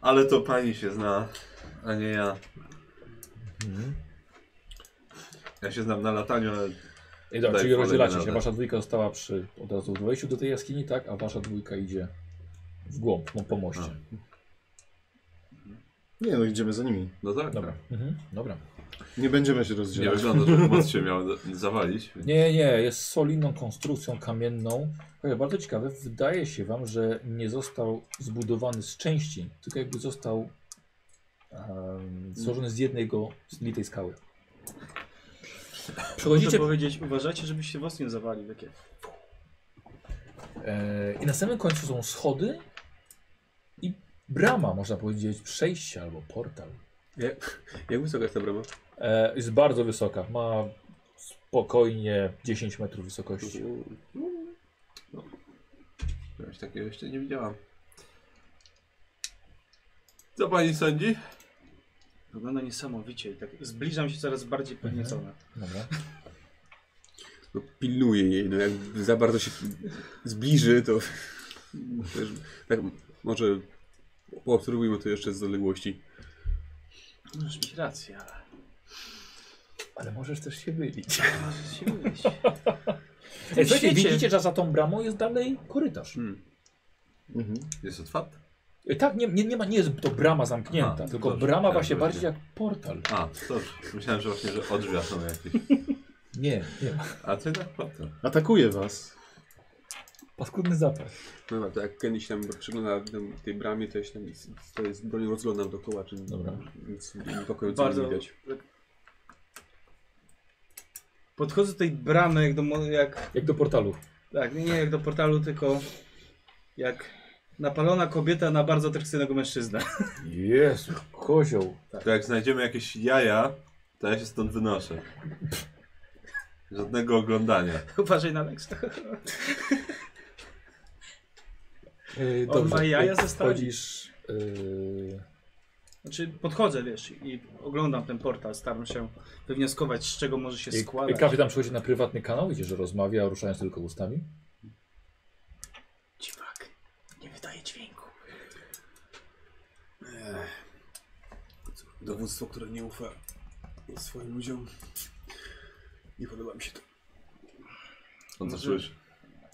[SPEAKER 2] Ale to pani się zna, a nie ja.
[SPEAKER 1] Mhm.
[SPEAKER 2] Ja się znam na lataniu, ale
[SPEAKER 1] I dobra,
[SPEAKER 2] Daj
[SPEAKER 1] czyli
[SPEAKER 2] wolę,
[SPEAKER 1] rozdzielacie się.
[SPEAKER 2] radę.
[SPEAKER 1] Wasza dwójka została przy, od razu w wejściu do tej jaskini, tak? A wasza dwójka idzie w głąb, no, po moście.
[SPEAKER 4] Nie no, idziemy za nimi.
[SPEAKER 2] no tak.
[SPEAKER 1] Dobra. Mhm. Dobra.
[SPEAKER 4] Nie będziemy się
[SPEAKER 2] Nie
[SPEAKER 4] rozdzielać.
[SPEAKER 2] wygląda, żeby moc się miała do- zawalić. więc-
[SPEAKER 1] Nie, nie, jest solidną konstrukcją kamienną. Słuchaj, Bardzo ciekawe, wydaje się wam, że nie został zbudowany z części, tylko jakby został em, złożony z jednego zlitej skały.
[SPEAKER 3] Możecie
[SPEAKER 1] Przechodzicie
[SPEAKER 3] powiedzieć, uważajcie, żebyście się was nie zawali. Takie.
[SPEAKER 1] e, i na samym końcu są schody i brama, można powiedzieć, przejście albo portal.
[SPEAKER 5] Jak wysoka jest ta brama?
[SPEAKER 1] E, jest bardzo wysoka, ma spokojnie 10 metrów wysokości.
[SPEAKER 2] Czegoś takiego jeszcze nie widziałam. Co pani sądzi?
[SPEAKER 3] Wygląda niesamowicie i tak zbliżam się coraz bardziej podniecona.
[SPEAKER 1] Dobra.
[SPEAKER 5] No, pilnuję jej, no jak za bardzo się zbliży, to też, tak może poobserwujmy to jeszcze z odległości.
[SPEAKER 3] Możesz mieć rację, ale
[SPEAKER 1] Ale możesz też się mylić.
[SPEAKER 3] możesz się mylić.
[SPEAKER 1] Ej, słuchajcie,
[SPEAKER 3] świecie-
[SPEAKER 1] widzicie, że za tą bramą jest dalej korytarz.
[SPEAKER 5] Hmm.
[SPEAKER 4] Mhm.
[SPEAKER 2] Jest otwarty?
[SPEAKER 1] E, Tak, nie, nie, nie, ma, nie jest to brama zamknięta,
[SPEAKER 2] Aha,
[SPEAKER 1] tylko
[SPEAKER 2] dobrze,
[SPEAKER 1] brama
[SPEAKER 2] tak,
[SPEAKER 1] właśnie
[SPEAKER 2] dobrze.
[SPEAKER 1] bardziej jak portal.
[SPEAKER 2] A, dobrze. Myślałem, że właśnie, że od drzwi są jakieś.
[SPEAKER 1] Nie, nie.
[SPEAKER 2] A ty tak patrzę.
[SPEAKER 4] Atakuje was.
[SPEAKER 1] Paskudny zapach.
[SPEAKER 5] No tak, to jak kiedyś tam przygląda tam tej bramie, to ja się tam z, to jest z bronią rozglądam dookoła, czy
[SPEAKER 1] Dobra.
[SPEAKER 5] nic niepokojącego
[SPEAKER 3] Bardzo
[SPEAKER 5] nie widać.
[SPEAKER 3] Podchodzę do tej bramy jak do, mo- jak,
[SPEAKER 1] Jak do portalu.
[SPEAKER 3] tak, nie, nie jak do portalu, tylko jak napalona kobieta na bardzo atrakcyjnego mężczyznę.
[SPEAKER 1] Jezu, kozioł.
[SPEAKER 2] To jak znajdziemy jakieś jaja, to ja się stąd wynoszę. Żadnego oglądania.
[SPEAKER 3] Uważaj na Lexa.
[SPEAKER 1] E,
[SPEAKER 3] On ma jaja ze stali.
[SPEAKER 1] Wchodzisz... e,
[SPEAKER 3] Znaczy podchodzę, wiesz, i oglądam ten portal, staram się wywnioskować z czego może się
[SPEAKER 1] I-
[SPEAKER 3] składać.
[SPEAKER 1] I kawy tam przychodzi na prywatny kanał, widzisz, że rozmawia, ruszając tylko ustami.
[SPEAKER 3] Dziwak, nie wydaje dźwięku.
[SPEAKER 5] Dowództwo, które nie ufa swoim ludziom. Nie podoba mi się to.
[SPEAKER 2] On co
[SPEAKER 3] Może-
[SPEAKER 2] słyszy?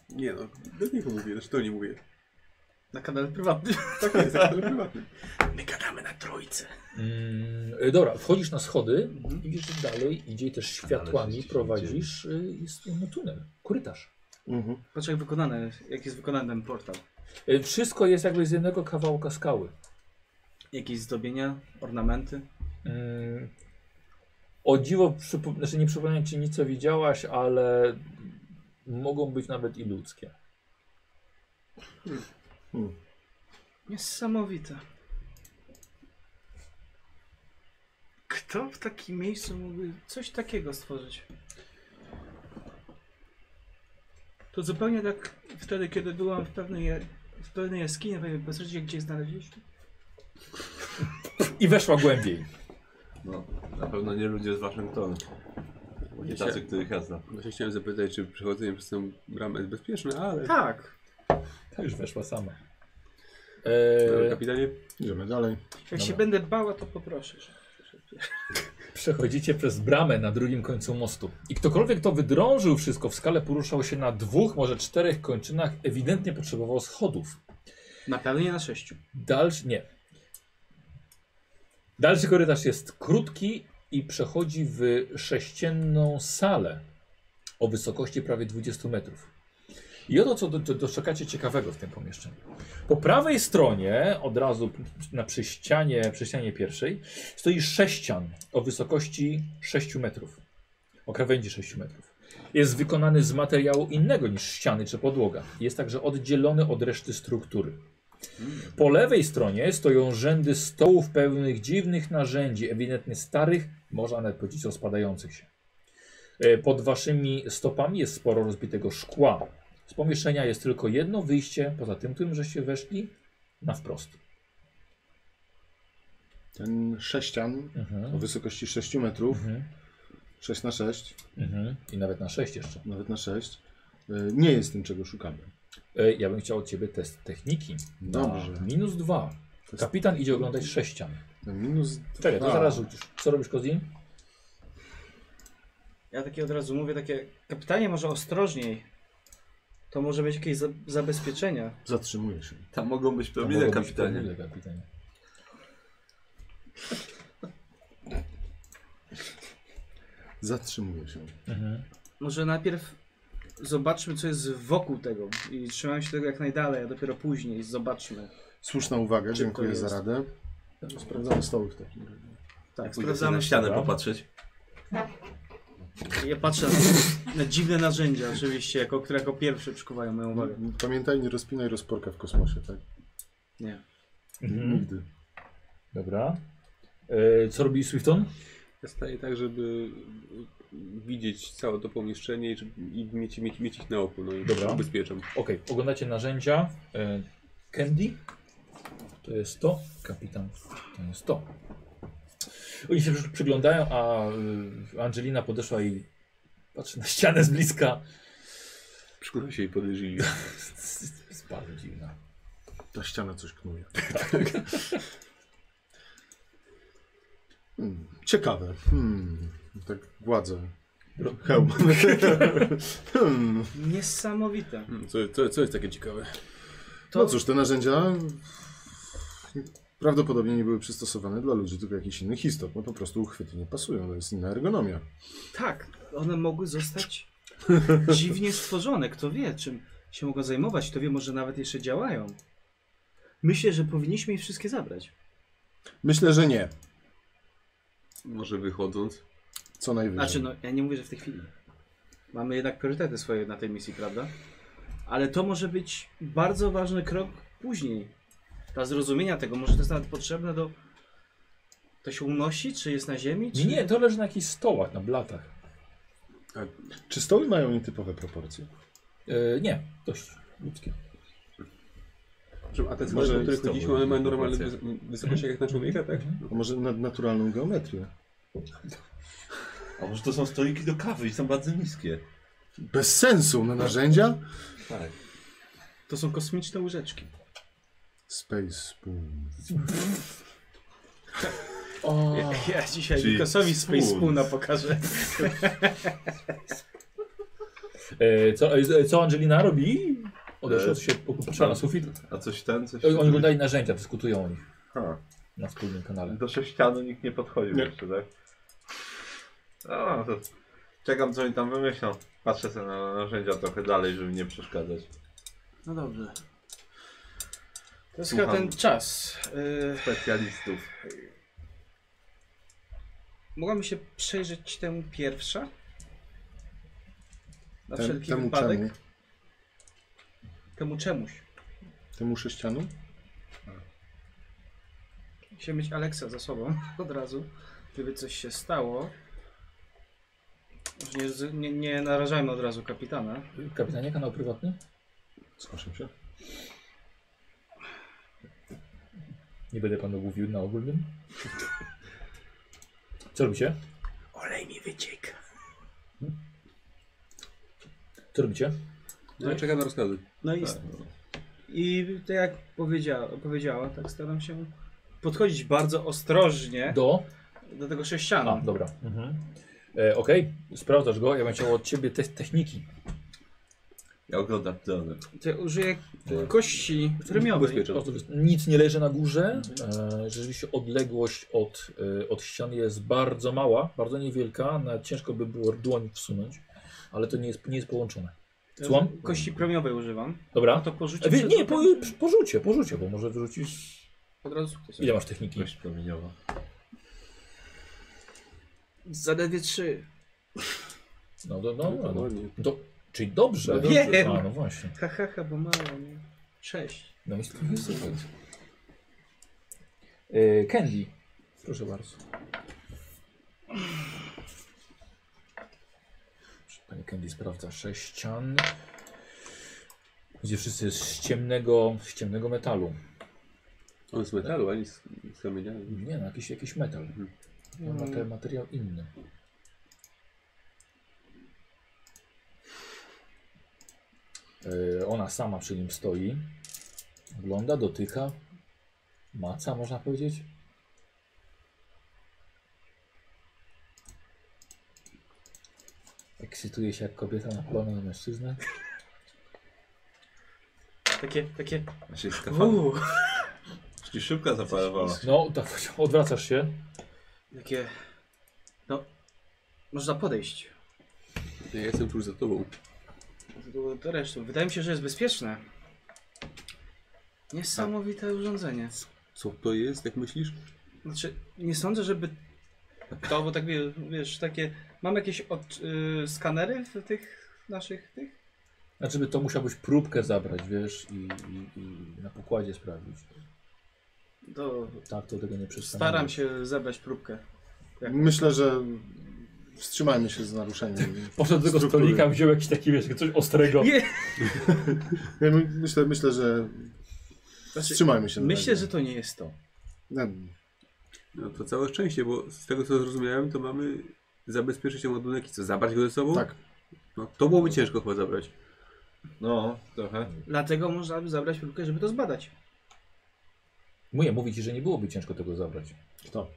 [SPEAKER 5] Nie no, do niego mówię, znaczy to nie mówię.
[SPEAKER 3] Na kanale prywatnym.
[SPEAKER 5] Tak jest, jak prywatny.
[SPEAKER 3] My gadamy na trójce.
[SPEAKER 1] Mm, y, dobra, wchodzisz na schody
[SPEAKER 3] Mhm.
[SPEAKER 1] i widzisz, że dalej idzie też
[SPEAKER 2] Ale
[SPEAKER 1] światłami,
[SPEAKER 2] żeście
[SPEAKER 1] prowadzisz, y, jest no, tunel, korytarz.
[SPEAKER 4] Mhm.
[SPEAKER 3] Patrz jak wykonane, jak jest wykonany ten portal.
[SPEAKER 1] Y, Wszystko jest jakby z jednego kawałka skały.
[SPEAKER 3] Jakieś zdobienia, ornamenty.
[SPEAKER 1] Mm, O dziwo, przypo- znaczy nie przypominam ci nic, co widziałaś, ale mogą być nawet i ludzkie.
[SPEAKER 4] Hmm.
[SPEAKER 3] Niesamowite. Kto w takim miejscu mógłby coś takiego stworzyć? To zupełnie tak wtedy, kiedy byłam w pewnej, w pewnej jaskini, pewnie bez rodziny, gdzie je znaleźliśmy.
[SPEAKER 1] I weszła głębiej.
[SPEAKER 2] No, na pewno nie ludzie z Waszyngtonu. Nie tacy, których ja znam.
[SPEAKER 5] Właśnie chciałem zapytać, czy przechodzenie przez tę bramę jest bezpieczne, ale...
[SPEAKER 3] Tak.
[SPEAKER 1] Tak, już weszła sama.
[SPEAKER 5] Dobra,
[SPEAKER 1] E,
[SPEAKER 5] Kapitanie,
[SPEAKER 4] Idziemy dalej.
[SPEAKER 3] Jak
[SPEAKER 1] Dobra.
[SPEAKER 3] się będę bała, to poproszę. że-
[SPEAKER 1] przechodzicie przez bramę na drugim końcu mostu. I ktokolwiek to wydrążył wszystko w skale, poruszał się na dwóch, może czterech kończynach, ewidentnie potrzebował schodów.
[SPEAKER 3] Na pewno nie na sześciu.
[SPEAKER 1] Dalszy, nie. Dalszy korytarz jest krótki i przechodzi w sześcienną salę o wysokości prawie 20 metrów. I oto co do- do- doczekacie ciekawego w tym pomieszczeniu. Po prawej stronie, od razu p- na przy ścianie, przy ścianie pierwszej, stoi sześcian o wysokości 6 metrów. O krawędzi 6 metrów. Jest wykonany z materiału innego niż ściany czy podłoga. Jest także oddzielony od reszty struktury. Po lewej stronie stoją rzędy stołów pełnych dziwnych narzędzi, ewidentnie starych, można nawet powiedzieć rozpadających się. E, Pod waszymi stopami jest sporo rozbitego szkła. Z pomieszczenia jest tylko jedno wyjście, poza tym, którym żeście weszli, na wprost.
[SPEAKER 4] Ten sześcian o
[SPEAKER 1] Mhm.
[SPEAKER 4] wysokości 6 metrów,
[SPEAKER 1] Mhm.
[SPEAKER 4] 6 na 6,
[SPEAKER 1] Mhm. I nawet na sześć jeszcze.
[SPEAKER 4] nawet na 6, nie jest tym, czego szukamy.
[SPEAKER 1] E, Ja bym chciał od ciebie test techniki. Na
[SPEAKER 4] Dobrze.
[SPEAKER 1] Minus dwa.
[SPEAKER 4] To jest
[SPEAKER 1] Kapitan idzie oglądać sześcian.
[SPEAKER 4] ten minus
[SPEAKER 1] Czekaj, to
[SPEAKER 4] dwa.
[SPEAKER 1] zaraz rzucisz. Co robisz, Kozin?
[SPEAKER 3] Ja takie od razu mówię, takie kapitanie może ostrożniej. To może być jakieś za zabezpieczenia.
[SPEAKER 4] Zatrzymuje się.
[SPEAKER 2] Tam mogą być
[SPEAKER 1] To
[SPEAKER 2] promile,
[SPEAKER 1] mogą być
[SPEAKER 2] kapitanie.
[SPEAKER 1] promile, kapitanie.
[SPEAKER 4] Zatrzymuje się.
[SPEAKER 1] Mhm.
[SPEAKER 3] Może najpierw zobaczmy, co jest wokół tego i trzymamy się tego jak najdalej, a dopiero później zobaczmy.
[SPEAKER 4] Słuszna uwaga,
[SPEAKER 3] Czy to
[SPEAKER 4] dziękuję
[SPEAKER 3] jest?
[SPEAKER 4] za radę. Sprawdzamy stoły w takim razie.
[SPEAKER 2] Pójdę
[SPEAKER 3] Tak,
[SPEAKER 2] sobie na
[SPEAKER 3] sprawdzamy.
[SPEAKER 2] ścianę
[SPEAKER 1] Dobra.
[SPEAKER 2] popatrzeć.
[SPEAKER 3] Ja patrzę na, na dziwne narzędzia oczywiście, jako, które jako pierwsze przykuwają moją uwagę.
[SPEAKER 4] Pamiętaj, nie rozpinaj rozporka w kosmosie, tak?
[SPEAKER 3] Nie.
[SPEAKER 1] Mhm.
[SPEAKER 4] Nigdy.
[SPEAKER 1] Dobra. E, Co robi Swifton?
[SPEAKER 5] Ja staję tak, żeby widzieć całe to pomieszczenie i, żeby- i mieć, mieć, mieć ich na oku, no i
[SPEAKER 1] Dobra.
[SPEAKER 5] ubezpieczam.
[SPEAKER 1] Okej, oglądacie narzędzia. E, Candy to jest to, kapitan to jest to. Oni się przy- przyglądają, a y, Angelina podeszła i patrzy na ścianę z bliska.
[SPEAKER 5] Przykuwa się i podejrzliwie.
[SPEAKER 1] Jest bardzo dziwna.
[SPEAKER 4] Ta ściana coś knuje. Hmm, Ciekawe. Hmm. Tak gładzę.
[SPEAKER 3] No.
[SPEAKER 1] Bro-
[SPEAKER 4] Hełm. hmm.
[SPEAKER 3] Niesamowite.
[SPEAKER 5] Hmm, Co, co, co jest takie ciekawe?
[SPEAKER 3] To
[SPEAKER 4] No cóż, te narzędzia prawdopodobnie nie były przystosowane dla ludzi, tylko jakichś innych istot. No po prostu uchwyty nie pasują, to jest inna ergonomia.
[SPEAKER 3] tak, one mogły zostać dziwnie stworzone. Kto wie, czym się mogą zajmować, kto wie, może nawet jeszcze działają. Myślę, że powinniśmy ich wszystkie zabrać.
[SPEAKER 4] Myślę, że nie.
[SPEAKER 5] Może wychodząc.
[SPEAKER 4] Co najwyżej.
[SPEAKER 3] Znaczy, no, ja nie mówię, że w tej chwili. Mamy jednak priorytety swoje na tej misji, prawda? Ale to może być bardzo ważny krok później. Dla zrozumienia tego, może to jest nawet potrzebne do... To się unosi, czy jest na ziemi? Czy...
[SPEAKER 1] Nie, nie, to leży na jakichś stołach, na blatach.
[SPEAKER 4] Czy stoły mają nietypowe proporcje?
[SPEAKER 1] E, nie, dość ludzkie.
[SPEAKER 5] Przepraszam, A te
[SPEAKER 4] Może
[SPEAKER 5] schody, po których
[SPEAKER 4] z tobą
[SPEAKER 5] chodziliśmy, one mają normalne
[SPEAKER 2] informacja.
[SPEAKER 5] wys- wysokości jak na człowieka, tak?
[SPEAKER 1] Mhm.
[SPEAKER 4] A może nad naturalną geometrię?
[SPEAKER 2] A może to są stoliki do kawy i są bardzo niskie.
[SPEAKER 4] Bez sensu na narzędzia?
[SPEAKER 2] Tak.
[SPEAKER 3] To są kosmiczne łyżeczki.
[SPEAKER 4] Space Spoon.
[SPEAKER 1] O,
[SPEAKER 3] Ja, ja dzisiaj
[SPEAKER 2] Czyli
[SPEAKER 3] Nikosowi Space
[SPEAKER 2] spoon.
[SPEAKER 3] Spoona pokażę.
[SPEAKER 1] e, co, e, co Angelina robi? Odeszło się, popatrzyła na sufit.
[SPEAKER 2] A coś ten, coś...
[SPEAKER 1] Oni oglądali narzędzia, dyskutują o nich
[SPEAKER 2] Ha.
[SPEAKER 1] na wspólnym kanale.
[SPEAKER 2] Do sześcianu nikt nie podchodził
[SPEAKER 5] Nie.
[SPEAKER 2] jeszcze, tak? A, no to czekam co oni tam wymyślą. Patrzę sobie na narzędzia trochę dalej, żeby nie przeszkadzać.
[SPEAKER 3] No dobrze. To jest
[SPEAKER 2] Słucham.
[SPEAKER 3] chyba ten czas. Yy,
[SPEAKER 2] Specjalistów.
[SPEAKER 3] mogłabym się przejrzeć temu pierwsza? Na
[SPEAKER 4] Tem,
[SPEAKER 3] wszelki
[SPEAKER 4] temu
[SPEAKER 3] wypadek.
[SPEAKER 4] czemu?
[SPEAKER 3] Temu czemuś.
[SPEAKER 4] Temu sześcianu?
[SPEAKER 3] Musiałem mieć Aleksa za sobą od razu, gdyby coś się stało. Może Nie, z- nie, nie narażajmy od razu kapitana.
[SPEAKER 1] Kapitanie, kanał prywatny?
[SPEAKER 4] Skoszę się.
[SPEAKER 1] Nie będę panu mówił na ogólnym. Co robicie? Hmm?
[SPEAKER 3] Olej mi wyciek.
[SPEAKER 1] Co robicie?
[SPEAKER 5] No i czekam na rozkazy.
[SPEAKER 3] No i, i tak jak powiedziała, powiedziała, tak staram się podchodzić bardzo ostrożnie
[SPEAKER 1] Do.
[SPEAKER 3] do, tego sześcianu.
[SPEAKER 1] A, dobra. Mhm. E, Okej, sprawdzasz go. Ja bym chciał od ciebie te techniki.
[SPEAKER 2] Ja oglądam drony.
[SPEAKER 3] To ja użyję e, kości rymiowej.
[SPEAKER 5] Ubezpieczam.
[SPEAKER 1] Po prostu Nic nie leży na górze. E, rzeczywiście odległość od, e, od ścian jest bardzo mała, bardzo niewielka. Na, ciężko by było dłoń wsunąć, ale to nie jest, nie jest połączone. Słucham?
[SPEAKER 3] Kości promiowej używam.
[SPEAKER 1] Dobra.
[SPEAKER 3] A No to porzucić.
[SPEAKER 1] E, Wie, nie, po, porzucie, porzucie, bo może wyrzucisz.
[SPEAKER 3] Od razu sukces.
[SPEAKER 1] Ile masz techniki?
[SPEAKER 2] Gość promieniowa.
[SPEAKER 3] Zaledwie trzy.
[SPEAKER 1] No, do, no,
[SPEAKER 5] No,
[SPEAKER 1] no, no.
[SPEAKER 5] ładnie.
[SPEAKER 1] Do, czyli dobrze.
[SPEAKER 3] No dobrze. Wiem.
[SPEAKER 1] A, no właśnie.
[SPEAKER 3] Ha, ha, ha, bo mało, nie? Sześć.
[SPEAKER 1] No i to jest super. E, Candy. Proszę bardzo. Pani Candy sprawdza sześcian. Gdzie wszyscy jest z ciemnego, z ciemnego metalu.
[SPEAKER 5] On z metalu, ani z, z kamienia.
[SPEAKER 1] Nie no, jakiś, jakiś metal. Mate, materiał inny. E, ona sama przy nim stoi. Ogląda, dotyka. Maca, można powiedzieć. Ekscytuje się jak kobieta napalona na mężczyznę.
[SPEAKER 3] Takie, takie.
[SPEAKER 2] A się skafandra.
[SPEAKER 3] Uuu.
[SPEAKER 2] Czyli szybka zaparowała.
[SPEAKER 1] No, tak, odwracasz się.
[SPEAKER 3] Takie. No. Można podejść.
[SPEAKER 5] Ja jestem tuż za tobą.
[SPEAKER 3] Do, do reszty. Wydaje mi się, że jest bezpieczne. Niesamowite urządzenie.
[SPEAKER 5] Co to jest, jak myślisz?
[SPEAKER 3] Znaczy, nie sądzę, żeby to, bo tak wie- wiesz, takie. Mam jakieś od, y, skanery w tych naszych tych?
[SPEAKER 1] Znaczy, by to musiałbyś próbkę zabrać, wiesz, i, i, i na pokładzie sprawdzić.
[SPEAKER 3] To
[SPEAKER 1] Tak, to tego nie przestanę.
[SPEAKER 3] staram się zebrać próbkę. Tak.
[SPEAKER 4] Myślę, że wstrzymajmy się z naruszeniem.
[SPEAKER 1] Poszedł do tego
[SPEAKER 4] struktury.
[SPEAKER 1] stolika, wziął jakiś taki, wiesz, coś ostrego.
[SPEAKER 3] Nie.
[SPEAKER 4] Ja my- Myślę, myślę, że
[SPEAKER 3] Znaczy,
[SPEAKER 4] wstrzymajmy się. na
[SPEAKER 3] myślę,
[SPEAKER 4] razie.
[SPEAKER 3] że to nie jest to.
[SPEAKER 4] Nie,
[SPEAKER 5] No to całe szczęście, bo z tego co zrozumiałem, to mamy zabezpieczyć ją ładunek i co, zabrać go ze sobą?
[SPEAKER 4] Tak.
[SPEAKER 5] No to byłoby ciężko chyba zabrać.
[SPEAKER 2] No, trochę.
[SPEAKER 3] Dlatego można by zabrać próbkę, żeby to zbadać.
[SPEAKER 1] Mówię, mówi ci, że nie byłoby ciężko tego zabrać.
[SPEAKER 4] Kto?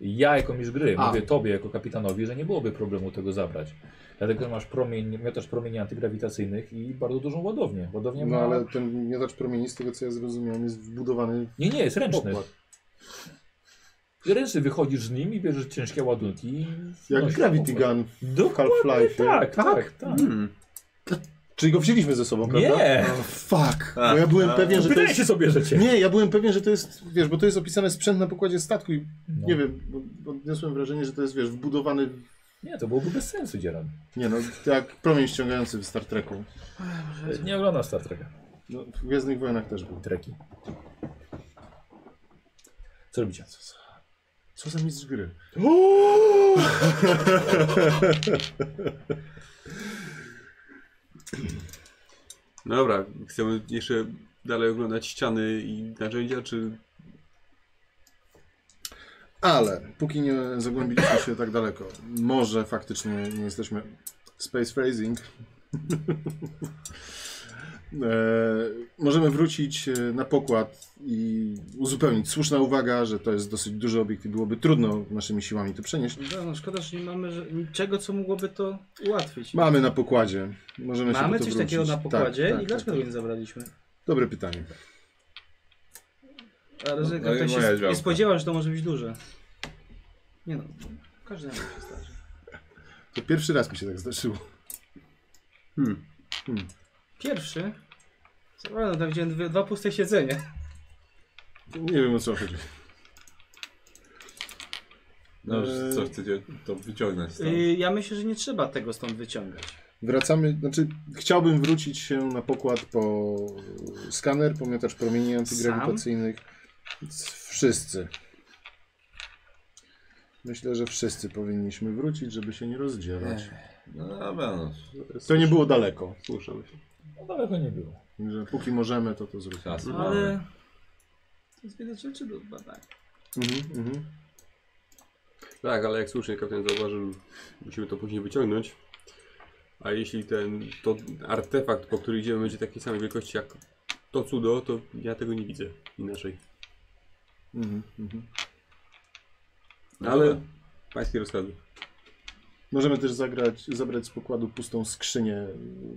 [SPEAKER 1] Ja jako mistrz gry
[SPEAKER 4] A.
[SPEAKER 1] mówię tobie jako kapitanowi, że nie byłoby problemu tego zabrać. Dlatego masz promień, miotasz promieni antygrawitacyjnych i bardzo dużą ładownię. Ładownia
[SPEAKER 4] No
[SPEAKER 1] ma...
[SPEAKER 4] ale ten miotacz promieni, z tego co ja zrozumiałem, jest wbudowany
[SPEAKER 1] Nie, nie, jest
[SPEAKER 4] w
[SPEAKER 1] ręczny.
[SPEAKER 4] pokład.
[SPEAKER 1] Ręczny wychodzisz z nim i bierzesz ciężkie ładunki. i
[SPEAKER 4] Jak
[SPEAKER 1] wnosisz
[SPEAKER 4] Gravity
[SPEAKER 1] pokład.
[SPEAKER 4] Gun
[SPEAKER 1] Do...
[SPEAKER 4] w Half-Life.
[SPEAKER 1] Tak, tak, tak.
[SPEAKER 5] Hmm.
[SPEAKER 4] Czyli go wzięliśmy ze sobą,
[SPEAKER 1] Nie.
[SPEAKER 4] prawda? O, fuck!
[SPEAKER 2] A,
[SPEAKER 4] Bo ja byłem
[SPEAKER 2] a.
[SPEAKER 4] pewien, że to
[SPEAKER 1] Pytaj
[SPEAKER 4] jest...
[SPEAKER 1] się sobie rzeczy.
[SPEAKER 4] Nie, ja byłem pewien, że to jest, wiesz, bo to jest opisane sprzęt na pokładzie statku i
[SPEAKER 1] No.
[SPEAKER 4] nie wiem, bo- odniosłem wrażenie, że to jest, wiesz, wbudowany,
[SPEAKER 1] nie, to byłoby bez sensu, Dzieran.
[SPEAKER 4] nie no, jak promień ściągający w Star Treku.
[SPEAKER 1] Nie oglądam Star Treka.
[SPEAKER 4] No, w Gwiezdnych Wojnach też był.
[SPEAKER 1] Treki. Co robicie?
[SPEAKER 4] Co za mistrz gry?
[SPEAKER 5] No dobra, chcemy jeszcze dalej oglądać ściany i narzędzia, czy...
[SPEAKER 4] Ale póki nie zagłębiliśmy się tak daleko, może faktycznie nie jesteśmy space phrasing. E, możemy wrócić e, na pokład i uzupełnić. Słuszna uwaga, że to jest dosyć duży obiekt i byłoby trudno naszymi siłami to przenieść.
[SPEAKER 3] No, no szkoda, że nie mamy że- niczego, co mogłoby to ułatwić.
[SPEAKER 4] Mamy na pokładzie. Możemy się
[SPEAKER 3] Mamy
[SPEAKER 4] po to
[SPEAKER 3] coś
[SPEAKER 4] wrócić.
[SPEAKER 3] takiego na
[SPEAKER 4] Tak,
[SPEAKER 3] pokładzie
[SPEAKER 4] tak,
[SPEAKER 3] i
[SPEAKER 4] tak,
[SPEAKER 3] dlaczego
[SPEAKER 4] tak.
[SPEAKER 3] go nie zabraliśmy?
[SPEAKER 4] Dobre pytanie.
[SPEAKER 3] Ale no,
[SPEAKER 2] no i
[SPEAKER 3] tak się
[SPEAKER 2] moja
[SPEAKER 3] sp- nie
[SPEAKER 2] działka.
[SPEAKER 3] spodziewał, że to może być duże. Nie no, każdemu się zdarzy.
[SPEAKER 4] To pierwszy raz mi się tak zdarzyło.
[SPEAKER 5] Hmm.
[SPEAKER 3] Pierwszy? Co prawda, tam widziałem dwie, dwa puste siedzenia.
[SPEAKER 4] Nie wiem o co chodzi.
[SPEAKER 2] No,
[SPEAKER 4] Eee.
[SPEAKER 2] co chcecie to wyciągnąć
[SPEAKER 4] Tak.
[SPEAKER 2] stąd?
[SPEAKER 5] Eee.
[SPEAKER 3] Y, ja myślę, że nie trzeba tego stąd wyciągać.
[SPEAKER 4] Wracamy, znaczy chciałbym wrócić się na pokład po skaner, pamiętasz promieni antygrawitacyjnych. Więc Wszyscy. Myślę, że wszyscy powinniśmy wrócić, żeby się nie rozdzielać.
[SPEAKER 2] No dobra, no.
[SPEAKER 4] To nie było daleko.
[SPEAKER 5] Słyszałem się.
[SPEAKER 1] No daleko nie było.
[SPEAKER 4] Że póki możemy, to to zrobimy.
[SPEAKER 2] Czas
[SPEAKER 3] No,
[SPEAKER 2] mamy.
[SPEAKER 3] ale... To jest wiele rzeczy do badania.
[SPEAKER 4] Mhm, mhm.
[SPEAKER 5] Tak, ale jak słusznie kapitan zauważył, musimy to później wyciągnąć. A jeśli ten to artefakt, po który idziemy, będzie takiej samej wielkości jak to cudo, to ja tego nie widzę inaczej.
[SPEAKER 4] Mhm, mhm.
[SPEAKER 2] No
[SPEAKER 5] Ale
[SPEAKER 2] dobra.
[SPEAKER 5] pańskie rozkazy.
[SPEAKER 4] Możemy też zagrać, zabrać z pokładu pustą skrzynię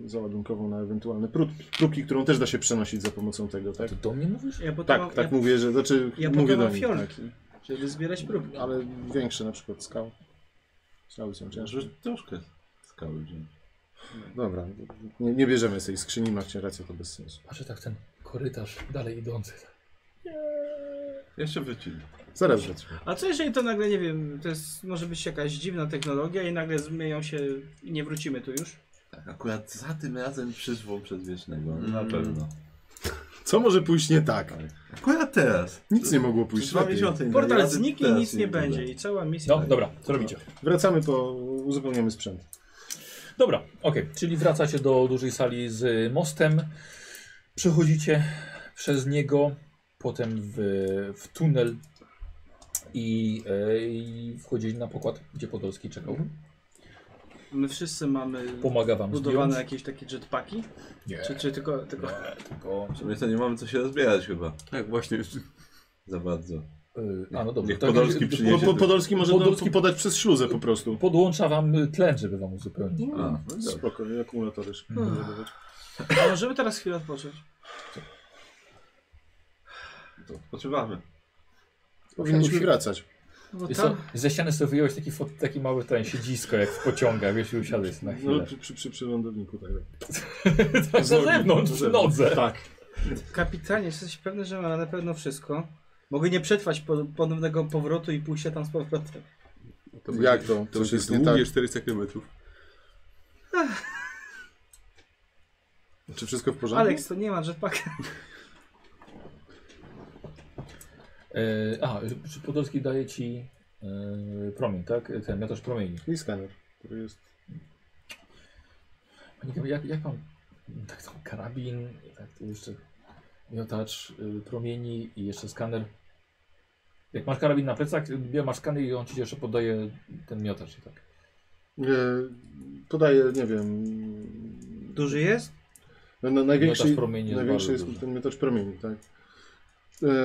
[SPEAKER 4] załadunkową na ewentualne pró- próbki, którą też da się przenosić za pomocą tego, tak?
[SPEAKER 1] Ty do mnie mówisz?
[SPEAKER 3] Ja potem
[SPEAKER 4] Tak,
[SPEAKER 3] mam,
[SPEAKER 4] tak
[SPEAKER 3] ja,
[SPEAKER 4] mówię, że znaczy
[SPEAKER 3] ja
[SPEAKER 4] mówię
[SPEAKER 3] potem
[SPEAKER 4] do
[SPEAKER 3] mam
[SPEAKER 4] nich. Tak.
[SPEAKER 3] fiolki, żeby zbierać próbki.
[SPEAKER 4] Ale większe na przykład skał. Skały są cięższe.
[SPEAKER 2] Może troszkę skały wziąć.
[SPEAKER 4] Dobra, nie, nie bierzemy z tej skrzyni, macie rację, to bez sensu.
[SPEAKER 1] Patrzę tak w ten korytarz dalej idący.
[SPEAKER 2] Jeszcze wrócimy.
[SPEAKER 4] Zaraz wracamy.
[SPEAKER 3] A co jeżeli to nagle, nie wiem, to jest, może być jakaś dziwna technologia i nagle zmienią się i nie wrócimy tu już?
[SPEAKER 2] Tak, akurat za tym razem przyszło przedwiecznego, no
[SPEAKER 3] Mm.
[SPEAKER 2] na pewno.
[SPEAKER 4] Co może pójść nie tak?
[SPEAKER 2] Akurat teraz.
[SPEAKER 4] Nic nie mogło
[SPEAKER 2] Pójść
[SPEAKER 4] pójść
[SPEAKER 2] dwa
[SPEAKER 4] lepiej.
[SPEAKER 2] miesiące.
[SPEAKER 3] Portal
[SPEAKER 2] razem
[SPEAKER 3] zniknie i
[SPEAKER 2] No, teraz
[SPEAKER 3] nic nie będzie
[SPEAKER 2] uda.
[SPEAKER 3] i cała misja...
[SPEAKER 1] No dobra, co robicie?
[SPEAKER 4] Wracamy po... uzupełniamy sprzęt.
[SPEAKER 1] Dobra, okej, czyli wracacie do dużej sali z mostem, przechodzicie przez niego, potem w, w tunel i, e, i wchodzicie na pokład, gdzie Podolski czekał.
[SPEAKER 3] My wszyscy mamy
[SPEAKER 1] Pomaga wam
[SPEAKER 3] budowane
[SPEAKER 1] zdjąć. No.
[SPEAKER 3] jakieś takie jetpacki?
[SPEAKER 1] Nie,
[SPEAKER 3] Czy, czy tylko, tylko...
[SPEAKER 1] tylko...
[SPEAKER 2] W sumie to nie mamy co się rozbierać chyba
[SPEAKER 5] Tak, właśnie.
[SPEAKER 2] za bardzo.
[SPEAKER 1] y, A no dobra.
[SPEAKER 2] Niech
[SPEAKER 1] to-
[SPEAKER 2] Podolski
[SPEAKER 1] to-
[SPEAKER 2] przyniesie.
[SPEAKER 4] Po, Podolski może
[SPEAKER 1] Podolski-
[SPEAKER 4] Podolski... podać przez śluzę po prostu.
[SPEAKER 1] Podłącza wam tlen, żeby wam uzupełnić.
[SPEAKER 2] A, no i dobra.
[SPEAKER 4] Spokojnie, akumulatory szybko
[SPEAKER 1] Mhm.
[SPEAKER 4] wyładować.
[SPEAKER 3] A możemy teraz chwilę odpocząć?
[SPEAKER 2] to odpoczywamy.
[SPEAKER 4] Powinniśmy wracać.
[SPEAKER 3] No bo
[SPEAKER 1] Wiesz
[SPEAKER 3] tam...
[SPEAKER 1] co, ze ściany sobie wyjąłeś taki, fot- taki mały ten siedzisko, jak w pociągach, wiesz, i usiadłeś na
[SPEAKER 4] No,
[SPEAKER 1] chwilę.
[SPEAKER 4] przy, przy, przy, przy lądowniku tak. No,
[SPEAKER 1] Na zewnątrz, w nodze.
[SPEAKER 4] Tak.
[SPEAKER 3] Kapitanie, jesteś pewny, że mamy na pewno wszystko? Mogę nie przetrwać po, ponownego powrotu i pójścia tam z powrotem.
[SPEAKER 5] To
[SPEAKER 4] Jak to?
[SPEAKER 5] To
[SPEAKER 4] Coś
[SPEAKER 5] będzie
[SPEAKER 4] jest nie
[SPEAKER 5] długie
[SPEAKER 4] tak?
[SPEAKER 5] 400 km.
[SPEAKER 4] Czy wszystko w porządku?
[SPEAKER 3] Aleks, to nie ma jetpacka.
[SPEAKER 1] E, a, czy Podolski daje ci e, promień, tak? Ten miotacz promieni.
[SPEAKER 4] I skaner, który jest...
[SPEAKER 1] Panie Gabriel, jak, jak mam tak tam karabin, tak tu jeszcze miotacz y, promieni i jeszcze skaner. Jak masz karabin na plecach, y, masz skaner i on ci jeszcze podaje ten miotacz i tak.
[SPEAKER 4] E, podaje, nie wiem...
[SPEAKER 3] Duży jest?
[SPEAKER 4] No, no, największy,
[SPEAKER 1] Miotacz promieni jest
[SPEAKER 4] największy
[SPEAKER 1] bardzo
[SPEAKER 4] jest
[SPEAKER 1] duży.
[SPEAKER 4] ten miotacz promieni, tak. E,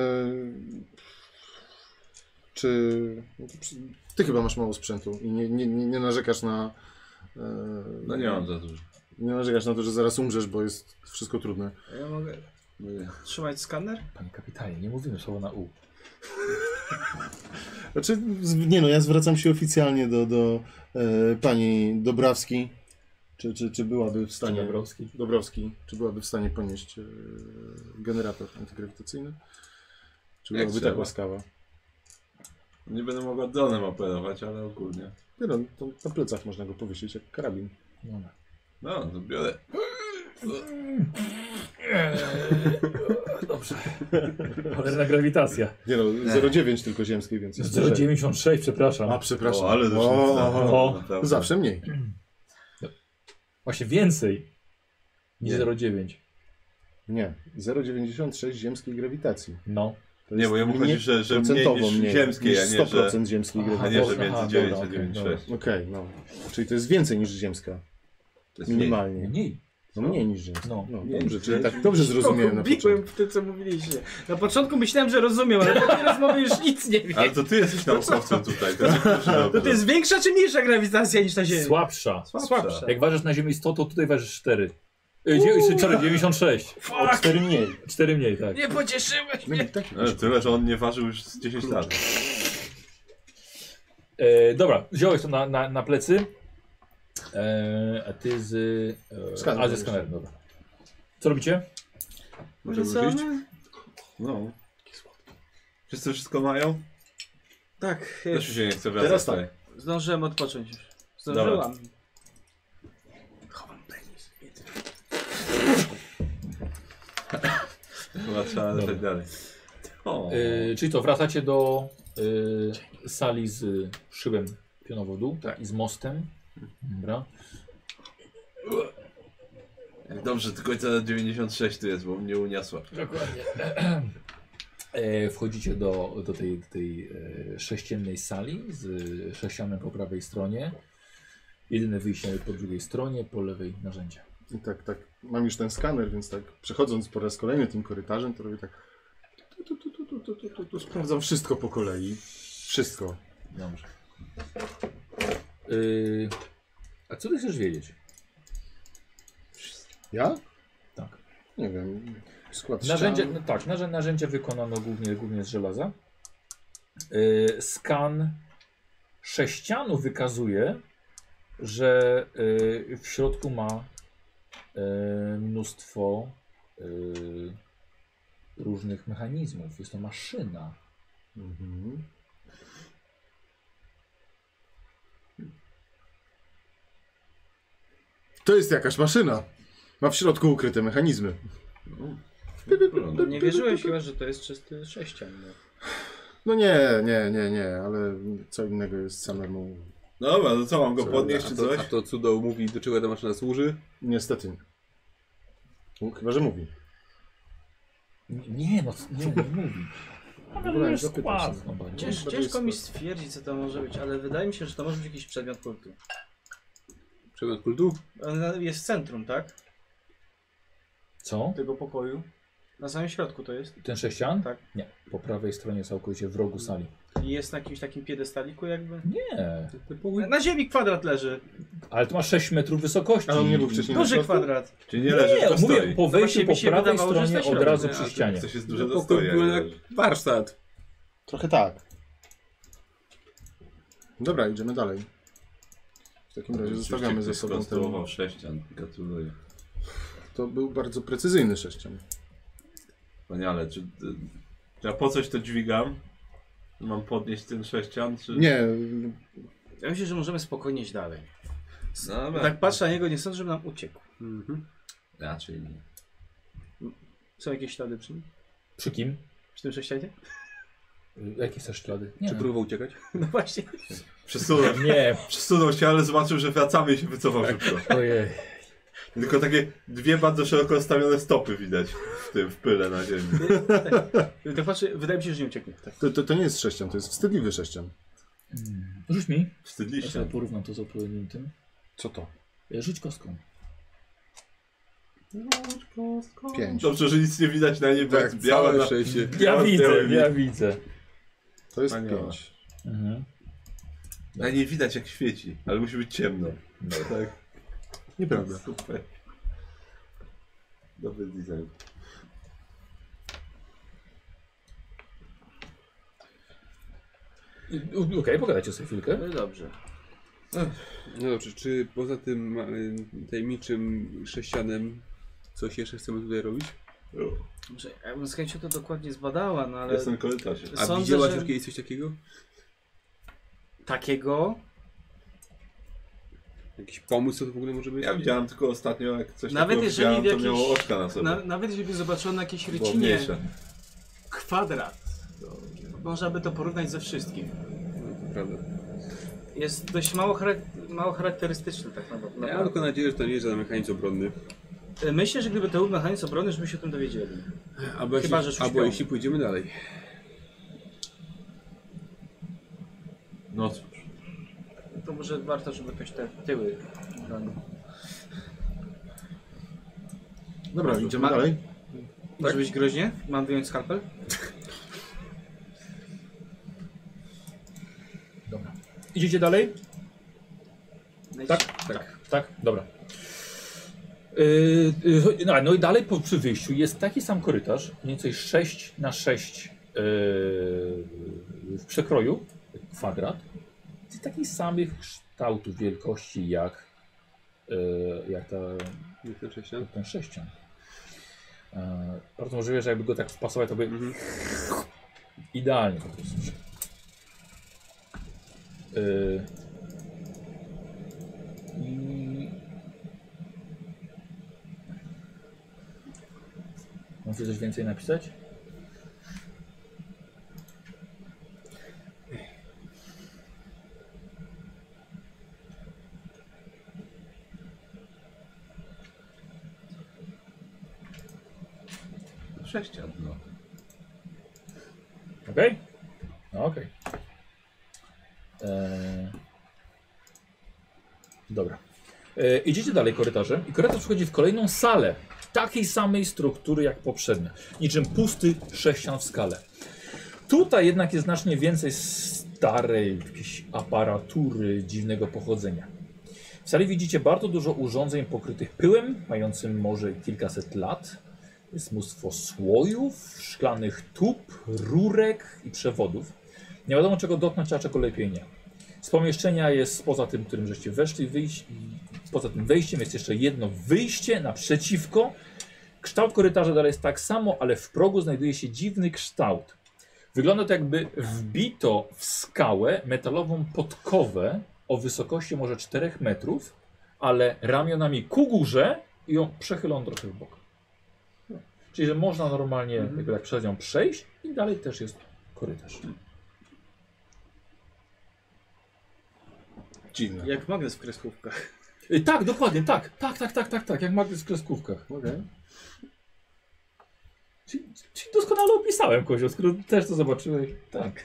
[SPEAKER 4] czy no to przy- ty chyba masz mało sprzętu i nie, nie, nie, nie narzekasz na e,
[SPEAKER 2] No nie mam za dużo.
[SPEAKER 4] nie narzekasz na to, że zaraz umrzesz, bo jest wszystko trudne.
[SPEAKER 3] A Ja mogę
[SPEAKER 2] No nie.
[SPEAKER 3] trzymać skaner?
[SPEAKER 1] Panie kapitanie, nie mówimy słowa na U.
[SPEAKER 4] Znaczy, z- nie no, ja zwracam się oficjalnie do, do e, pani Dobrawski. Czy, czy, czy byłaby w stanie...
[SPEAKER 1] Dobrowski.
[SPEAKER 4] Dobrowski, czy byłaby w stanie ponieść e, generator antygrawitacyjny? Czy
[SPEAKER 2] Jak
[SPEAKER 4] byłaby
[SPEAKER 2] trzeba.
[SPEAKER 4] tak łaskawa?
[SPEAKER 2] Nie będę mogła dronem operować, ale ogólnie.
[SPEAKER 4] Nie no, to na plecach można go powiesić jak karabin.
[SPEAKER 1] No, no.
[SPEAKER 2] No, to biorę.
[SPEAKER 1] Dobrze. Cholerna grawitacja.
[SPEAKER 4] Nie no, 0,9 tylko ziemskiej, więc jest lżej.
[SPEAKER 1] 0,96, przepraszam.
[SPEAKER 4] A, przepraszam.
[SPEAKER 2] O, ale
[SPEAKER 4] O, o, o.
[SPEAKER 1] o,
[SPEAKER 2] naprawdę.
[SPEAKER 4] Zawsze mniej.
[SPEAKER 1] Właśnie więcej niż
[SPEAKER 2] Nie.
[SPEAKER 1] 0,9.
[SPEAKER 4] Nie, 0,96 ziemskiej grawitacji.
[SPEAKER 1] No.
[SPEAKER 4] To
[SPEAKER 2] Nie,
[SPEAKER 4] jest
[SPEAKER 2] bo jemu chodzi,
[SPEAKER 4] mniej-
[SPEAKER 2] że, że mniej
[SPEAKER 4] procentowo
[SPEAKER 2] niż ziemskiej, a nie,
[SPEAKER 4] 100%
[SPEAKER 2] że,
[SPEAKER 4] ziemskiej
[SPEAKER 1] Aha,
[SPEAKER 2] a
[SPEAKER 4] grawitacji.
[SPEAKER 2] nie, że
[SPEAKER 1] Aha,
[SPEAKER 2] między
[SPEAKER 1] dobra,
[SPEAKER 2] 9 a
[SPEAKER 1] okej,
[SPEAKER 2] 9,6.
[SPEAKER 4] Okej, no. Czyli to jest więcej niż ziemska.
[SPEAKER 2] To jest mniej.
[SPEAKER 4] Minimalnie.
[SPEAKER 1] Mniej.
[SPEAKER 4] No mniej niż jest.
[SPEAKER 1] No.
[SPEAKER 4] No, dobrze, czyli tak dobrze zrozumiałem na początku.
[SPEAKER 3] Pogubiłem w tym, co mówiliście. Na początku myślałem, że rozumiem, ale po tej rozmowie już nic nie wiem.
[SPEAKER 2] Ale to ty jesteś naukowcem tutaj. To, jest
[SPEAKER 3] To, to jest większa czy mniejsza grawitacja niż na Ziemi?
[SPEAKER 1] Słabsza.
[SPEAKER 3] Słabsza.
[SPEAKER 1] Jak ważysz na ziemi 100, to tutaj ważysz 4. E, dzie- Sorry, 96.
[SPEAKER 4] O cztery mniej.
[SPEAKER 1] 4 mniej, tak.
[SPEAKER 3] Nie pocieszyłeś
[SPEAKER 4] No
[SPEAKER 3] mnie.
[SPEAKER 4] i tak
[SPEAKER 2] No, tyle, że on nie ważył już z 10 lat.
[SPEAKER 1] E, dobra, wziąłeś to na, na, na plecy. E, a ty z. E,
[SPEAKER 4] Skaner
[SPEAKER 1] a ze
[SPEAKER 4] jeszcze.
[SPEAKER 1] skanerem, dobra. Co robicie?
[SPEAKER 2] Możemy już iść? No. Wszyscy wszystko mają?
[SPEAKER 3] Tak,
[SPEAKER 2] Też mi się nie chce wracać.
[SPEAKER 4] Teraz tak.
[SPEAKER 2] tutaj.
[SPEAKER 3] zdążyłem odpocząć już. Zdążyłam. Chowam penis.
[SPEAKER 2] tak. Chyba trzeba
[SPEAKER 1] Dobra.
[SPEAKER 2] lecieć dalej. O.
[SPEAKER 1] E, czyli to, wracacie do e, sali z szybem pionowo w dół i z mostem. Dobra.
[SPEAKER 2] Dobrze, tylko ta 96 tu jest, bo mnie uniosła.
[SPEAKER 1] Dokładnie. E, wchodzicie do, do tej, tej e, sześciennej sali z sześcianem po prawej stronie. Jedyne wyjście po drugiej stronie, po lewej narzędzia.
[SPEAKER 4] I tak, tak, mam już ten skaner, więc tak przechodząc po raz kolejny tym korytarzem, to robię tak tu, tu, tu, tu, tu, tu, tu, tu, tu. sprawdzam wszystko po kolei. Wszystko.
[SPEAKER 1] Dobrze. Y, a co ty chcesz wiedzieć?
[SPEAKER 4] Ja?
[SPEAKER 1] Tak.
[SPEAKER 4] Nie wiem. Skład
[SPEAKER 1] Narzędzia,
[SPEAKER 4] ścian.
[SPEAKER 1] no tak, narzę, narzędzia wykonano głównie, głównie z żelaza. Y, skan sześcianu wykazuje, że y, w środku ma y, mnóstwo y, różnych mechanizmów. Jest to maszyna.
[SPEAKER 4] Mhm. To jest jakaś maszyna. Ma w środku ukryte mechanizmy.
[SPEAKER 3] No nie wierzyłeś chyba, że to jest czysty sześcian. no.
[SPEAKER 4] No nie, nie, nie, nie, ale co innego jest samemu.
[SPEAKER 2] Dobra, no co, mam go
[SPEAKER 4] Co,
[SPEAKER 2] podnieść czy
[SPEAKER 5] A to,
[SPEAKER 2] coś?
[SPEAKER 5] a to cudo mówi, do czego ta maszyna służy?
[SPEAKER 4] Niestety nie. No, Chyba, że mówi.
[SPEAKER 1] N- Nie, no nie, nie mówi. Ale
[SPEAKER 4] ogóle
[SPEAKER 1] to jest
[SPEAKER 4] zapytam się.
[SPEAKER 1] skład, no, będzie.
[SPEAKER 3] Cięż,
[SPEAKER 4] to
[SPEAKER 3] ciężko
[SPEAKER 4] jest-
[SPEAKER 3] mi stwierdzić, co to może być, ale wydaje mi się, że to może być jakiś przedmiot kultu.
[SPEAKER 5] Przedmiot kultu?
[SPEAKER 3] On jest w centrum, tak?
[SPEAKER 1] Co?
[SPEAKER 3] Tego pokoju. Na samym środku to jest.
[SPEAKER 1] Ten sześcian?
[SPEAKER 3] Tak.
[SPEAKER 1] Nie. Po prawej stronie całkowicie w rogu sali.
[SPEAKER 3] I jest na jakimś takim piedestaliku jakby.
[SPEAKER 1] Nie.
[SPEAKER 3] Na ziemi kwadrat leży.
[SPEAKER 1] Ale to ma 6 metrów wysokości.
[SPEAKER 4] Ale on nie był wcześniej na
[SPEAKER 3] Duży
[SPEAKER 4] środku?
[SPEAKER 3] kwadrat.
[SPEAKER 2] Czy nie leży,
[SPEAKER 1] Nie,
[SPEAKER 2] tylko
[SPEAKER 1] mówię
[SPEAKER 2] stoi?
[SPEAKER 1] po wejściu
[SPEAKER 3] Właśnie
[SPEAKER 1] po
[SPEAKER 3] mi się
[SPEAKER 1] prawej
[SPEAKER 3] wydawało, że
[SPEAKER 1] stronie
[SPEAKER 3] jesteś
[SPEAKER 1] od razu
[SPEAKER 3] robiony, a
[SPEAKER 1] przy
[SPEAKER 3] ty
[SPEAKER 1] ścianie.
[SPEAKER 2] Coś jest duże
[SPEAKER 5] No,
[SPEAKER 2] to stoi.
[SPEAKER 5] pokój był jak warsztat.
[SPEAKER 4] Trochę tak. Dobra, idziemy dalej. W takim razie zostawiamy ze sobą ten.
[SPEAKER 2] Konstruował sześcian, gratuluję.
[SPEAKER 4] To był bardzo precyzyjny sześcian.
[SPEAKER 2] Wspaniale, czy... y, Ja po coś to dźwigam? Mam podnieść ten sześcian, czy...
[SPEAKER 4] Nie,
[SPEAKER 3] Ja myślę, że możemy spokojnie iść dalej.
[SPEAKER 2] No,
[SPEAKER 3] Bo
[SPEAKER 2] dobra.
[SPEAKER 3] Tak patrzę na niego, nie sądzę, żeby nam uciekł.
[SPEAKER 2] Raczej nie.
[SPEAKER 3] Są jakieś ślady przy nim?
[SPEAKER 1] Przy kim?
[SPEAKER 3] Przy tym sześcianie?
[SPEAKER 1] Y, Jakie są ślady? Nie.
[SPEAKER 5] Czy próbował uciekać?
[SPEAKER 3] No właśnie.
[SPEAKER 2] Przesunął,
[SPEAKER 1] Nie.
[SPEAKER 2] przesunął się, ale zobaczył, że wracamy i się wycofał szybko.
[SPEAKER 1] Ojej.
[SPEAKER 2] Tylko takie dwie bardzo szeroko stawione stopy widać w tym, w pyle na ziemi.
[SPEAKER 3] Tak patrzę, wydaje mi się, że nie ucieknie. Tak.
[SPEAKER 4] to, to, to nie jest sześcian, to jest wstydliwy sześcian.
[SPEAKER 1] Rzuć mi. Ja sobie
[SPEAKER 2] Wstydliście.
[SPEAKER 1] porównam to z odpowiednim tym.
[SPEAKER 4] Co to?
[SPEAKER 1] Y, Rzuć kostką.
[SPEAKER 4] Pięć.
[SPEAKER 2] Dobrze, że nic nie widać na niebie,
[SPEAKER 5] Tak,
[SPEAKER 2] jest Tak, białe na...
[SPEAKER 5] szczęście.
[SPEAKER 1] Ja
[SPEAKER 2] białe
[SPEAKER 1] widzę,
[SPEAKER 2] białe
[SPEAKER 1] ja widzę.
[SPEAKER 4] To jest
[SPEAKER 2] Wspaniałe.
[SPEAKER 4] pięć.
[SPEAKER 1] Mhm.
[SPEAKER 2] No nie widać jak świeci, ale musi być ciemno. No. Tak.
[SPEAKER 4] Nieprawda.
[SPEAKER 2] Super. Dobry design.
[SPEAKER 1] Y, u- Okej, pogadajcie sobie chwilkę.
[SPEAKER 3] No dobrze.
[SPEAKER 5] No dobrze, czy poza tym y, tajemniczym sześcianem coś jeszcze chcemy tutaj robić?
[SPEAKER 2] O,
[SPEAKER 3] Może ja bym z chęcią to dokładnie zbadała, no ale
[SPEAKER 2] Jest ten korytarz.
[SPEAKER 5] A
[SPEAKER 3] Sądzę,
[SPEAKER 5] widziałaś
[SPEAKER 3] że-
[SPEAKER 5] już kiedyś coś takiego?
[SPEAKER 3] takiego
[SPEAKER 5] Jakiś pomysł, co to w ogóle może być?
[SPEAKER 2] Ja widziałem tylko ostatnio, jak coś
[SPEAKER 3] Nawet
[SPEAKER 2] takiego
[SPEAKER 3] jeżeli
[SPEAKER 2] widziałem,
[SPEAKER 3] w
[SPEAKER 2] to miało
[SPEAKER 3] jakiejś-
[SPEAKER 2] oczka na sobie.
[SPEAKER 3] Na, nawet żeby zobaczyłem na jakiejś
[SPEAKER 2] Było
[SPEAKER 3] rycinie
[SPEAKER 2] mniejsze.
[SPEAKER 3] kwadrat, można by to porównać ze wszystkim.
[SPEAKER 5] No, to prawda.
[SPEAKER 3] Jest dość mało, charak- mało charakterystyczny tak naprawdę.
[SPEAKER 5] No, Ja mam tylko nadzieję, że to nie jest żaden mechanizm obronny.
[SPEAKER 3] Myślę, że gdyby to był mechanizm obrony, żebyśmy się o tym dowiedzieli.
[SPEAKER 5] Albo,
[SPEAKER 3] Chyba, że śpią.
[SPEAKER 5] jeśli, albo jeśli pójdziemy dalej.
[SPEAKER 2] No cóż.
[SPEAKER 3] To może warto, żeby ktoś te tyły bronił.
[SPEAKER 4] Dobra, idziemy
[SPEAKER 3] Ma-
[SPEAKER 4] dalej.
[SPEAKER 3] Może być groźnie? Mam wyjąć skalpel?
[SPEAKER 1] Dobra. Idziecie dalej?
[SPEAKER 3] Leć.
[SPEAKER 1] Tak? Tak. Tak? Dobra. Yy, yy, no, no i dalej po, przy wyjściu jest taki sam korytarz, mniej więcej 6 na 6 w przekroju, kwadrat, z takich samych kształtów wielkości jak, yy, jak ta,
[SPEAKER 5] Jak ten sześcian?
[SPEAKER 1] jak ten sześcian. Yy, bardzo możliwe, że jakby go tak wpasować, to by
[SPEAKER 5] Mhm.
[SPEAKER 1] Idealnie po prostu. Yy. I- Możecie coś więcej napisać?
[SPEAKER 2] Sześcian, no.
[SPEAKER 1] Ok? No, ok. Eee... Dobra. Eee, idziecie dalej korytarzem i korytarz wchodzi w kolejną salę. Takiej samej struktury jak poprzednia. Niczym pusty sześcian w skale. Tutaj jednak jest znacznie więcej starej jakiejś aparatury dziwnego pochodzenia. W sali widzicie bardzo dużo urządzeń pokrytych pyłem, mającym może kilkaset lat. Jest mnóstwo słojów, szklanych tub, rurek i przewodów. Nie wiadomo czego dotknąć, a czego lepiej nie. Z pomieszczenia jest poza tym, którym żeście weszli, wyjść, poza tym wejściem jest jeszcze jedno wyjście naprzeciwko. Kształt korytarza dalej jest tak samo, ale w progu znajduje się dziwny kształt. Wygląda to jakby wbito w skałę metalową podkowę o wysokości może 4 metrów, ale ramionami ku górze i ją przechylono trochę w bok. Czyli, że można normalnie jakby tak przez nią przejść i dalej też jest korytarz.
[SPEAKER 4] Dziwne.
[SPEAKER 3] Jak magnes w kreskówkach.
[SPEAKER 1] Y, tak, dokładnie, tak, tak, tak, tak, tak, tak, jak magnes w kreskówkach.
[SPEAKER 4] Okej.
[SPEAKER 1] Czyli, czyli doskonale opisałem kozioł, skoro też to zobaczyłeś. Tak.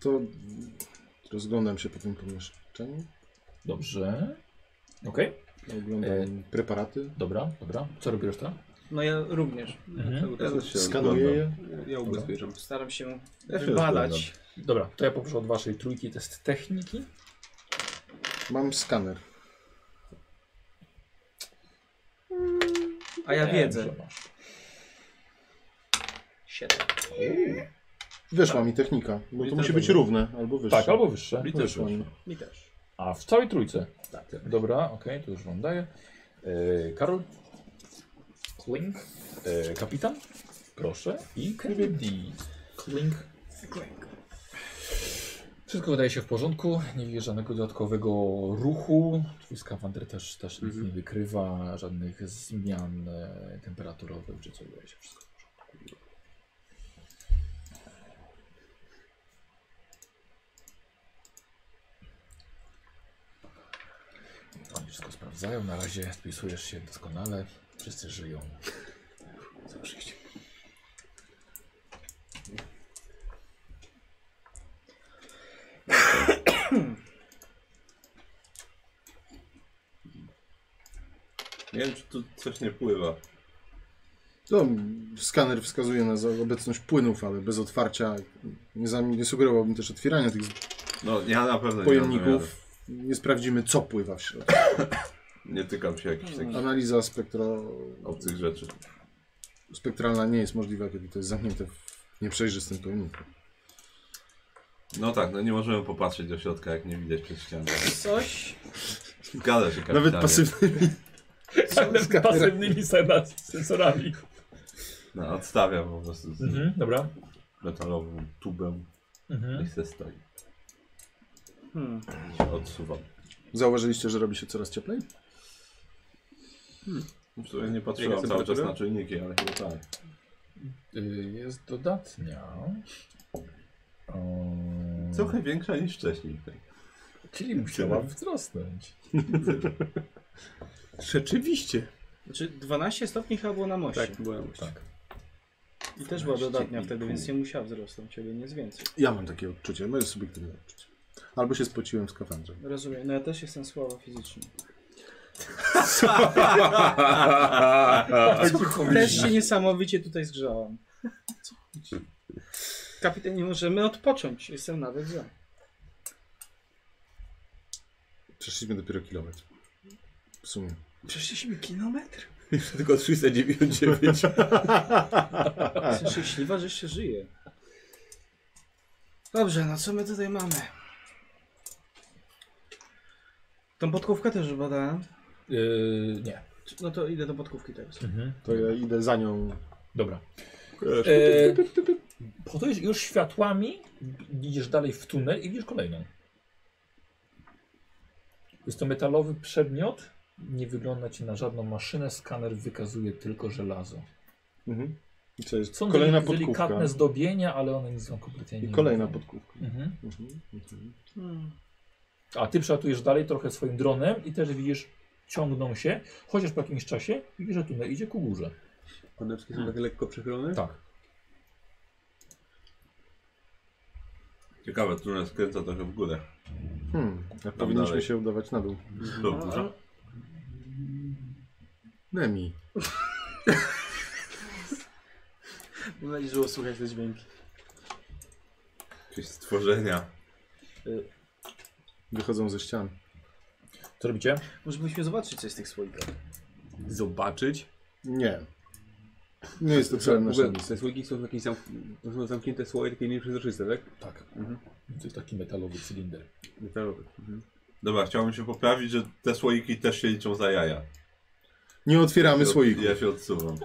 [SPEAKER 4] To rozglądam się po tym pomieszczeniu.
[SPEAKER 1] Dobrze. Okej,
[SPEAKER 4] Oglądam preparaty.
[SPEAKER 1] dobra, dobra. Co robi reszta?
[SPEAKER 3] No ja również.
[SPEAKER 1] Mhm.
[SPEAKER 2] Ja też się
[SPEAKER 4] Skanuję
[SPEAKER 2] rozglądam.
[SPEAKER 4] je.
[SPEAKER 5] Ja ubezpieczam.
[SPEAKER 3] Staram się
[SPEAKER 2] Ja się
[SPEAKER 3] wybadać.
[SPEAKER 1] Dobra, to ja poproszę od waszej trójki test techniki.
[SPEAKER 4] Mam skaner.
[SPEAKER 3] A ja
[SPEAKER 1] Nie,
[SPEAKER 3] wiedzę.
[SPEAKER 1] że masz.
[SPEAKER 3] Siedem.
[SPEAKER 4] Weszła mi technika, bo to
[SPEAKER 5] też
[SPEAKER 4] musi być
[SPEAKER 5] dobrze.
[SPEAKER 4] równe albo wyższe.
[SPEAKER 1] Tak, albo wyższe.
[SPEAKER 4] Mi
[SPEAKER 2] też
[SPEAKER 4] Weszła mi.
[SPEAKER 3] Mi też.
[SPEAKER 1] A w całej trójce?
[SPEAKER 3] Tak.
[SPEAKER 1] Dobra, okej, to już wam daję. E, Karol. Klink. E, kapitan. Proszę. I Kevin D. Klink. Wszystko wydaje się w porządku. Nie widzę żadnego dodatkowego ruchu. Twój skafander też, też nic nie wykrywa, żadnych zmian e, temperaturowych czy coś. Wydaje się wszystko w porządku. Oni wszystko sprawdzają. Na razie spisujesz się doskonale. Wszyscy żyją. Zobaczycie.
[SPEAKER 2] Nie wiem, czy tu coś nie pływa.
[SPEAKER 4] To mm, skaner wskazuje na za- obecność płynów, ale bez otwarcia. Nie, za, nie sugerowałbym też otwierania tych z-
[SPEAKER 2] No, ja na pewno nie mam zamiaru.
[SPEAKER 4] pojemników. Nie sprawdzimy, co pływa w środku.
[SPEAKER 2] Nie tykam się jakichś takich
[SPEAKER 4] Analiza spektro,
[SPEAKER 2] obcych rzeczy.
[SPEAKER 4] spektralna nie jest możliwa, kiedy to jest zamknięte w nieprzejrzystym pojemniku.
[SPEAKER 2] No tak, no nie możemy popatrzeć do środka, jak nie widać przez ścianę.
[SPEAKER 3] Coś.
[SPEAKER 2] Zgadza się, kapitanie.
[SPEAKER 4] Nawet pasywnymi.
[SPEAKER 1] Z pasywnymi sena- sensorami.
[SPEAKER 2] No, odstawiam po prostu z
[SPEAKER 1] Mhm, dobra.
[SPEAKER 2] metalową tubę
[SPEAKER 1] Mhm.
[SPEAKER 2] i se stoi.
[SPEAKER 3] Hmm.
[SPEAKER 2] Odsuwam.
[SPEAKER 4] Zauważyliście, że robi się coraz cieplej?
[SPEAKER 2] No W sumie nie patrzyłam
[SPEAKER 5] Jaka
[SPEAKER 2] cały czas
[SPEAKER 5] temperatura?
[SPEAKER 2] na czujniki, ale chyba tak.
[SPEAKER 1] Y, Jest dodatnia. Eee,
[SPEAKER 2] Trochę większa niż wcześniej. Tak.
[SPEAKER 1] Czyli musiała wzrosnąć.
[SPEAKER 5] Rzeczywiście.
[SPEAKER 3] Znaczy 12 stopni chyba było na moście.
[SPEAKER 5] Tak, byłem.
[SPEAKER 1] Tak.
[SPEAKER 3] I też była dodatnia
[SPEAKER 2] 12,5.
[SPEAKER 3] wtedy, więc nie musiała wzrosnąć, ale nie jest więcej.
[SPEAKER 4] Ja mam takie odczucie, moje subiektywne odczucie. Albo się spociłem w skafandrze.
[SPEAKER 3] Rozumiem, no ja też jestem słaba fizycznie. Też się niesamowicie tutaj zgrzałem. Kapitanie, możemy odpocząć. Jestem nawet za.
[SPEAKER 4] Przeszliśmy dopiero kilometr. W sumie.
[SPEAKER 3] Przeszliśmy kilometr.
[SPEAKER 5] Tylko 399.
[SPEAKER 3] Jestem szczęśliwa, że się żyje. Dobrze, no co my tutaj mamy? Tą podkówkę też już badałem.
[SPEAKER 1] Yy, nie.
[SPEAKER 3] No to idę do podkówki teraz.
[SPEAKER 1] Mhm.
[SPEAKER 4] To ja idę za nią.
[SPEAKER 1] Dobra. E, po to już światłami idziesz dalej w tunel i widzisz kolejną. Jest to metalowy przedmiot. Nie wygląda ci na żadną maszynę. Skaner wykazuje tylko żelazo.
[SPEAKER 4] Mhm. I co jest?
[SPEAKER 1] Są
[SPEAKER 4] kolejna
[SPEAKER 1] deli-
[SPEAKER 4] podkówka.
[SPEAKER 1] delikatne zdobienia, ale one nic wam kompletnie nie
[SPEAKER 4] I kolejna
[SPEAKER 1] mówią.
[SPEAKER 4] podkówka.
[SPEAKER 1] Mhm.
[SPEAKER 4] Mhm. Mhm.
[SPEAKER 3] Hmm.
[SPEAKER 1] A ty przelatujesz dalej trochę swoim dronem i też widzisz, ciągną się. Chociaż po jakimś czasie widzisz, że tunel idzie ku górze.
[SPEAKER 5] One wszystkie są tak lekko przechylone?
[SPEAKER 1] Tak.
[SPEAKER 2] Ciekawe, tunel skręca trochę w górę.
[SPEAKER 4] Hmm. A powinniśmy
[SPEAKER 2] dalej.
[SPEAKER 4] się udawać na dół.
[SPEAKER 2] Dobrze.
[SPEAKER 4] Nemi.
[SPEAKER 3] Mam nadzieję, że było słychać te dźwięki.
[SPEAKER 2] Jakieś stworzenia.
[SPEAKER 4] Wychodzą ze ścian.
[SPEAKER 1] Co robicie?
[SPEAKER 3] Może byśmy zobaczyć, co jest w tych słoikach.
[SPEAKER 5] Zobaczyć.
[SPEAKER 4] Nie. Nie jest to
[SPEAKER 5] W ogóle
[SPEAKER 4] celem naszym.
[SPEAKER 5] Te słoiki są takie zam... to są zamknięte słoje, takie nieprzezroczyste, tak?
[SPEAKER 1] Tak.
[SPEAKER 5] Mhm.
[SPEAKER 1] To jest taki metalowy cylinder.
[SPEAKER 5] Metalowe. Mhm.
[SPEAKER 2] Dobra, chciałbym się poprawić, że te słoiki też się liczą za jaja.
[SPEAKER 4] Nie otwieramy słoików.
[SPEAKER 2] Ja się odsuwam.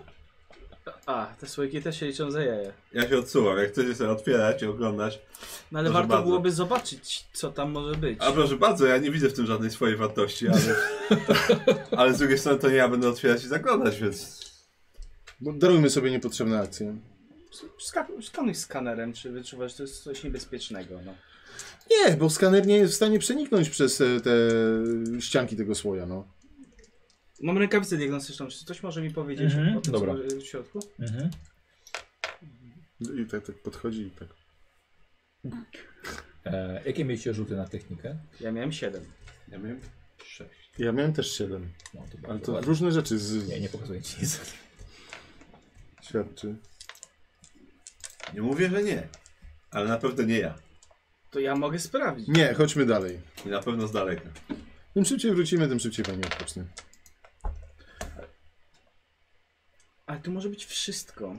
[SPEAKER 3] A, te słoiki też się liczą za jaja.
[SPEAKER 2] Ja się odsuwam. Jak chcecie sobie otwierać i oglądać.
[SPEAKER 3] No ale
[SPEAKER 2] Proszę
[SPEAKER 3] warto
[SPEAKER 2] bardzo.
[SPEAKER 3] byłoby zobaczyć, co tam może być.
[SPEAKER 2] A proszę bardzo, ja nie widzę w tym żadnej swojej wartości, ale, ale z drugiej strony to nie ja będę otwierać i zaglądać, więc
[SPEAKER 4] Bo darujmy sobie niepotrzebne akcje.
[SPEAKER 3] Ska- Skanuj skanerem, czy wyczuwasz, że to jest coś niebezpiecznego. No.
[SPEAKER 4] Nie, bo skaner nie jest w stanie przeniknąć przez e, te ścianki tego słoja, no.
[SPEAKER 3] Mam rękawicę diagnostyczną, czy coś może mi powiedzieć
[SPEAKER 1] Mhm,
[SPEAKER 3] o tym,
[SPEAKER 1] dobra.
[SPEAKER 3] co może- w środku?
[SPEAKER 1] Mhm.
[SPEAKER 4] I tak, tak podchodzi i tak.
[SPEAKER 1] E, jakie mieliście rzuty na technikę?
[SPEAKER 3] Ja miałem 7.
[SPEAKER 2] Ja miałem sześć.
[SPEAKER 4] Ja miałem też siedem,
[SPEAKER 1] No to bardzo
[SPEAKER 4] ale to
[SPEAKER 1] ładnie.
[SPEAKER 4] różne rzeczy z...
[SPEAKER 1] Nie, nie pokazuję ci nic.
[SPEAKER 4] świadczy.
[SPEAKER 2] Nie mówię, że nie. Ale na pewno nie ja.
[SPEAKER 3] To ja mogę sprawdzić.
[SPEAKER 4] Nie, chodźmy dalej.
[SPEAKER 2] I na pewno z daleka.
[SPEAKER 4] Tym szybciej wrócimy, tym szybciej pani odpocznie.
[SPEAKER 3] Ale tu może być wszystko.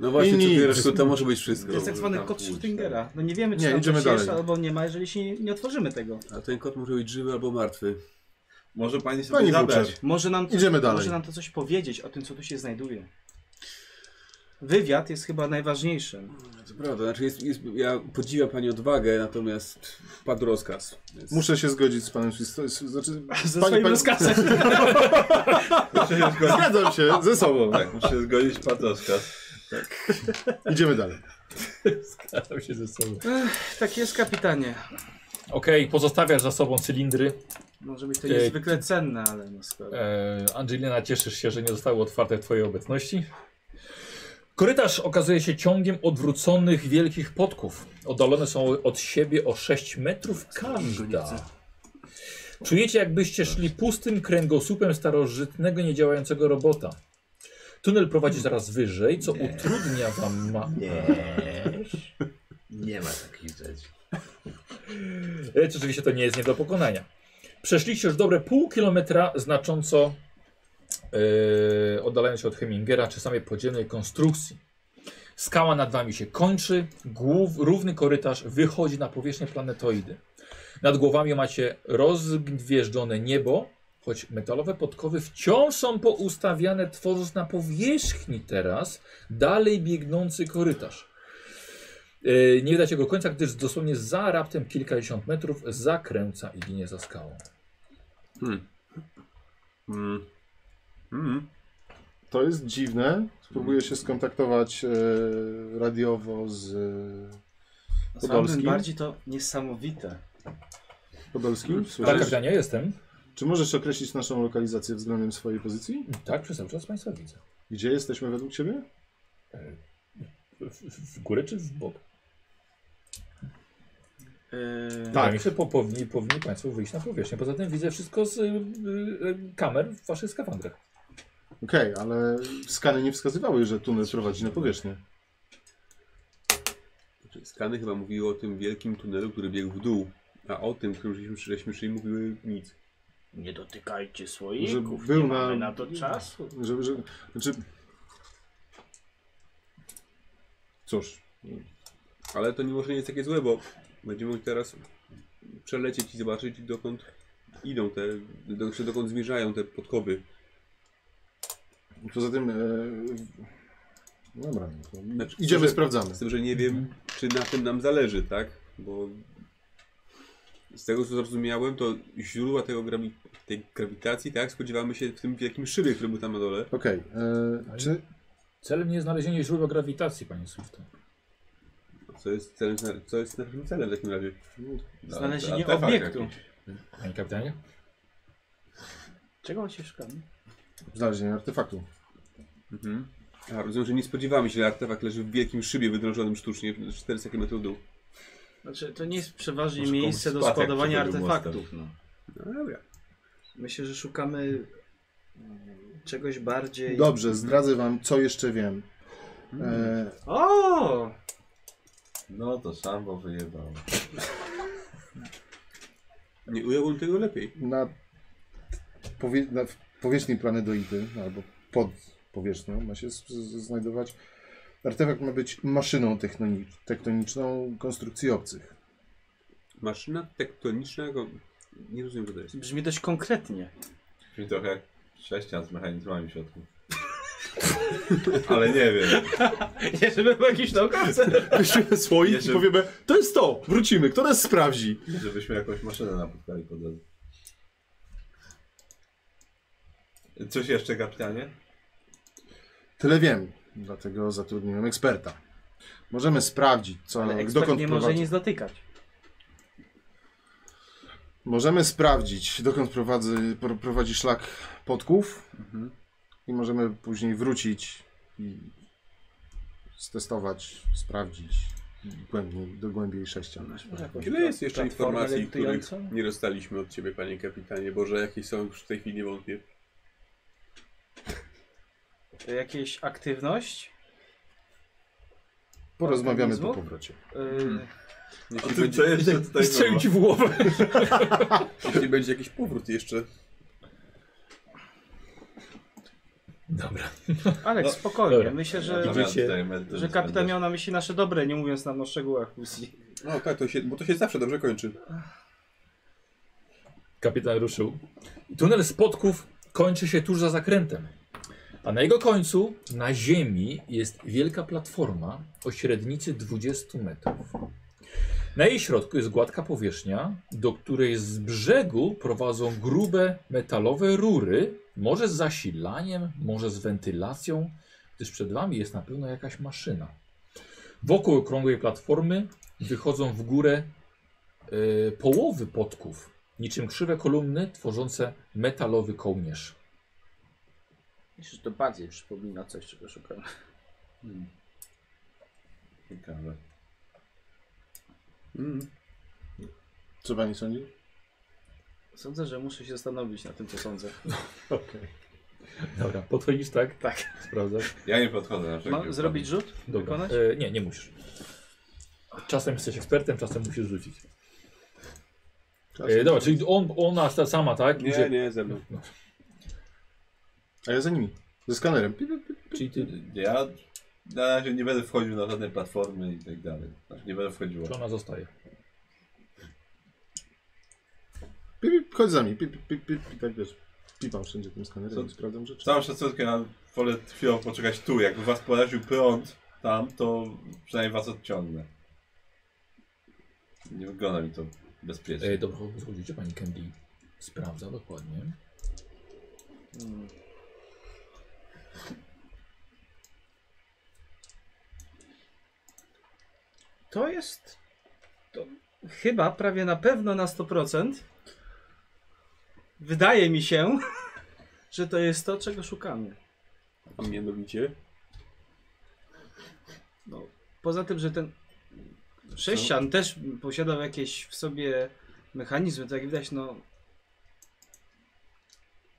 [SPEAKER 5] No
[SPEAKER 4] I
[SPEAKER 5] właśnie,
[SPEAKER 4] nic.
[SPEAKER 5] czy wierzchu, to może być wszystko.
[SPEAKER 3] To jest tak zwany
[SPEAKER 2] tam
[SPEAKER 3] kod
[SPEAKER 2] pójść,
[SPEAKER 3] Schrodingera. No nie wiemy, czy
[SPEAKER 4] Nie,
[SPEAKER 3] tam
[SPEAKER 4] idziemy
[SPEAKER 3] coś jest
[SPEAKER 4] dalej.
[SPEAKER 3] albo nie ma, jeżeli się nie, nie otworzymy tego.
[SPEAKER 5] A ten kot może być żywy albo martwy.
[SPEAKER 2] Może pani sobie
[SPEAKER 4] Pani
[SPEAKER 2] zabrać.
[SPEAKER 4] Buczer.
[SPEAKER 3] Może nam, to,
[SPEAKER 4] Idziemy dalej.
[SPEAKER 3] może nam to coś powiedzieć o tym, co tu się znajduje. Wywiad jest chyba najważniejszym.
[SPEAKER 5] To prawda, znaczy jest, jest, ja podziwiam pani odwagę, natomiast padł rozkaz. Więc...
[SPEAKER 4] Muszę się zgodzić z panem... Fisto- z- Znaczy,
[SPEAKER 3] Ze
[SPEAKER 4] pani-
[SPEAKER 3] swoim
[SPEAKER 4] pani-
[SPEAKER 3] rozkazem.
[SPEAKER 2] Muszę się zgodzić.
[SPEAKER 4] Zgadzam się, ze sobą.
[SPEAKER 2] Tak, muszę się zgodzić patroska.
[SPEAKER 4] Idziemy dalej.
[SPEAKER 1] Zgadzam się ze sobą.
[SPEAKER 3] Tak jest, kapitanie.
[SPEAKER 1] Okej, pozostawiasz za sobą cylindry.
[SPEAKER 3] Może być to
[SPEAKER 1] Ej.
[SPEAKER 3] niezwykle cenne, ale no skoro.
[SPEAKER 1] E, Angelina, cieszysz się, że nie zostały otwarte w twojej obecności. Korytarz okazuje się ciągiem odwróconych wielkich podków. Oddalone są od siebie o 6 metrów każda. Czujecie, jakbyście szli pustym kręgosłupem starożytnego, niedziałającego robota. Tunel prowadzi zaraz wyżej, co utrudnia wam ma...
[SPEAKER 2] Nie ma takich rzeczy.
[SPEAKER 1] Lecz E, oczywiście to nie jest nie do pokonania. Przeszliście już dobre pół kilometra, znacząco yy, oddalając się od Hemingera czy samej podziemnej konstrukcji. Skała nad wami się kończy, głów, równy korytarz wychodzi na powierzchnię planetoidy. Nad głowami macie rozgwieżdżone niebo, choć metalowe podkowy wciąż są poustawiane, tworząc na powierzchni teraz dalej biegnący korytarz. Yy, Nie widać jego końca, gdyż dosłownie za raptem kilkadziesiąt metrów zakręca i ginie za skałą.
[SPEAKER 5] Hmm. Hmm. Hmm.
[SPEAKER 4] To jest dziwne. Spróbuję się skontaktować e, radiowo z e,
[SPEAKER 3] Sam
[SPEAKER 4] Podolskim.
[SPEAKER 3] bardziej to niesamowite.
[SPEAKER 4] Podolskim.
[SPEAKER 1] Tak,
[SPEAKER 4] Słyszysz?
[SPEAKER 1] jak ja nie jestem.
[SPEAKER 4] Czy możesz określić naszą lokalizację względem swojej pozycji?
[SPEAKER 1] Tak, przez cały czas Państwa widzę.
[SPEAKER 4] Gdzie jesteśmy według ciebie?
[SPEAKER 1] W, w, w górę czy w bok?
[SPEAKER 3] Eee,
[SPEAKER 1] Tak. Myślę, po, powinni, powinni Państwo wyjść na powierzchnię. Poza tym widzę wszystko z y, y, y, kamer w Waszych skafandrach.
[SPEAKER 4] Okej, ale skany nie wskazywały, że tunel prowadzi na powierzchnię.
[SPEAKER 5] Znaczy, Skany chyba mówiły o tym wielkim tunelu, który biegł w dół, a o tym, którym żeśmy, żeśmy szli, mówiły nic.
[SPEAKER 3] Nie dotykajcie
[SPEAKER 4] Że
[SPEAKER 3] słoików,
[SPEAKER 4] był
[SPEAKER 3] nie
[SPEAKER 4] na-
[SPEAKER 3] mamy na to czasu.
[SPEAKER 4] Że, że, znaczy... Cóż,
[SPEAKER 5] Ale to mimo, że nie jest takie złe, bo będziemy mogli teraz przelecieć i zobaczyć, dokąd idą te, do, czy dokąd zmierzają te podkowy.
[SPEAKER 4] poza tym... E... Dobra, no to
[SPEAKER 5] Znaczy,
[SPEAKER 4] idziemy,
[SPEAKER 5] że-
[SPEAKER 4] sprawdzamy.
[SPEAKER 5] Z tym, że nie wiem,
[SPEAKER 2] Mhm.
[SPEAKER 5] czy na tym nam zależy, tak? Bo z tego, co zrozumiałem, to źródła tego grawi- tej grawitacji, tak? Spodziewamy się w tym wielkim szybie, który był tam na dole.
[SPEAKER 4] Okej, e, czy...
[SPEAKER 1] Celem nie jest znalezienie źródła grawitacji, Panie Swifton.
[SPEAKER 5] Co jest, celem, co jest naszym celem w takim razie?
[SPEAKER 2] No,
[SPEAKER 3] Znalezienie
[SPEAKER 2] artefakt
[SPEAKER 3] obiektu.
[SPEAKER 2] jakiś.
[SPEAKER 1] Panie kapitanie?
[SPEAKER 3] Czego on się szuka? no?
[SPEAKER 4] Znalezienie artefaktu.
[SPEAKER 5] Mhm. A, rozumiem, że nie spodziewamy się, że artefakt leży w wielkim szybie wydrążonym sztucznie, 400 km w dół.
[SPEAKER 3] Znaczy, to nie jest przeważnie
[SPEAKER 2] Może
[SPEAKER 3] miejsce do
[SPEAKER 2] spadł, jak
[SPEAKER 3] składowania
[SPEAKER 2] przechodził
[SPEAKER 3] artefaktów.
[SPEAKER 2] mostem, no.
[SPEAKER 5] No dobra.
[SPEAKER 3] Myślę, że szukamy mm, czegoś bardziej...
[SPEAKER 4] Dobrze, zdradzę wam, co jeszcze wiem. E,
[SPEAKER 3] O!
[SPEAKER 2] No to Szambo wyjebał.
[SPEAKER 5] Nie ująłbym tego lepiej.
[SPEAKER 4] na, powie, na w powierzchni planetoidy, albo pod powierzchnią ma się z, z, znajdować. Artefakt ma być maszyną tektoni- tektoniczną konstrukcji obcych.
[SPEAKER 5] Maszyna tektoniczna, go... nie rozumiem, co to jest.
[SPEAKER 3] Brzmi dość konkretnie.
[SPEAKER 2] Czyli trochę jak sześcian z mechanizmami w środku. Ale nie wiem.
[SPEAKER 3] Nie, żeby był jakiś naukowcem.
[SPEAKER 4] Weźmiemy słoik
[SPEAKER 2] Jeszcze-
[SPEAKER 4] powiemy, to jest to, wrócimy, kto nas sprawdzi?
[SPEAKER 2] Żebyśmy jakąś maszynę napotkali po drodze. Coś jeszcze, kapitanie?
[SPEAKER 4] Tyle wiem, dlatego zatrudniłem eksperta. Możemy sprawdzić, co,
[SPEAKER 3] Ale ekspert
[SPEAKER 4] dokąd
[SPEAKER 3] nie może
[SPEAKER 4] prowadzi.
[SPEAKER 3] nic dotykać.
[SPEAKER 4] Możemy sprawdzić, dokąd prowadzi, pro- prowadzi szlak podków
[SPEAKER 2] Mhm.
[SPEAKER 4] i możemy później wrócić i stestować, sprawdzić i głębiej, do głębiej sześcia.
[SPEAKER 2] No,
[SPEAKER 5] Ile jest jeszcze
[SPEAKER 3] platformę
[SPEAKER 5] informacji, których
[SPEAKER 3] lewiatującą?
[SPEAKER 5] nie dostaliśmy od Ciebie, Panie Kapitanie? Boże, jakieś są już w tej chwili, nie wątpię.
[SPEAKER 3] Jakieś aktywność?
[SPEAKER 4] Porozmawiamy po
[SPEAKER 3] Organizmu?
[SPEAKER 4] powrocie.
[SPEAKER 3] Yy,
[SPEAKER 5] Jeśli,
[SPEAKER 2] O tym,
[SPEAKER 5] będzie,
[SPEAKER 2] co jeszcze tutaj było.
[SPEAKER 1] w głowę.
[SPEAKER 5] jeśli będzie jakiś powrót jeszcze.
[SPEAKER 1] Dobra.
[SPEAKER 3] Aleks,
[SPEAKER 2] No,
[SPEAKER 3] spokojnie.
[SPEAKER 1] dobra.
[SPEAKER 3] Myślę, że,
[SPEAKER 2] Natomiast
[SPEAKER 1] Widzicie,
[SPEAKER 2] tutaj emerytury
[SPEAKER 3] że kapitan
[SPEAKER 2] spędzasz.
[SPEAKER 3] miał na myśli nasze dobre, nie mówiąc nam o szczegółach misji.
[SPEAKER 5] No tak, to się, bo to się zawsze dobrze kończy.
[SPEAKER 1] Kapitan ruszył. Tunel Spodków kończy się tuż za zakrętem. A na jego końcu, na ziemi, jest wielka platforma o średnicy 20 metrów. Na jej środku jest gładka powierzchnia, do której z brzegu prowadzą grube metalowe rury, może z zasilaniem, może z wentylacją, gdyż przed wami jest na pewno jakaś maszyna. Wokół okrągłej platformy wychodzą w górę e, połowy podków, niczym krzywe kolumny tworzące metalowy kołnierz.
[SPEAKER 6] Myślę, że to bardziej przypomina coś, czego szukam.
[SPEAKER 2] Hmm. Ciekawe.
[SPEAKER 5] Mm.
[SPEAKER 4] Co pani sądzi?
[SPEAKER 3] Sądzę, że muszę się zastanowić na tym, co sądzę.
[SPEAKER 1] Dobra, podchodzisz tak?
[SPEAKER 3] Tak.
[SPEAKER 1] Sprawdzasz?
[SPEAKER 2] Ja nie podchodzę na wszelki
[SPEAKER 3] Mam
[SPEAKER 2] wypadek.
[SPEAKER 3] zrobić rzut?
[SPEAKER 1] Dobra.
[SPEAKER 3] Wykonać?
[SPEAKER 1] E, nie, nie musisz. Czasem jesteś ekspertem, czasem musisz rzucić. E, dobra, czyli on, ona ta sama, tak?
[SPEAKER 5] Nie,
[SPEAKER 1] Idzie-
[SPEAKER 5] nie, ze mną.
[SPEAKER 1] No,
[SPEAKER 4] A ja za nimi, ze skanerem.
[SPEAKER 1] czyli ty,
[SPEAKER 2] Ja na razie nie będę wchodził na żadne platformy i tak dalej. Znaczy, nie będę wchodził.
[SPEAKER 1] czy ona zostaje?
[SPEAKER 4] Pip, pip, chodź za nami, pip, pip, pip, pip, i tak wiesz. Pipam wszędzie tym skanerem
[SPEAKER 2] Co?
[SPEAKER 4] i sprawdzam
[SPEAKER 2] Z
[SPEAKER 4] rzeczy.
[SPEAKER 2] całym szacunkiem na wolę chwilą poczekać tu. Jakby was poraził prąd tam, to przynajmniej was odciągnę. Nie wygląda mi to bezpiecznie.
[SPEAKER 1] E, dobra, zgodzicie pani Candy. Sprawdza dokładnie.
[SPEAKER 3] To jest. To chyba prawie na pewno na 100%. Wydaje mi się, że to jest to, czego szukamy.
[SPEAKER 5] A mianowicie.
[SPEAKER 3] No, poza tym, że ten Sześcian też posiadał jakieś w sobie mechanizmy, tak jak widać, no...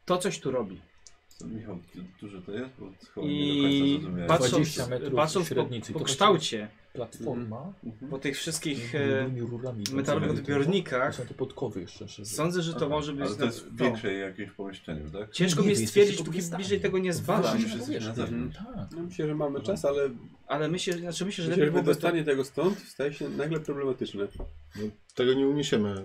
[SPEAKER 3] To coś tu robi.
[SPEAKER 2] Co, Michał, du- dużo to jest? Bo chyba nie do końca
[SPEAKER 3] I
[SPEAKER 2] zrozumiałem.
[SPEAKER 3] patrząc,
[SPEAKER 1] 20 metrów
[SPEAKER 3] patrząc
[SPEAKER 1] średnicy, to
[SPEAKER 3] po, po
[SPEAKER 1] znaczy-
[SPEAKER 3] kształcie,
[SPEAKER 1] Platforma
[SPEAKER 3] po tych wszystkich
[SPEAKER 2] Mhm.
[SPEAKER 1] z
[SPEAKER 3] e,
[SPEAKER 1] dużymi rurami.
[SPEAKER 3] metalowych
[SPEAKER 1] Są to-
[SPEAKER 3] odbiornikach,
[SPEAKER 1] Są to podkowy jeszcze. Że...
[SPEAKER 3] sądzę, że to
[SPEAKER 2] Aha,
[SPEAKER 3] może być...
[SPEAKER 2] Ale to
[SPEAKER 3] na-
[SPEAKER 2] jest w większej jakimś pomieszczeniu, tak?
[SPEAKER 3] Ciężko
[SPEAKER 1] Nie
[SPEAKER 3] mi
[SPEAKER 1] wiem,
[SPEAKER 3] jest stwierdzić,
[SPEAKER 1] jesteście tak.
[SPEAKER 3] póki
[SPEAKER 1] obydwie
[SPEAKER 3] bliżej tego nie zbadam.
[SPEAKER 2] Właśnie. jesteśmy na zewnątrz.
[SPEAKER 1] Tak.
[SPEAKER 5] No, myślę, że mamy czas, ale
[SPEAKER 3] Ale myślę, znaczy myślę że
[SPEAKER 5] myślę, że
[SPEAKER 3] lepiej byłoby to...
[SPEAKER 5] wydostanie tego stąd staje się nagle problematyczne.
[SPEAKER 4] No, tego nie uniesiemy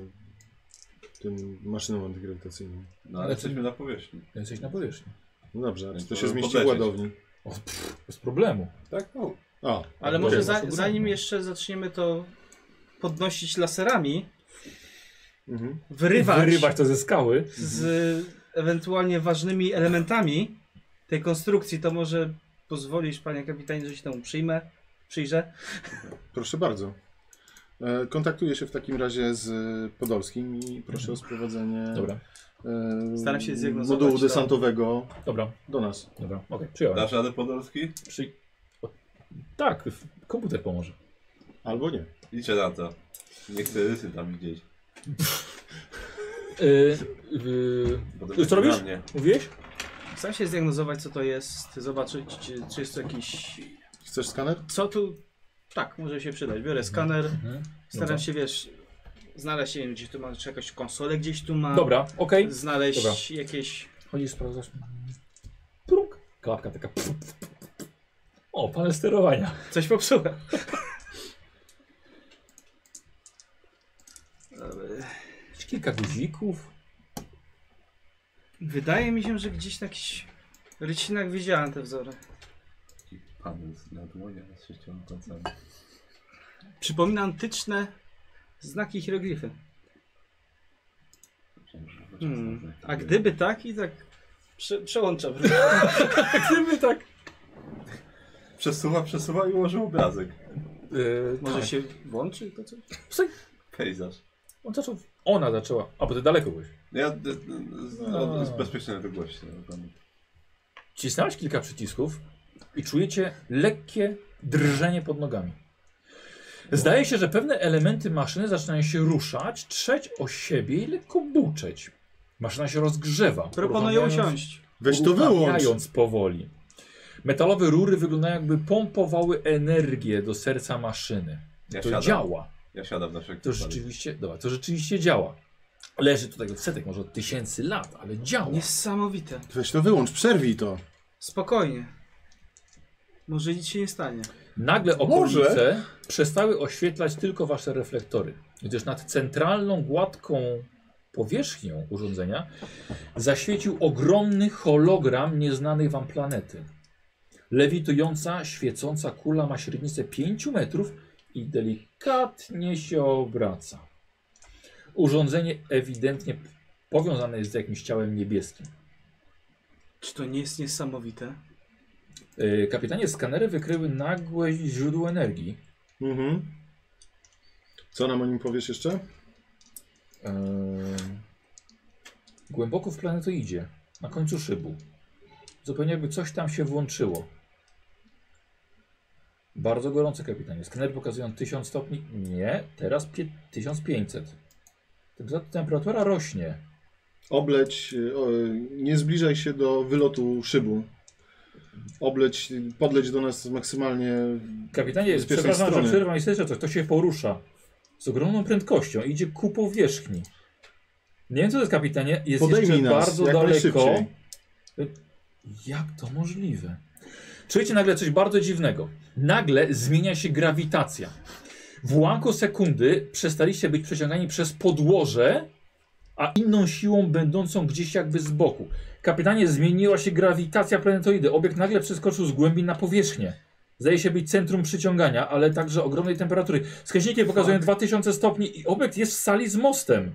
[SPEAKER 4] tym maszyną antygrawitacyjną.
[SPEAKER 2] No ale
[SPEAKER 1] Ale
[SPEAKER 2] jesteśmy na powierzchni.
[SPEAKER 1] To Tak, Jesteś na powierzchni.
[SPEAKER 4] No dobrze,
[SPEAKER 2] Więc
[SPEAKER 4] czy to się
[SPEAKER 2] możemy
[SPEAKER 4] zmieści w
[SPEAKER 2] podlecieć.
[SPEAKER 4] ładowni?
[SPEAKER 1] O, pff, bez problemu.
[SPEAKER 5] Tak? O,
[SPEAKER 4] O,
[SPEAKER 3] Ale
[SPEAKER 2] tak
[SPEAKER 3] może
[SPEAKER 4] no dobrze.
[SPEAKER 3] za,
[SPEAKER 1] Dobra.
[SPEAKER 3] zanim jeszcze zaczniemy to podnosić laserami,
[SPEAKER 4] Mhm.
[SPEAKER 3] wyrywać,
[SPEAKER 1] Wyrywać to ze skały.
[SPEAKER 3] z ewentualnie ważnymi elementami tej konstrukcji, to może pozwolisz, panie kapitanie, że się temu przyjmę, przyjrzę.
[SPEAKER 4] Proszę bardzo. E, Kontaktuję się w takim razie z Podolskim i proszę o sprowadzenie
[SPEAKER 1] Mhm. Dobra,
[SPEAKER 4] e,
[SPEAKER 3] Staram się zdiagnozować tak.
[SPEAKER 4] modułu
[SPEAKER 3] to.
[SPEAKER 4] desantowego
[SPEAKER 1] dobra,
[SPEAKER 4] do nas.
[SPEAKER 1] dobra. Okej, przyjąłem.
[SPEAKER 2] Dasz radę Podolski?
[SPEAKER 1] Przy... o, Tak, w- komputer pomoże.
[SPEAKER 4] Albo nie.
[SPEAKER 2] Liczę na to. Nie chcę rysy tam widzieć.
[SPEAKER 1] Yy, yy,
[SPEAKER 2] Bo to
[SPEAKER 1] Co
[SPEAKER 2] będzie
[SPEAKER 1] robisz?
[SPEAKER 2] na mnie.
[SPEAKER 1] mówiłeś?
[SPEAKER 3] Staram się zdiagnozować, co to jest, zobaczyć, czy, czy jest to jakiś...
[SPEAKER 4] Chcesz skaner?
[SPEAKER 3] Co tu... Tak, może się przydać. Biorę skaner,
[SPEAKER 1] Mhm.
[SPEAKER 3] staram się, wiesz, znaleźć, nie wiem, gdzie tu ma, czy jakąś konsolę gdzieś tu ma.
[SPEAKER 1] Dobra, okej.
[SPEAKER 3] Znaleźć
[SPEAKER 1] Dobra.
[SPEAKER 3] jakieś...
[SPEAKER 1] Chodzisz, sprawdzasz. Pruk. Klapka taka. O, panel sterowania.
[SPEAKER 3] Coś popsułem. Ale
[SPEAKER 1] Jest Kilka guzików.
[SPEAKER 3] Wydaje mi się, że gdzieś na jakichś rycinach widziałem te wzory.
[SPEAKER 2] Taki Pan jest na dłoniach z sześcioma palcami.
[SPEAKER 3] Przypomina antyczne znaki hieroglify. Hmm. A gdyby tak i tak prze przełączam.
[SPEAKER 1] Tak. Gdyby tak.
[SPEAKER 2] Przesuwa, przesuwa i ułoży obrazek.
[SPEAKER 1] Y, tak.
[SPEAKER 3] Może się włączy to coś?
[SPEAKER 2] Pejzaż. No
[SPEAKER 1] On zaczął. Ona zaczęła. A bo ty daleko byłeś.
[SPEAKER 2] Ja d- d- z, no. z bezpiecznej odległości. no, tam.
[SPEAKER 1] Cisnąłeś kilka przycisków i czujecie lekkie drżenie pod nogami. Zdaje się, że pewne elementy maszyny zaczynają się ruszać, trzeć o siebie i lekko buczeć. Maszyna się rozgrzewa.
[SPEAKER 3] Proponuję
[SPEAKER 1] uruchamiając-
[SPEAKER 3] usiąść.
[SPEAKER 4] Weź to wyłącz!
[SPEAKER 1] uruchamiając powoli. Metalowe rury wyglądają jakby pompowały energię do serca maszyny.
[SPEAKER 2] Ja
[SPEAKER 1] To
[SPEAKER 2] siadam.
[SPEAKER 1] działa.
[SPEAKER 2] Ja siadam na wszelki
[SPEAKER 1] To
[SPEAKER 2] wypadek.
[SPEAKER 1] rzeczywiście, dobra, to rzeczywiście działa. Leży tutaj odsetek może od tysięcy lat, ale działa.
[SPEAKER 3] Niesamowite.
[SPEAKER 4] Weź to wyłącz, przerwij to!
[SPEAKER 3] Spokojnie. Może nic się nie stanie.
[SPEAKER 1] Nagle
[SPEAKER 5] Może?
[SPEAKER 1] okolice przestały oświetlać tylko wasze reflektory, gdyż nad centralną, gładką powierzchnią urządzenia zaświecił ogromny hologram nieznanej wam planety. Lewitująca, świecąca kula ma średnicę 5 metrów i delikatnie się obraca. Urządzenie ewidentnie powiązane jest z jakimś ciałem niebieskim.
[SPEAKER 3] Czy to nie jest niesamowite?
[SPEAKER 1] Yy, Kapitanie, skanery wykryły nagłe źródło energii.
[SPEAKER 4] Mhm. Co nam o nim powiesz jeszcze?
[SPEAKER 1] Ehm, Głęboko w planetoidzie, na końcu szybu. Zupełnie jakby coś tam się włączyło. Bardzo gorące, kapitanie. Skaner pokazują 1000 stopni. Nie, teraz pie- 1500. Tem- Temperatura rośnie.
[SPEAKER 4] Obleć, y, o, y, nie zbliżaj się do wylotu szybu. Obleć, y, podleć do nas maksymalnie.
[SPEAKER 1] Kapitanie,
[SPEAKER 4] Z pierwszej
[SPEAKER 1] przepraszam, że
[SPEAKER 4] strony.
[SPEAKER 1] przerwam i coś. To się porusza z ogromną prędkością. Idzie ku powierzchni. Nie wiem, co to jest, kapitanie. Jest
[SPEAKER 4] Podejmij
[SPEAKER 1] jeszcze
[SPEAKER 4] nas,
[SPEAKER 1] bardzo
[SPEAKER 4] jak
[SPEAKER 1] daleko.
[SPEAKER 4] najszybciej.
[SPEAKER 1] Jak to możliwe? Czujecie nagle coś bardzo dziwnego. Nagle zmienia się grawitacja. W ułamku sekundy przestaliście być przeciągani przez podłoże, a inną siłą będącą gdzieś jakby z boku. Kapitanie, zmieniła się grawitacja planetoidy. Obiekt nagle przeskoczył z głębi na powierzchnię. Zdaje się być centrum przyciągania, ale także ogromnej temperatury. Wskaźniki pokazują 2000 stopni i obiekt jest w sali z mostem.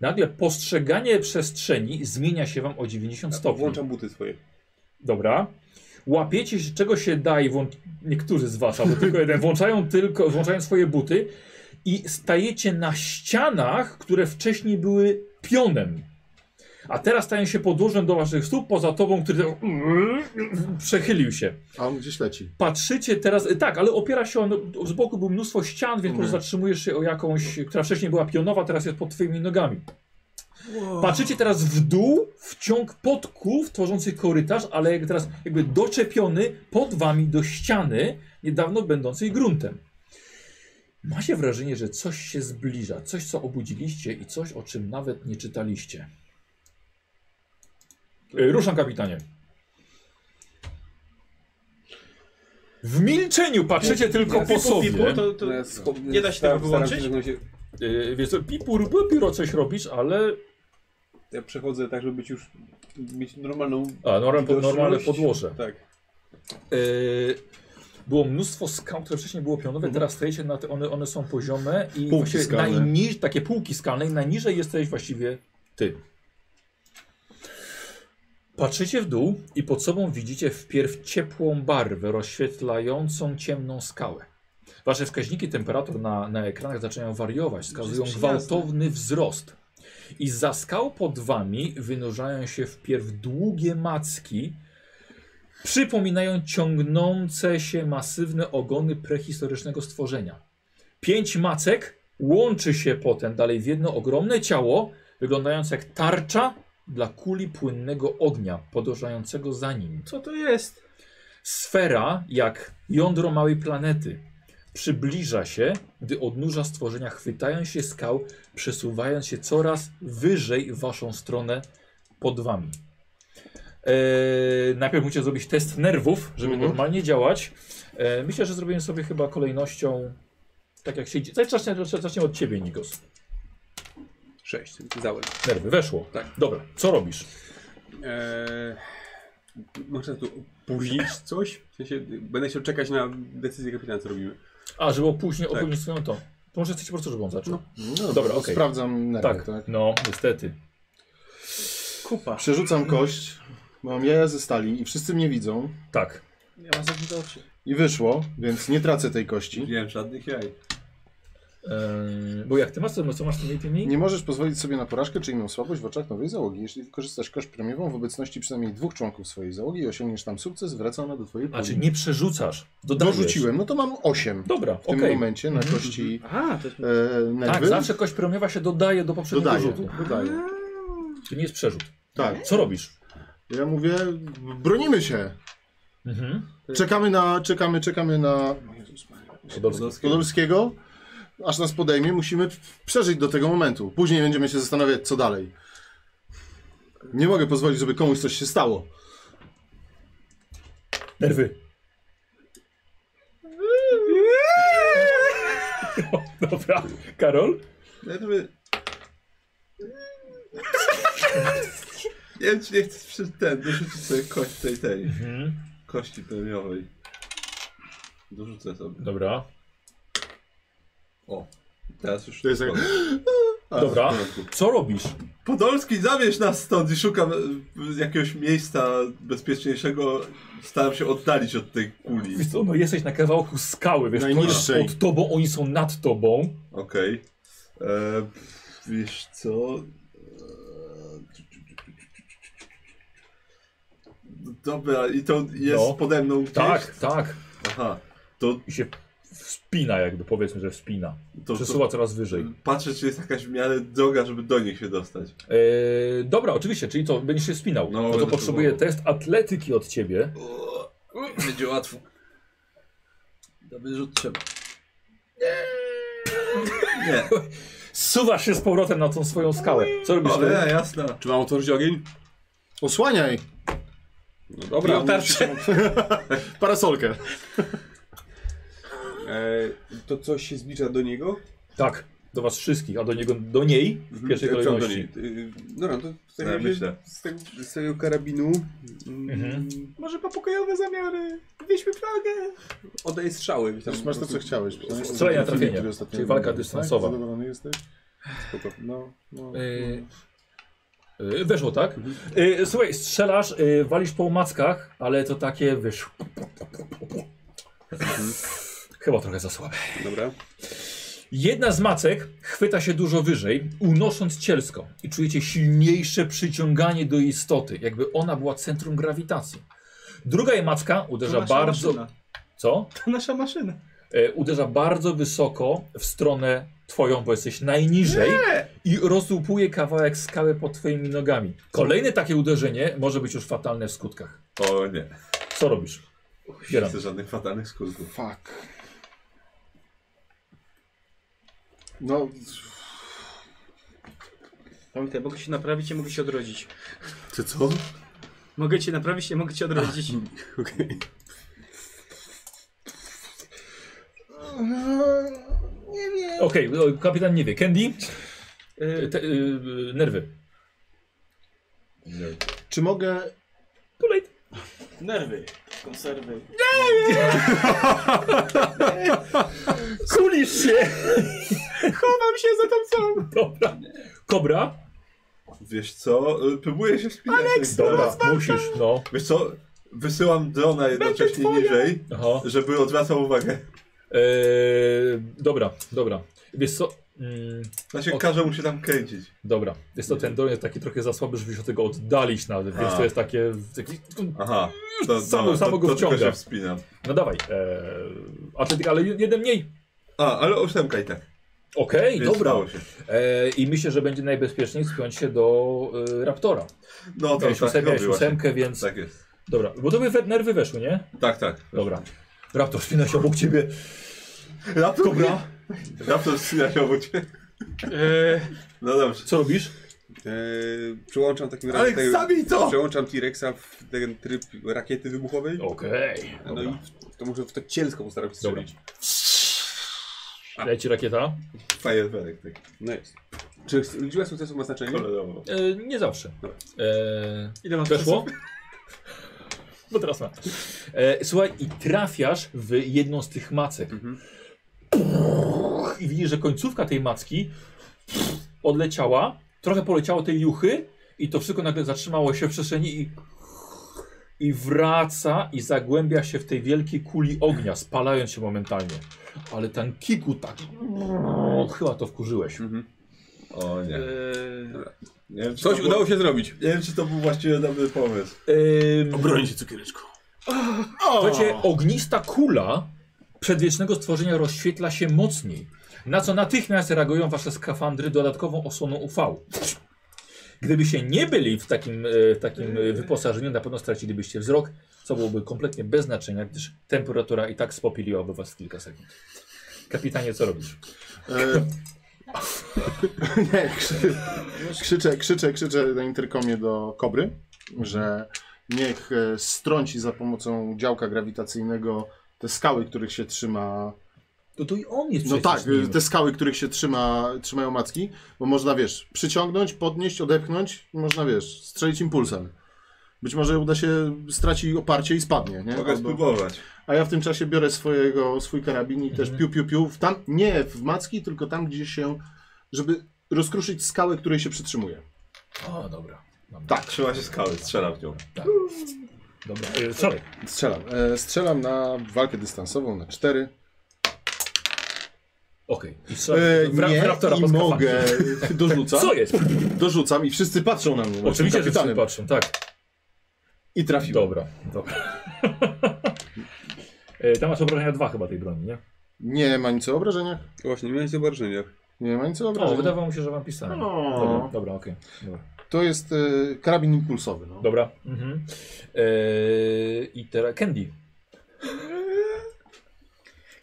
[SPEAKER 1] Nagle postrzeganie przestrzeni zmienia się wam o 90 stopni.
[SPEAKER 5] włączam buty swoje.
[SPEAKER 1] Dobra. Łapiecie się, czego się da i włą- niektórzy z was, albo tylko jeden, włączają tylko, włączają swoje buty i stajecie na ścianach, które wcześniej były pionem. a teraz staję się podłożem do waszych stóp poza tobą, który tak przechylił się.
[SPEAKER 4] A on gdzieś leci.
[SPEAKER 1] Patrzycie teraz, tak, ale opiera się on, z boku było mnóstwo ścian, więc po prostu
[SPEAKER 4] Mhm.
[SPEAKER 1] zatrzymujesz się o jakąś, która wcześniej była pionowa, teraz jest pod twoimi nogami. Patrzycie teraz w dół, w ciąg podków tworzący korytarz, ale jakby teraz jakby doczepiony pod wami do ściany, niedawno będącej gruntem. Macie wrażenie, że coś się zbliża, coś co obudziliście i coś o czym nawet nie czytaliście. E, Ruszam kapitanie. W milczeniu patrzycie tylko po sobie.
[SPEAKER 3] Pipu, to, to...
[SPEAKER 5] Ja scho-
[SPEAKER 3] Nie da się
[SPEAKER 5] staram-
[SPEAKER 3] tego
[SPEAKER 5] staram się,
[SPEAKER 3] wyłączyć?
[SPEAKER 5] żebym się-
[SPEAKER 1] Yy, wiesz, co, pipur, pipuro coś robisz, ale
[SPEAKER 5] Ja przechodzę tak, żeby być już mieć normalną.
[SPEAKER 1] A, normalne, pod, normalne
[SPEAKER 5] widoczność.
[SPEAKER 1] podłoże.
[SPEAKER 5] Tak.
[SPEAKER 1] Yy, było mnóstwo skał, które wcześniej było pionowe, teraz stajecie na te, one, one są poziome i
[SPEAKER 4] Półki
[SPEAKER 1] właściwie
[SPEAKER 4] skalne.
[SPEAKER 1] najniż, takie półki skalne i najniżej jesteś właściwie ty. Patrzycie w dół i pod sobą widzicie wpierw ciepłą barwę rozświetlającą ciemną skałę. Wasze wskaźniki temperatur na, na ekranach zaczynają wariować, wskazują
[SPEAKER 3] Jest przyjazne.
[SPEAKER 1] gwałtowny wzrost. I za skał pod wami wynurzają się wpierw długie macki, przypominają ciągnące się masywne ogony prehistorycznego stworzenia. Pięć macek łączy się potem dalej w jedno ogromne ciało, wyglądające jak tarcza dla kuli płynnego ognia podążającego za nim.
[SPEAKER 3] Co to jest?
[SPEAKER 1] Sfera, jak jądro małej planety, przybliża się, gdy odnóża stworzenia chwytają się skał, przesuwając się coraz wyżej w waszą stronę pod wami. Eee, najpierw musicie zrobić test nerwów, żeby
[SPEAKER 4] Mhm.
[SPEAKER 1] normalnie działać. Eee, myślę, że zrobimy sobie chyba kolejnością, tak jak się... Zacznie, zacznie od ciebie, Nikos.
[SPEAKER 5] Sześć. Załem.
[SPEAKER 1] Nerwy, weszło.
[SPEAKER 5] Tak.
[SPEAKER 1] Dobra, co robisz?
[SPEAKER 5] Eee, można tu opóźnić coś? W sensie, będę chciał czekać na decyzję kapitana, co robimy.
[SPEAKER 1] A, żeby później
[SPEAKER 5] Tak.
[SPEAKER 1] opóźnić swoją to. To może chcecie po prostu, żeby on zaczął.
[SPEAKER 4] No dobra,
[SPEAKER 1] Dobra,
[SPEAKER 4] to
[SPEAKER 1] okej.
[SPEAKER 4] Sprawdzam nerwy,
[SPEAKER 1] tak,
[SPEAKER 4] tak. tak?
[SPEAKER 1] no, niestety.
[SPEAKER 3] Kupa.
[SPEAKER 4] Przerzucam kość, mam jaja ze stali i wszyscy mnie widzą.
[SPEAKER 1] Tak.
[SPEAKER 3] Ja mam zamknięte oczy.
[SPEAKER 4] I wyszło, więc nie tracę tej kości.
[SPEAKER 2] Nie wiem, żadnych jaj.
[SPEAKER 1] Eee, bo jak ty masz, to co masz tymi tymi?
[SPEAKER 4] Nie możesz pozwolić sobie na porażkę czy inną słabość w oczach nowej załogi. Jeśli wykorzystasz kość premiową w obecności przynajmniej dwóch członków swojej załogi i osiągniesz tam sukces, wraca ona do twojej
[SPEAKER 1] A,
[SPEAKER 4] puli.
[SPEAKER 1] czy Znaczy, nie przerzucasz? Dodajesz.
[SPEAKER 4] Dorzuciłem, no to mam 8
[SPEAKER 1] Dobra,
[SPEAKER 4] w tym
[SPEAKER 1] okej. Mhm.
[SPEAKER 4] momencie na kości
[SPEAKER 3] Aha, to jest...
[SPEAKER 4] e, nerwy.
[SPEAKER 1] Tak, zawsze kość promiowa się dodaje do poprzedniego
[SPEAKER 4] Dodaję,
[SPEAKER 1] rzutu.
[SPEAKER 4] dodaję.
[SPEAKER 1] To nie jest przerzut.
[SPEAKER 4] Tak,
[SPEAKER 1] Co robisz?
[SPEAKER 4] ja mówię, bronimy się.
[SPEAKER 1] Mhm.
[SPEAKER 4] Czekamy na, czekamy, czekamy na Podolskiego, aż nas podejmie, musimy przeżyć do tego momentu. Później będziemy się zastanawiać, co dalej. Nie mogę pozwolić, żeby komuś coś się stało.
[SPEAKER 1] Nerwy. Dobra, Karol?
[SPEAKER 2] Nerwy. Nie wiem, czy nie chcesz przy ten, dorzucić sobie kość tej, tej
[SPEAKER 1] Mhm.
[SPEAKER 2] kości premiowej. Dorzucę sobie.
[SPEAKER 1] Dobra.
[SPEAKER 2] O, teraz już
[SPEAKER 4] To jest jak-
[SPEAKER 1] Dobra.
[SPEAKER 2] w porządku.
[SPEAKER 1] Co robisz?
[SPEAKER 2] Podolski, zabierz nas stąd i szukam e, jakiegoś miejsca bezpieczniejszego. Staram się oddalić od tej kuli.
[SPEAKER 1] Wiesz co, no jesteś na kawałku skały, wiesz, to jest
[SPEAKER 4] Najniższej.
[SPEAKER 1] pod tobą, oni są nad tobą.
[SPEAKER 2] Okej. E, pff, Wiesz co? E, tu, tu, tu, tu, tu, tu, tu, tu. Dobra, i to jest
[SPEAKER 1] No.
[SPEAKER 2] pode mną gdzieś?
[SPEAKER 1] Tak, tak.
[SPEAKER 2] Aha. To,
[SPEAKER 1] I się wspina jakby, powiedzmy, że wspina.
[SPEAKER 2] to,
[SPEAKER 1] Przesuwa
[SPEAKER 2] to
[SPEAKER 1] coraz wyżej.
[SPEAKER 2] patrzę, czy jest jakaś w miarę droga, żeby do nich się dostać.
[SPEAKER 1] Eee, dobra, oczywiście, czyli co, będziesz się spinał.
[SPEAKER 2] No,
[SPEAKER 1] No, to
[SPEAKER 2] będę
[SPEAKER 1] potrzebuję
[SPEAKER 2] próbował.
[SPEAKER 1] test atletyki od ciebie.
[SPEAKER 2] O, będzie łatwo. Dobry rzut trzeba. Nie.
[SPEAKER 1] Suwasz się z powrotem na tą swoją skałę. Co robisz?
[SPEAKER 2] Cholera jasna.
[SPEAKER 5] Czy mam otworzyć ogień?
[SPEAKER 4] Osłaniaj!
[SPEAKER 5] No dobra.
[SPEAKER 4] Parasolkę.
[SPEAKER 5] Eee, to coś się zbliża do niego?
[SPEAKER 1] Tak, do was wszystkich, a do niego, do niej w pierwszej
[SPEAKER 5] Co Mhm. do
[SPEAKER 1] kolejności.
[SPEAKER 5] niej? Eee, Dobra, to w takim
[SPEAKER 2] Ja
[SPEAKER 5] razie
[SPEAKER 2] myślę.
[SPEAKER 5] z, tego, z tego karabinu. mm,
[SPEAKER 1] Mhm.
[SPEAKER 5] Może pokojowe zamiary. Wieźmy flagę. Oddaję strzały. wiesz, tam
[SPEAKER 4] Już masz to,
[SPEAKER 5] po
[SPEAKER 4] co
[SPEAKER 5] prostu-
[SPEAKER 4] chciałeś.
[SPEAKER 1] Strzelaj na trafienie,
[SPEAKER 4] Który ostatnio
[SPEAKER 1] czyli walka
[SPEAKER 4] robiłem,
[SPEAKER 1] dystansowa.
[SPEAKER 4] Tak? Zadowolony jesteś?
[SPEAKER 5] Spoko.
[SPEAKER 4] No, no.
[SPEAKER 1] Eee, eee, weszło, tak? Eee, słuchaj, strzelasz, eee, walisz po mackach, ale to takie, wiesz... Chyba trochę za słabe.
[SPEAKER 5] Dobra.
[SPEAKER 1] Jedna z macek chwyta się dużo wyżej, unosząc cielsko i czujecie silniejsze przyciąganie do istoty, jakby ona była centrum grawitacji. Druga jej macka uderza bardzo...
[SPEAKER 3] Maszyna.
[SPEAKER 1] Co?
[SPEAKER 3] To nasza maszyna.
[SPEAKER 1] E, uderza bardzo wysoko w stronę twoją, bo jesteś najniżej i rozłupuje kawałek skały pod twoimi nogami. Kolejne takie uderzenie może być już fatalne w skutkach.
[SPEAKER 2] O nie,
[SPEAKER 1] Co robisz?
[SPEAKER 2] nie
[SPEAKER 1] Bieram.
[SPEAKER 2] chcę żadnych fatalnych skutków.
[SPEAKER 4] Fuck. No,
[SPEAKER 3] Pamiętaj, mogę się naprawić, nie mogę się odrodzić.
[SPEAKER 5] Czy co?
[SPEAKER 3] Mogę cię naprawić, nie mogę cię odrodzić.
[SPEAKER 5] Okej.
[SPEAKER 1] Okej, o, kapitan nie wie. Candy,
[SPEAKER 3] Y,
[SPEAKER 1] te, y, nerwy.
[SPEAKER 2] Nie.
[SPEAKER 4] czy mogę...
[SPEAKER 1] Kolej.
[SPEAKER 7] Nerwy, konserwy.
[SPEAKER 1] Kulisz się!
[SPEAKER 3] Chowam się za tą co?
[SPEAKER 1] Dobra. Kobra.
[SPEAKER 2] Wiesz co, y, próbuję się wspinać. Alex,
[SPEAKER 1] Dobra, musisz, no.
[SPEAKER 2] Wiesz co, wysyłam drona jednocześnie niżej,
[SPEAKER 1] Aha.
[SPEAKER 2] żeby odwracał uwagę.
[SPEAKER 1] Eee, dobra, dobra. Wiesz co? Mm,
[SPEAKER 2] Znaczy
[SPEAKER 1] O-
[SPEAKER 2] każę mu się tam kręcić.
[SPEAKER 1] dobra. Jest to ten dom jest taki trochę za słaby, żeby się od tego oddalić nawet. Więc
[SPEAKER 2] A.
[SPEAKER 1] to jest takie... taki
[SPEAKER 2] Aha. To,
[SPEAKER 1] Samo-
[SPEAKER 2] dobra,
[SPEAKER 1] samo
[SPEAKER 2] to,
[SPEAKER 1] go
[SPEAKER 2] to tylko
[SPEAKER 1] wciąga.
[SPEAKER 2] się wspinam.
[SPEAKER 1] No dawaj. Eee, atletyka, ale jeden mniej.
[SPEAKER 2] A, ale ósemka i tak.
[SPEAKER 1] Okej,
[SPEAKER 2] Więc
[SPEAKER 1] dobra.
[SPEAKER 2] udało się.
[SPEAKER 1] Eee, I myślę, że będzie najbezpieczniej spiąć się do e, Raptora.
[SPEAKER 2] No to
[SPEAKER 1] Miałeś
[SPEAKER 2] tak
[SPEAKER 1] ósemkę, miałeś
[SPEAKER 2] robię właśnie.
[SPEAKER 1] ósemkę, więc...
[SPEAKER 2] Tak jest.
[SPEAKER 1] Dobra, bo to by we, nerwy weszły, nie?
[SPEAKER 2] Tak, tak.
[SPEAKER 1] Dobra. Raptor spina się obok ciebie.
[SPEAKER 2] Raptor, Kobra. Raptor wspina się obok ciebie. No dobrze. E,
[SPEAKER 1] Co robisz?
[SPEAKER 5] Eee, Przełączam w takim razie...
[SPEAKER 2] Aleks,
[SPEAKER 5] Tego,
[SPEAKER 2] zabij to!
[SPEAKER 5] przełączam T-Rexa w ten tryb rakiety wybuchowej.
[SPEAKER 1] Okej.
[SPEAKER 5] No i w- to muszę w to cielsko postaram się strzelić.
[SPEAKER 1] Leci rakieta?
[SPEAKER 2] Fajerwerek tak.
[SPEAKER 5] No jest. Czy liczba sukcesów ma znaczenie?
[SPEAKER 2] Kolorowo.
[SPEAKER 1] E, nie zawsze.
[SPEAKER 5] Dobra.
[SPEAKER 1] E,
[SPEAKER 3] Ile mam
[SPEAKER 1] weszło? No teraz ma. E, słuchaj, i trafiasz w jedną z tych macek. I widzisz, że końcówka tej macki odleciała, trochę poleciało tej juchy i to wszystko nagle zatrzymało się w przestrzeni i, i wraca i zagłębia się w tej wielkiej kuli ognia, spalając się momentalnie. Ale ten kiku tak... Chyba to wkurzyłeś.
[SPEAKER 2] O nie.
[SPEAKER 3] Eee,
[SPEAKER 2] Nie wiem, czy
[SPEAKER 5] Coś
[SPEAKER 2] to było-
[SPEAKER 5] udało się zrobić.
[SPEAKER 2] Nie wiem, czy to był właściwie dobry pomysł.
[SPEAKER 1] Ym,
[SPEAKER 7] Obroń się cukiereczku.
[SPEAKER 1] Słuchajcie, ognista kula przedwiecznego stworzenia rozświetla się mocniej, na co natychmiast reagują wasze skafandry dodatkową osłoną UV. Gdybyście nie byli w takim, e, takim e, wyposażeniu, na pewno stracilibyście wzrok, co byłoby kompletnie bez znaczenia, gdyż temperatura i tak spopiliłaby was w kilka sekund. Kapitanie, co robisz?
[SPEAKER 4] E... nie, krzy... krzyczę, krzyczę, krzyczę na interkomie do Kobry, że niech e, strąci za pomocą działka grawitacyjnego te skały, których się trzyma
[SPEAKER 1] To to i on jest
[SPEAKER 4] No
[SPEAKER 1] przecież
[SPEAKER 4] tak,
[SPEAKER 1] nim.
[SPEAKER 4] te skały, których się trzyma, trzymają macki, bo można, wiesz, przyciągnąć, podnieść, odepchnąć i można, wiesz, strzelić impulsem. Być może uda się, straci oparcie i spadnie, nie?
[SPEAKER 2] Mogę
[SPEAKER 4] Albo-
[SPEAKER 2] spróbować.
[SPEAKER 4] A ja w tym czasie biorę swojego, swój karabin i też piu, piu, piu, w tam, nie w macki, tylko tam, gdzie się, żeby rozkruszyć skałę, której się przytrzymuje.
[SPEAKER 1] O, dobra. Mam-
[SPEAKER 4] Tak.
[SPEAKER 2] Trzyma się skały, strzela w nią.
[SPEAKER 1] tak. Dobra, e, sorry.
[SPEAKER 4] Strzelam. E, strzelam na walkę dystansową na 4.
[SPEAKER 1] Okej. I strzelaj
[SPEAKER 4] E,
[SPEAKER 1] Tak, w ra- w
[SPEAKER 4] nie,
[SPEAKER 1] raptora
[SPEAKER 4] i
[SPEAKER 1] pod skafandrem.
[SPEAKER 4] mogę. Dorzucam.
[SPEAKER 1] Co jest?
[SPEAKER 4] Dorzucam i wszyscy patrzą na mnie. na
[SPEAKER 1] Oczywiście, że
[SPEAKER 4] kapitanem.
[SPEAKER 1] wszyscy patrzą, tak.
[SPEAKER 4] I trafiłem.
[SPEAKER 1] Dobra, dobra. E, Tam masz obrażenia dwa chyba tej broni, nie?
[SPEAKER 4] Nie ma nic o obrażeniach.
[SPEAKER 5] Właśnie, nie miałeś zobaczenia.
[SPEAKER 4] Nie ma nic o
[SPEAKER 1] O,
[SPEAKER 4] obrażeniach.
[SPEAKER 1] wydawało mi się, że wam pisałem.
[SPEAKER 4] No.
[SPEAKER 1] Dobra, dobra okej. Dobra.
[SPEAKER 4] To jest e, karabin impulsowy. No.
[SPEAKER 1] dobra. Mhm. E, I teraz Candy.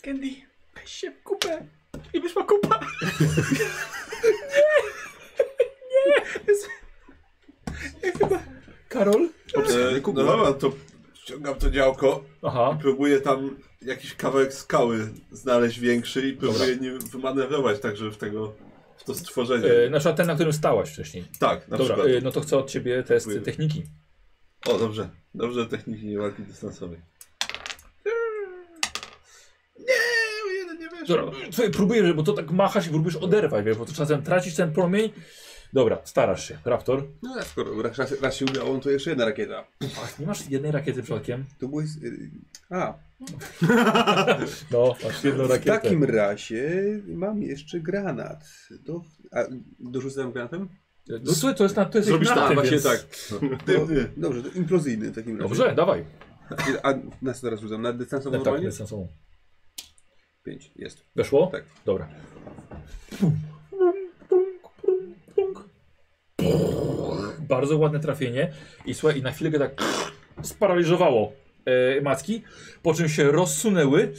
[SPEAKER 3] Candy, weź się w kupę. I wyszła kupa. nie! Nie! Jest... Ja chyba...
[SPEAKER 1] Karol?
[SPEAKER 2] E, no dobra, to ściągam to działko
[SPEAKER 1] Aha.
[SPEAKER 2] Próbuję tam jakiś kawałek skały znaleźć większy i próbuję nim wymanewrować także w tego w to stworzenie.
[SPEAKER 1] E, na przykład ten, na którym stałaś wcześniej.
[SPEAKER 2] tak, na
[SPEAKER 1] dobra,
[SPEAKER 2] przykład.
[SPEAKER 1] e, no to chcę od ciebie test
[SPEAKER 2] Dziękuję.
[SPEAKER 1] techniki.
[SPEAKER 2] O, dobrze. Dobrze techniki walki dystansowej. Nie, o jeden nie weszło.
[SPEAKER 1] Dobra, słuchaj, próbuję, bo to tak machasz i próbujesz oderwać, wiesz, bo to czasem tracisz ten promień, Dobra, starasz się. Raptor,
[SPEAKER 5] No, a skoro raz, raz, raz się udało, no to jeszcze jedna rakieta.
[SPEAKER 1] nie masz jednej rakiety przodkiem?
[SPEAKER 5] To byłeś... y, A,
[SPEAKER 1] No, masz jedną
[SPEAKER 5] w
[SPEAKER 1] rakietę.
[SPEAKER 5] takim razie mam jeszcze granat. Do, a dorzucałem granatem?
[SPEAKER 1] No, słuchaj, to jest na to jest
[SPEAKER 2] Zrobisz
[SPEAKER 1] na
[SPEAKER 2] tak,
[SPEAKER 1] tym,
[SPEAKER 2] właśnie
[SPEAKER 1] więc-
[SPEAKER 2] tak.
[SPEAKER 5] To, dobrze, to implozyjny w takim razie.
[SPEAKER 1] Dobrze, dawaj.
[SPEAKER 2] Tak,
[SPEAKER 5] A na co teraz rzucam? Na dystansową
[SPEAKER 1] Tak, tak,
[SPEAKER 5] normalnie?
[SPEAKER 1] dystansową.
[SPEAKER 5] Pięć, jest.
[SPEAKER 1] Weszło?
[SPEAKER 5] Tak.
[SPEAKER 1] Dobra. Bardzo ładne trafienie. I słuchaj, i na chwilę go tak sparaliżowało e, macki, po czym się rozsunęły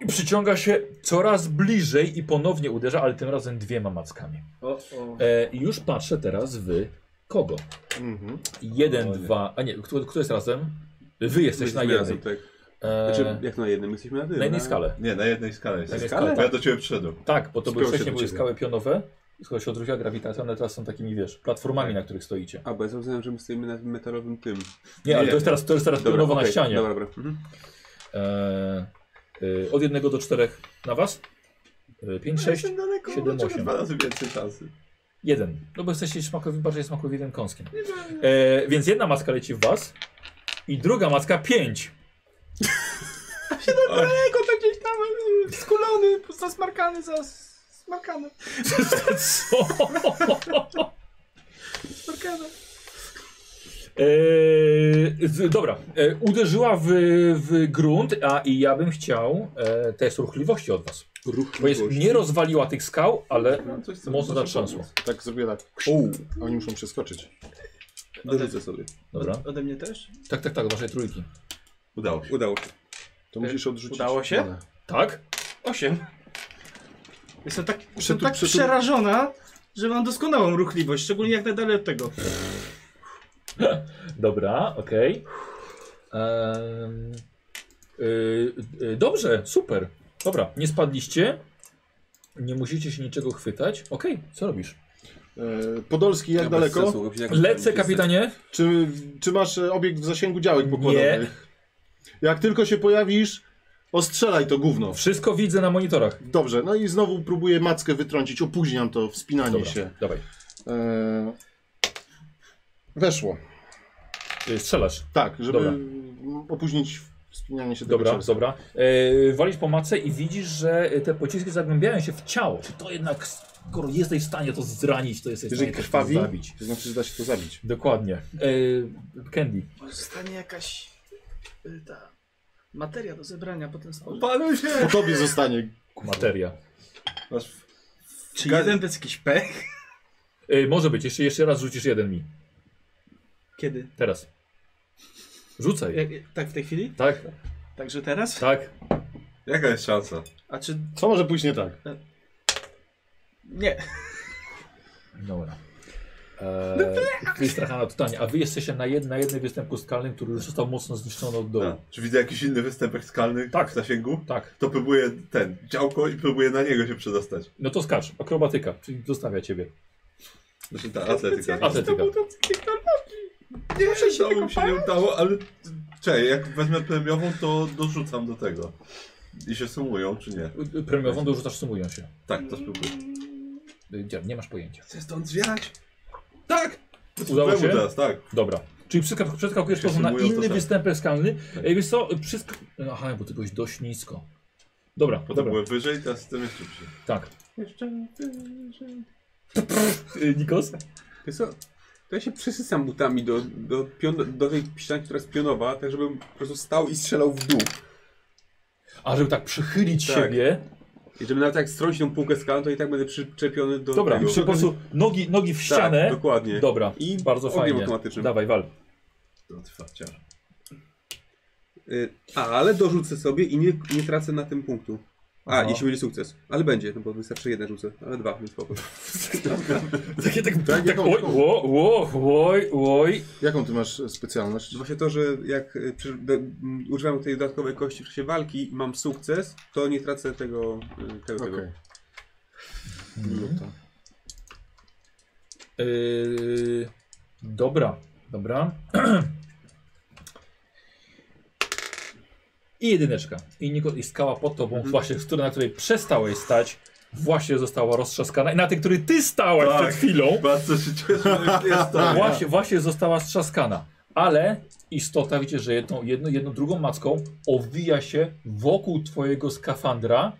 [SPEAKER 1] i przyciąga się coraz bliżej i ponownie uderza, ale tym razem dwiema mackami.
[SPEAKER 3] O, o.
[SPEAKER 1] E, I już patrzę teraz wy kogo.
[SPEAKER 4] Mhm.
[SPEAKER 1] Jeden,
[SPEAKER 2] O nie.
[SPEAKER 1] dwa, a nie, kto, kto jest razem? Wy jesteś na
[SPEAKER 5] Jesteśmy
[SPEAKER 1] jednej.
[SPEAKER 5] razem, tak.
[SPEAKER 1] E,
[SPEAKER 5] Znaczy, jak na jednym, jesteśmy na tym.
[SPEAKER 1] na jednej
[SPEAKER 5] na-
[SPEAKER 1] skale.
[SPEAKER 2] Nie, na jednej skale jest.
[SPEAKER 1] Na jednej
[SPEAKER 5] skale?
[SPEAKER 2] Bo ja do ciebie przyszedłem.
[SPEAKER 1] Tak, bo to były
[SPEAKER 5] Spiął się
[SPEAKER 1] wcześniej
[SPEAKER 5] do
[SPEAKER 1] były
[SPEAKER 5] ciebie.
[SPEAKER 1] skały pionowe, skoro się odwróciła grawitacja, one teraz są takimi, wiesz, platformami,
[SPEAKER 5] Tak.
[SPEAKER 1] na których stoicie.
[SPEAKER 5] A, bo ja zrozumiałem, że my stoimy na tym metalowym tym.
[SPEAKER 1] Nie, ale
[SPEAKER 2] nie,
[SPEAKER 1] to jest teraz, to jest teraz pionowo na
[SPEAKER 5] okej,
[SPEAKER 1] ścianie.
[SPEAKER 5] Dobra, dobra. Mhm.
[SPEAKER 1] E, y, od jednego do czterech na was. E, pięć, sześć,
[SPEAKER 2] daleko,
[SPEAKER 1] siedem,
[SPEAKER 2] dlaczego
[SPEAKER 1] osiem.
[SPEAKER 2] dwa razy więcej czasu.
[SPEAKER 1] jeden. No bo jesteście smakowi, bardziej smakowitym kąskiem. E, więc jedna macka leci w was i druga macka pięć.
[SPEAKER 7] Daleko, tak gdzieś tam y, skulony, zasmarkany, zas- smarkany,
[SPEAKER 1] Co?
[SPEAKER 7] smarkany.
[SPEAKER 1] E, z, dobra, e, uderzyła w, w grunt, a i ja bym chciał e, test ruchliwości od was. Bo jest, nie rozwaliła tych skał, ale
[SPEAKER 2] No, coś, co
[SPEAKER 1] mocno
[SPEAKER 2] może
[SPEAKER 1] zatrząsło.
[SPEAKER 4] Tak zrobię tak. A oni muszą przeskoczyć.
[SPEAKER 5] Dorzucę sobie.
[SPEAKER 1] Dobra.
[SPEAKER 3] Ode mnie też?
[SPEAKER 1] Tak, tak, tak, waszej trójki.
[SPEAKER 2] Udało się.
[SPEAKER 5] Udało się.
[SPEAKER 4] To
[SPEAKER 1] E,
[SPEAKER 4] musisz odrzucić.
[SPEAKER 7] udało się?
[SPEAKER 4] dane.
[SPEAKER 1] Tak?
[SPEAKER 7] Osiem.
[SPEAKER 3] Jestem tak, jestem
[SPEAKER 4] Przetu-
[SPEAKER 3] tak
[SPEAKER 4] przetu-
[SPEAKER 3] przerażona, że mam doskonałą ruchliwość, szczególnie jak najdalej od tego.
[SPEAKER 1] Dobra, okej. Em, y, y, dobrze, super. Dobra, nie spadliście. Nie musicie się niczego chwytać. Okej, co robisz?
[SPEAKER 4] E, Podolski, jak
[SPEAKER 5] Ja bez
[SPEAKER 4] daleko?
[SPEAKER 5] sensu, jak-
[SPEAKER 1] Lecę, kapitanie.
[SPEAKER 4] Czy, czy masz e, obiekt w zasięgu działek pokładowych? Jak tylko się pojawisz, ostrzelaj to gówno.
[SPEAKER 1] Wszystko widzę na monitorach.
[SPEAKER 4] Dobrze, no i znowu próbuję mackę wytrącić, opóźniam to wspinanie
[SPEAKER 1] Dobra,
[SPEAKER 4] się.
[SPEAKER 1] dawaj.
[SPEAKER 4] E, Weszło.
[SPEAKER 1] Y, Strzelasz.
[SPEAKER 4] Tak, żeby
[SPEAKER 1] Dobra.
[SPEAKER 4] opóźnić wspinanie się
[SPEAKER 1] Dobra,
[SPEAKER 4] tego czasu.
[SPEAKER 1] dobra. E, walisz po mace i widzisz, że te pociski zagłębiają się w ciało. Czy to jednak, skoro jesteś w stanie to zranić, to jesteś w
[SPEAKER 4] Jeżeli
[SPEAKER 1] stanie też
[SPEAKER 4] krwawi,
[SPEAKER 1] to zabić.
[SPEAKER 4] to znaczy, że da się to zabić.
[SPEAKER 1] Dokładnie. E, Candy.
[SPEAKER 7] Może zostanie jakaś y, ta materia do zebrania, potem spojrzę.
[SPEAKER 2] Opanuj się!
[SPEAKER 4] Po tobie zostanie.
[SPEAKER 1] Materia.
[SPEAKER 2] Masz w-
[SPEAKER 3] Czy
[SPEAKER 2] Ga-
[SPEAKER 3] jeden to jest jakiś pech?
[SPEAKER 1] E, może być, jeszcze, jeszcze raz rzucisz jeden mi.
[SPEAKER 3] Kiedy?
[SPEAKER 1] Teraz. Rzucaj.
[SPEAKER 4] E,
[SPEAKER 3] Jak, tak w tej chwili?
[SPEAKER 1] Tak,
[SPEAKER 3] Także teraz?
[SPEAKER 1] tak.
[SPEAKER 2] Jaka jest szansa?
[SPEAKER 3] A czy...
[SPEAKER 4] Co może pójść nie tak?
[SPEAKER 3] Nie.
[SPEAKER 1] Dobra. Eee, wystrachana totalnie. A wy jesteście na, jed, na jednym występku skalnym, który już został mocno zniszczony od dołu.
[SPEAKER 2] A, czy widzę jakiś inny występek skalny
[SPEAKER 1] Tak.
[SPEAKER 2] w zasięgu?
[SPEAKER 1] Tak.
[SPEAKER 2] To próbuję ten, działko i próbuję na niego się przedostać.
[SPEAKER 1] No to skacz. Akrobatyka, czyli zostawia ciebie.
[SPEAKER 2] Znaczy ta atletyka.
[SPEAKER 1] Atletyka.
[SPEAKER 2] Nie, udało mi się nie udało, ale czekaj, jak wezmę premiową, to dorzucam do tego. I się sumują, czy nie?
[SPEAKER 1] Y, y, Premiową dorzucasz, sumują się.
[SPEAKER 2] Tak, to spróbuję.
[SPEAKER 1] Y, dzia- Nie masz pojęcia.
[SPEAKER 2] Chcę stąd zwiać? Tak!
[SPEAKER 1] Udało
[SPEAKER 2] Spróbujemy
[SPEAKER 1] się?
[SPEAKER 2] Teraz, tak.
[SPEAKER 1] Dobra. Czyli przeska- przeskakujesz po prostu na
[SPEAKER 2] Przyjmując to
[SPEAKER 1] inny
[SPEAKER 2] tak.
[SPEAKER 1] występek skalny.
[SPEAKER 2] Tak.
[SPEAKER 1] Ej, wiesz co? Przysk... no, Aha, bo ty byłeś dość nisko. Dobra,
[SPEAKER 2] Potem
[SPEAKER 1] No dobra.
[SPEAKER 2] byłem wyżej, teraz jestem jeszcze wyżej.
[SPEAKER 1] Tak.
[SPEAKER 2] Jeszcze wyżej.
[SPEAKER 1] Y, Nikos?
[SPEAKER 5] Wiesz co? To ja się przesycam butami do, do, pion, do tej ścianki, która jest pionowa, tak żebym po prostu stał i strzelał w dół.
[SPEAKER 1] A żeby tak przychylić
[SPEAKER 5] Tak.
[SPEAKER 1] siebie,
[SPEAKER 5] I żeby nawet jak strącić tą półkę skalną, to i tak będę przyczepiony do
[SPEAKER 1] Dobra,
[SPEAKER 5] tego.
[SPEAKER 1] czyli po prostu nogi, nogi w ścianę.
[SPEAKER 5] Tak, dokładnie.
[SPEAKER 1] Dobra,
[SPEAKER 5] I
[SPEAKER 1] bardzo
[SPEAKER 5] ogniem
[SPEAKER 1] fajnie.
[SPEAKER 5] automatycznym.
[SPEAKER 1] Dawaj, wal.
[SPEAKER 2] To otwarcia.
[SPEAKER 5] Y, a, ale dorzucę sobie i nie, nie tracę na tym punktu. A,
[SPEAKER 1] Aha.
[SPEAKER 5] jeśli będzie sukces. Ale będzie, no bo wystarczy jeden rzucę, ale dwa, więc spoko.
[SPEAKER 1] Takie tak,
[SPEAKER 4] tak, jak on-
[SPEAKER 1] oj, ło, ło, oj, oj.
[SPEAKER 4] Jaką ty masz e, specjalność?
[SPEAKER 5] Właśnie to, że jak y, przy, do, m, używam tej dodatkowej kości w czasie walki i mam sukces, to nie tracę tego, y, tego, tego.
[SPEAKER 4] Okej.
[SPEAKER 1] Yy, dobra, dobra. I jedyneczka. I, Niko, I skała pod tobą, właśnie z której, na której przestałeś stać, właśnie została roztrzaskana i na tej, której ty stałeś
[SPEAKER 2] Tak.
[SPEAKER 1] przed chwilą,
[SPEAKER 2] Bardzo się cieszę, że już jest to.
[SPEAKER 1] właśnie, właśnie została strzaskana. Ale istota, widzicie, że jedną, jedną, jedną drugą macką owija się wokół twojego skafandra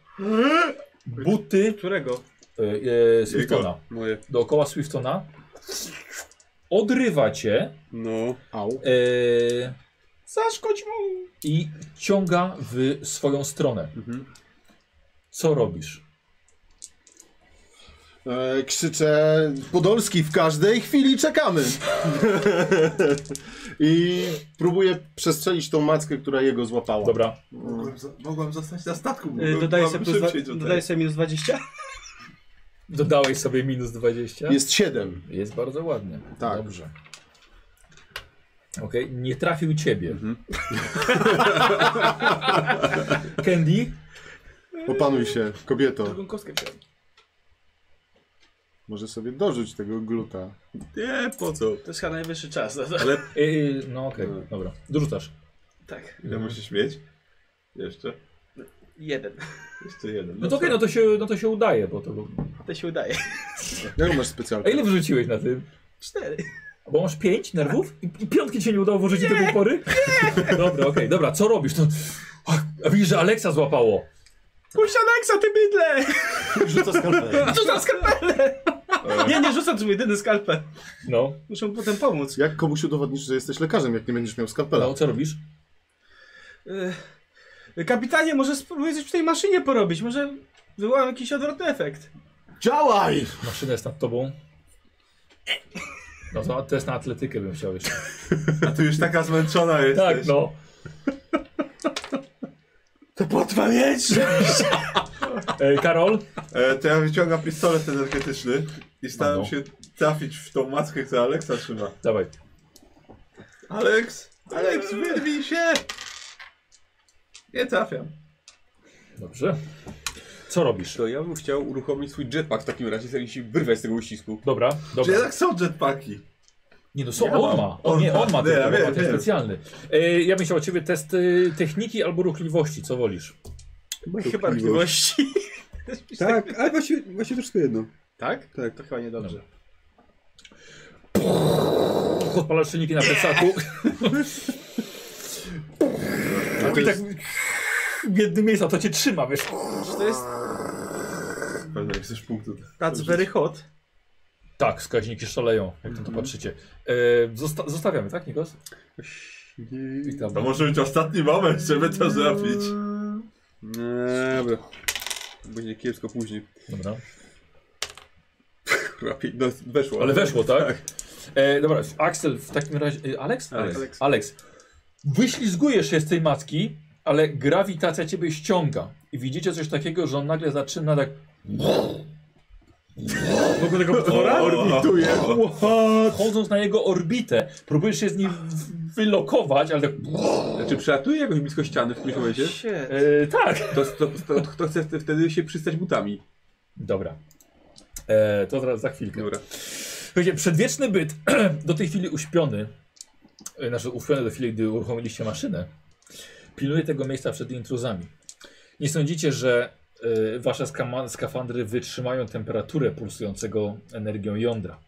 [SPEAKER 1] buty
[SPEAKER 3] Którego?
[SPEAKER 1] e, e, Swiftona.
[SPEAKER 5] Moje.
[SPEAKER 1] Dookoła Swiftona. Odrywa cię.
[SPEAKER 5] No.
[SPEAKER 4] Au.
[SPEAKER 1] Eee, Zaszkodź mu! I ciąga w swoją stronę. Co robisz?
[SPEAKER 4] E, krzyczę Podolski w każdej chwili czekamy. I próbuję przestrzelić tą mackę, która jego złapała.
[SPEAKER 1] Dobra.
[SPEAKER 2] Mogłem, zo- mogłem zostać na statku.
[SPEAKER 3] Yy,
[SPEAKER 1] Y,
[SPEAKER 2] Mogłem,
[SPEAKER 3] dodaję,
[SPEAKER 2] byłam
[SPEAKER 3] sobie plus dwa-
[SPEAKER 2] szybciej tutaj.
[SPEAKER 3] dodaję sobie minus 20.
[SPEAKER 1] Dodałeś sobie minus 20.
[SPEAKER 4] Jest 7.
[SPEAKER 1] Jest bardzo ładnie.
[SPEAKER 4] Tak.
[SPEAKER 1] Dobrze. Okej, nie trafił ciebie. Candy?
[SPEAKER 4] Opanuj się, kobieto.
[SPEAKER 7] Drugą kostkę wziąłem.
[SPEAKER 4] Może sobie dorzuć tego gluta.
[SPEAKER 5] Nie, po co?
[SPEAKER 7] To jest chyba najwyższy czas.
[SPEAKER 1] Yy, no okej, dobra. Dorzucasz.
[SPEAKER 7] Tak,
[SPEAKER 2] Ile musisz mieć? Jeszcze?
[SPEAKER 7] jeden.
[SPEAKER 2] Jeszcze jeden.
[SPEAKER 1] No to okej, no, to się, no to się udaje, bo to...
[SPEAKER 7] To się udaje.
[SPEAKER 4] Jak masz
[SPEAKER 1] A
[SPEAKER 4] specjalkę?
[SPEAKER 1] ile wyrzuciłeś na tym?
[SPEAKER 7] Cztery.
[SPEAKER 1] Bo masz pięć nerwów i, i piątki ci nie udało włożyć do tej pory? Dobra, okej, dobra, co robisz? To... Ach, a widzisz, że Aleksa złapało.
[SPEAKER 3] Puść Aleksa, ty bydle!
[SPEAKER 4] Rzuca skalpel.
[SPEAKER 3] Rzucam skalpelę! Nie, nie rzucam tu jedyny skalpel.
[SPEAKER 1] No,
[SPEAKER 3] Muszę mu potem pomóc.
[SPEAKER 4] Jak komuś udowodnisz, że jesteś lekarzem, jak nie będziesz miał skalpela?
[SPEAKER 1] no co robisz?
[SPEAKER 3] Yy, Kapitanie, może spróbuj coś w tej maszynie porobić. Może wywołam jakiś odwrotny efekt.
[SPEAKER 4] Działaj!
[SPEAKER 1] Maszyna jest nad tobą. No to test na atletykę bym chciał jeszcze.
[SPEAKER 2] A ty już taka zmęczona jesteś.
[SPEAKER 1] Tak, no.
[SPEAKER 2] To potwa
[SPEAKER 1] Ej, Karol?
[SPEAKER 2] E, to ja wyciągam pistolet energetyczny i staram
[SPEAKER 1] No.
[SPEAKER 2] się trafić w tą maskę, która Aleksa trzyma.
[SPEAKER 1] Dawaj.
[SPEAKER 2] Aleks! Aleks, wyrwij się! Nie trafiam.
[SPEAKER 1] Dobrze. Co robisz?
[SPEAKER 5] To ja bym chciał uruchomić swój jetpack w takim razie, i się wyrwać z tego uścisku.
[SPEAKER 1] Dobra,
[SPEAKER 2] Czy
[SPEAKER 1] dobra.
[SPEAKER 2] jednak są jetpacki?
[SPEAKER 1] Nie no, są,
[SPEAKER 2] Ja
[SPEAKER 1] on
[SPEAKER 2] mam.
[SPEAKER 1] ma. On,
[SPEAKER 2] On
[SPEAKER 1] nie,
[SPEAKER 2] ma.
[SPEAKER 1] on ma
[SPEAKER 2] Nie,
[SPEAKER 1] ten,
[SPEAKER 2] ja
[SPEAKER 1] on ma ten
[SPEAKER 2] wiem, wiem.
[SPEAKER 1] specjalny. Ej, ja bym chciał od ciebie test y, techniki albo ruchliwości, co wolisz?
[SPEAKER 3] Chyba miłości.
[SPEAKER 5] Tak, ale właśnie, właśnie wszystko jedno.
[SPEAKER 7] Tak?
[SPEAKER 5] Tak.
[SPEAKER 7] To chyba niedobrze.
[SPEAKER 1] Podpalasz czynniki na plecaku.
[SPEAKER 4] A to jest...
[SPEAKER 1] tak W jednym miejscu, a to cię trzyma, wiesz.
[SPEAKER 3] Czy to jest
[SPEAKER 2] Pewnie jak chcesz punktu.
[SPEAKER 3] that's very hot?
[SPEAKER 1] Tak, wskaźniki szaleją, jak na to patrzycie. E, zosta zostawiamy, tak, Nikos? Witam.
[SPEAKER 2] To może być ostatni moment, żeby to zrobić.
[SPEAKER 5] Nie, Dobra. Będzie kiepsko później.
[SPEAKER 1] Dobra.
[SPEAKER 5] Kurwa, pię- no, Weszło.
[SPEAKER 1] Ale weszło, tak? E, dobra, Axel w takim razie. E, Alex?
[SPEAKER 2] Alex.
[SPEAKER 1] Alex. Alex. Wyślizgujesz się z tej macki, ale grawitacja ciebie ściąga. I widzicie coś takiego, że on nagle zaczyna tak.
[SPEAKER 3] Mogę tego potwora?
[SPEAKER 2] Orbituje.
[SPEAKER 1] Chodząc na jego orbitę, próbujesz się z nim w- wylokować, ale tak.
[SPEAKER 5] Czy przelatuje jakoś blisko ściany w którymś momencie?
[SPEAKER 3] Shit.
[SPEAKER 1] E, tak.
[SPEAKER 5] To, to, to, to chce wte- wtedy się przystać butami.
[SPEAKER 1] Dobra. E, to zaraz za chwilkę.
[SPEAKER 5] Dobra.
[SPEAKER 1] Słuchajcie, przedwieczny byt, do tej chwili uśpiony, e, znaczy uśpiony do chwili, gdy uruchomiliście maszynę, pilnuje tego miejsca przed intruzami. Nie sądzicie, że e, wasze skama- skafandry wytrzymają temperaturę pulsującego energią jądra.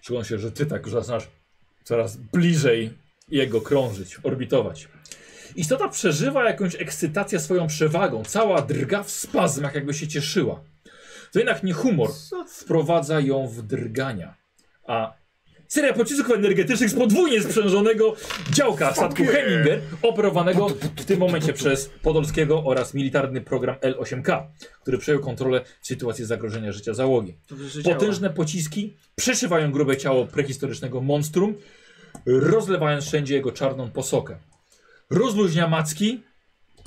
[SPEAKER 1] Czułem się, że ty tak już zaczynasz coraz bliżej jego krążyć, orbitować. Istota przeżywa jakąś ekscytację swoją przewagą. Cała drga w spazmach, jakby się cieszyła. To jednak nie humor wprowadza ją w drgania. A seria pocisków energetycznych z podwójnie sprzężonego działka statku Heminger, operowanego w tym momencie przez Podolskiego oraz militarny program L8K, który przejął kontrolę w sytuacji zagrożenia życia załogi.
[SPEAKER 3] Dobrze, że działa.
[SPEAKER 1] Potężne pociski przeszywają grube ciało prehistorycznego monstrum, rozlewając wszędzie jego czarną posokę. Rozluźnia macki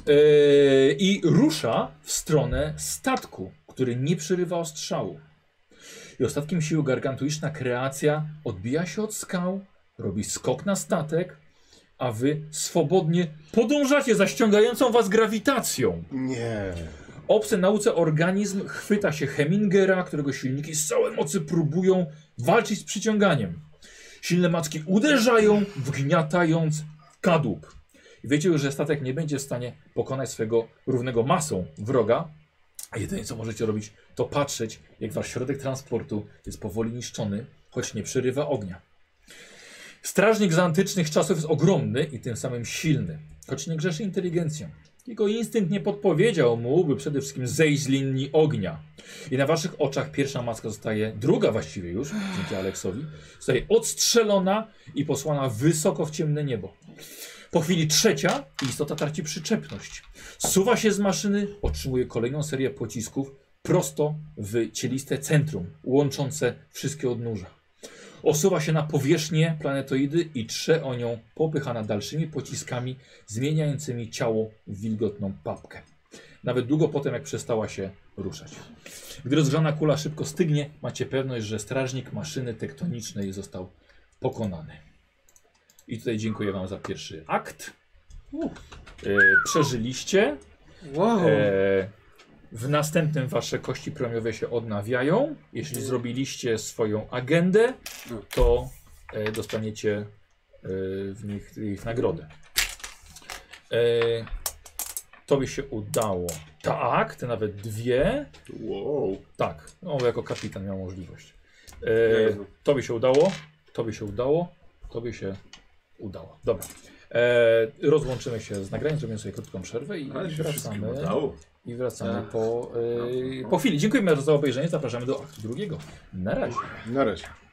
[SPEAKER 1] yy, i rusza w stronę statku, który nie przerywa ostrzału. I ostatkiem sił gargantuiczna kreacja odbija się od skał, robi skok na statek, a wy swobodnie podążacie za ściągającą was grawitacją.
[SPEAKER 4] Nie.
[SPEAKER 1] Obcy nauce organizm chwyta się Hemingera, którego silniki z całej mocy próbują walczyć z przyciąganiem. Silne macki uderzają, wgniatając kadłub. I wiecie już, że statek nie będzie w stanie pokonać swojego równego masą wroga, A jedyne co możecie robić, to patrzeć, jak wasz środek transportu jest powoli niszczony, choć nie przerywa ognia. Strażnik z antycznych czasów jest ogromny i tym samym silny, choć nie grzeszy inteligencją. Jego instynkt nie podpowiedział mu, by przede wszystkim zejść z linii ognia. I na waszych oczach pierwsza maska zostaje, druga właściwie już, dzięki Aleksowi, zostaje odstrzelona i posłana wysoko w ciemne niebo. Po chwili trzecia i istota traci przyczepność. Suwa się z maszyny, otrzymuje kolejną serię pocisków prosto w cieliste centrum, łączące wszystkie odnóża. Osuwa się na powierzchnię planetoidy i trze o nią popychana dalszymi pociskami, zmieniającymi ciało w wilgotną papkę. Nawet długo potem, jak przestała się ruszać. Gdy rozgrzana kula szybko stygnie, macie pewność, że strażnik maszyny tektonicznej został pokonany. I tutaj dziękuję Wam za pierwszy akt. E, przeżyliście.
[SPEAKER 3] Wow.
[SPEAKER 1] E, w następnym wasze kości promiowe się odnawiają.
[SPEAKER 2] Mm.
[SPEAKER 1] Jeśli zrobiliście swoją agendę,
[SPEAKER 2] No.
[SPEAKER 1] to e, dostaniecie e, w nich ich nagrodę. E, tobie się udało. Tak, ty nawet dwie.
[SPEAKER 5] Wow.
[SPEAKER 1] Tak, no jako kapitan miał możliwość. E,
[SPEAKER 5] Jezu.
[SPEAKER 1] tobie się udało, tobie się udało, tobie się udało. Dobra. E, rozłączymy się z nagraniem, zrobimy sobie krótką przerwę i
[SPEAKER 2] Ale się wszystkim
[SPEAKER 1] wracamy.
[SPEAKER 2] udało.
[SPEAKER 1] I wracamy y, po, e, po chwili. Dziękujemy za obejrzenie. Zapraszamy do aktu drugiego. Na razie.
[SPEAKER 4] Na razie.